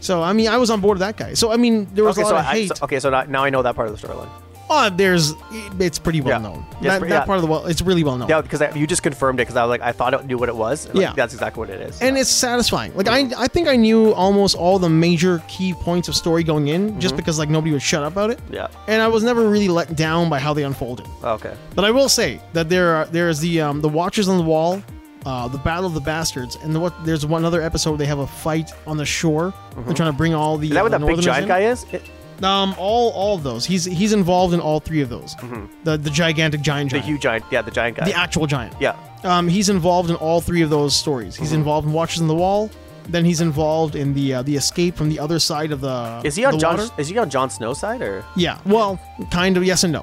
Speaker 2: So I mean, I was on board with that guy. So I mean, there was
Speaker 1: okay,
Speaker 2: a lot
Speaker 1: so
Speaker 2: of
Speaker 1: I, uh,
Speaker 2: hate.
Speaker 1: so- okay, so now, now I know that part of the storyline.
Speaker 2: oh, there's it's pretty well
Speaker 1: Yeah.
Speaker 2: known.
Speaker 1: Yes,
Speaker 2: that
Speaker 1: but-
Speaker 2: that
Speaker 1: yeah.
Speaker 2: part of the world, it's really well known.
Speaker 1: Yeah, because I, you just confirmed it because I was like, I thought it knew what it was. and, like,
Speaker 2: Yeah.
Speaker 1: that's exactly what it is.
Speaker 2: And
Speaker 1: yeah.
Speaker 2: it's satisfying. Like
Speaker 1: Mm-hmm.
Speaker 2: I, I think I knew almost all the major key points of story going in, just because like nobody would shut up about it.
Speaker 1: Mm-hmm. Yeah.
Speaker 2: And I was never really let down by how they unfolded.
Speaker 1: okay.
Speaker 2: But I will say that there are there is the um, the Watchers on the Wall, uh, the Battle of the Bastards, and the, what there's one other episode they have a fight on the shore. They're trying to bring all the
Speaker 1: Mm-hmm. Is that what
Speaker 2: uh,
Speaker 1: that big
Speaker 2: Northerners
Speaker 1: giant
Speaker 2: in.
Speaker 1: guy is? It-
Speaker 2: Um, all all of those. He's he's involved in all three of those. The the gigantic giant,
Speaker 1: Mm-hmm. the
Speaker 2: giant,
Speaker 1: huge giant. Yeah, the giant guy.
Speaker 2: the actual giant.
Speaker 1: yeah. Mm-hmm.
Speaker 2: Um, he's involved in all three of those stories. He's involved in Watchers on the Wall. Then he's involved in the uh, the escape from the other side of the.
Speaker 1: Is he on
Speaker 2: the
Speaker 1: John?
Speaker 2: water.
Speaker 1: Is he on John Snow's side or?
Speaker 2: Yeah. Well, kind of. Yes and no.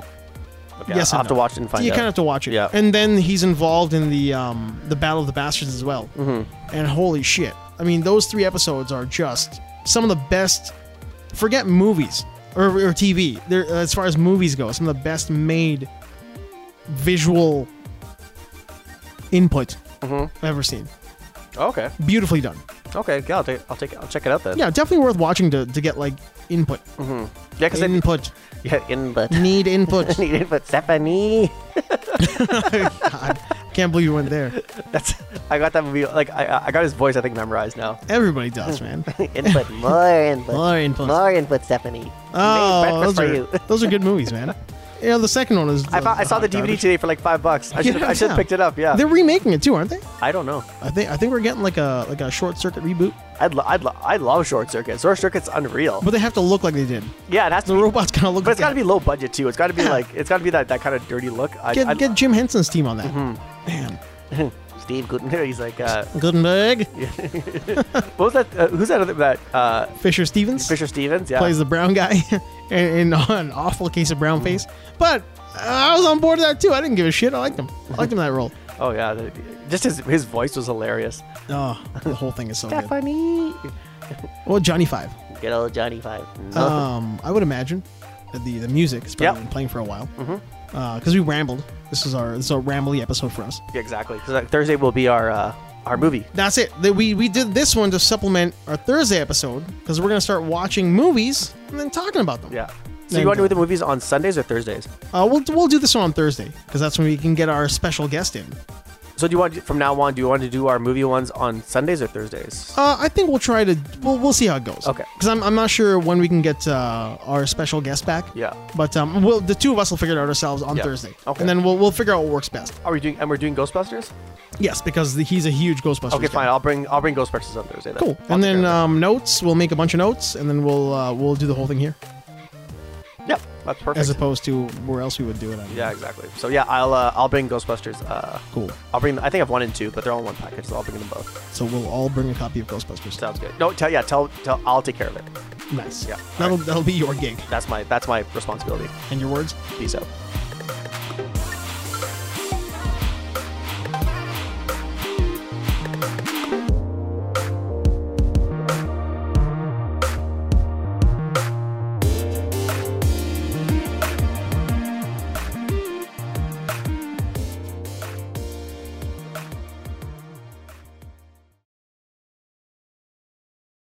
Speaker 1: Okay,
Speaker 2: yes,
Speaker 1: I'll
Speaker 2: and no.
Speaker 1: have to watch it and find
Speaker 2: You
Speaker 1: out.
Speaker 2: kind of have to watch it.
Speaker 1: Yeah.
Speaker 2: And then he's involved in the um, the Battle of the Bastards as well.
Speaker 1: Mm-hmm.
Speaker 2: And holy shit! I mean, those three episodes are just some of the best. Forget movies or, or TV. They're, as far as movies go, some of the best made visual input
Speaker 1: Mm-hmm.
Speaker 2: I've ever seen.
Speaker 1: okay.
Speaker 2: Beautifully done.
Speaker 1: Okay. Yeah, I'll take. I'll take. I'll check it out then.
Speaker 2: Yeah, definitely worth watching to, to get like input.
Speaker 1: Mm-hmm. Yeah. Because
Speaker 2: Input.
Speaker 1: yeah, in but
Speaker 2: Need input.
Speaker 1: needed but Stephanie.
Speaker 2: God, can't believe you went there.
Speaker 1: That's I got that movie like I I got his voice I think memorized now.
Speaker 2: Everybody does, man.
Speaker 1: input more input
Speaker 2: More input.
Speaker 1: more input Stephanie.
Speaker 2: Oh,
Speaker 1: Made breakfast
Speaker 2: those are,
Speaker 1: for you.
Speaker 2: those are good movies, man. You know, the second one is.
Speaker 1: I, found, I saw the DVD today for like five bucks. I should I should have picked it up. Yeah,
Speaker 2: They're remaking it too, aren't they?
Speaker 1: I don't know.
Speaker 2: I think I think we're getting like a like a short circuit reboot,
Speaker 1: I'd lo- I'd lo- I love Short Circuit. Short Circuit's unreal.
Speaker 2: but they have to look like they did.
Speaker 1: yeah, that's
Speaker 2: The robot's gonna look.
Speaker 1: But it's got
Speaker 2: like
Speaker 1: to
Speaker 2: that.
Speaker 1: be low budget too. It's got to be
Speaker 2: Yeah.
Speaker 1: like it's got to be that, that kind of dirty look. I, Mm-hmm.
Speaker 2: Get,
Speaker 1: I,
Speaker 2: get Jim Henson's team on that. Man,
Speaker 1: Steve Gutenberg. He's like, uh,
Speaker 2: Gutenberg,
Speaker 1: what was that? Uh, who's that? Other, that uh,
Speaker 2: Fisher Stevens
Speaker 1: Fisher Stevens. Yeah.
Speaker 2: plays the brown guy, and, and an awful case of
Speaker 1: Mm-hmm.
Speaker 2: brown face. But uh, I was on board with that too. I didn't give a shit. I liked him. I liked him in that role.
Speaker 1: oh yeah. the- Just his his voice was hilarious.
Speaker 2: Oh, the whole thing is so good.
Speaker 1: Stephanie,
Speaker 2: Well, Johnny Five.
Speaker 1: good old Johnny Five.
Speaker 2: Um, I would imagine that the the music has probably
Speaker 1: Yep.
Speaker 2: been playing for a while because
Speaker 1: Mm-hmm.
Speaker 2: we rambled. This is our this is a rambly episode for us.
Speaker 1: Yeah, exactly. 'Cause, like, Thursday will be our uh, our movie.
Speaker 2: That's it. That we we did this one to supplement our Thursday episode because we're gonna start watching movies and then talking about them.
Speaker 1: Yeah. So
Speaker 2: There
Speaker 1: you
Speaker 2: you
Speaker 1: want to
Speaker 2: go.
Speaker 1: do the movies on Sundays or Thursdays?
Speaker 2: Uh, we'll we'll do this one on Thursday because that's when we can get our special guest in.
Speaker 1: So do you want from now on? Do you want to do our movie ones on Sundays or Thursdays?
Speaker 2: Uh, I think we'll try to. We'll, we'll see how it goes.
Speaker 1: Okay.
Speaker 2: Because I'm, I'm not sure when we can get uh, our special guest back.
Speaker 1: Yeah.
Speaker 2: But um, we'll, the two of us will figure it out ourselves on
Speaker 1: Yeah.
Speaker 2: Thursday.
Speaker 1: Okay.
Speaker 2: And then we'll, we'll figure out what works best.
Speaker 1: Are we doing? And we're doing Ghostbusters.
Speaker 2: Yes, because the, he's a huge Ghostbusters.
Speaker 1: Okay,
Speaker 2: guy.
Speaker 1: fine. I'll bring I'll bring Ghostbusters on Thursday. Then.
Speaker 2: Cool.
Speaker 1: I'll
Speaker 2: And then
Speaker 1: figure it out.
Speaker 2: um, notes. We'll make a bunch of notes, and then we'll uh, we'll do the whole thing here,
Speaker 1: yeah, that's perfect.
Speaker 2: uh, as opposed to where else we would do it. I mean.
Speaker 1: yeah, exactly. So yeah, I'll uh, I'll bring Ghostbusters. Uh,
Speaker 2: Cool.
Speaker 1: I'll bring. I think I have one and two, but they're all in one package, so I'll bring them both.
Speaker 2: So we'll all bring a copy of Ghostbusters.
Speaker 1: Sounds good. No, tell yeah, tell tell. I'll take care of it.
Speaker 2: nice.
Speaker 1: Yeah.
Speaker 2: That'll that'll be your gig
Speaker 1: That's my that's my responsibility.
Speaker 2: and your words.
Speaker 1: Peace out.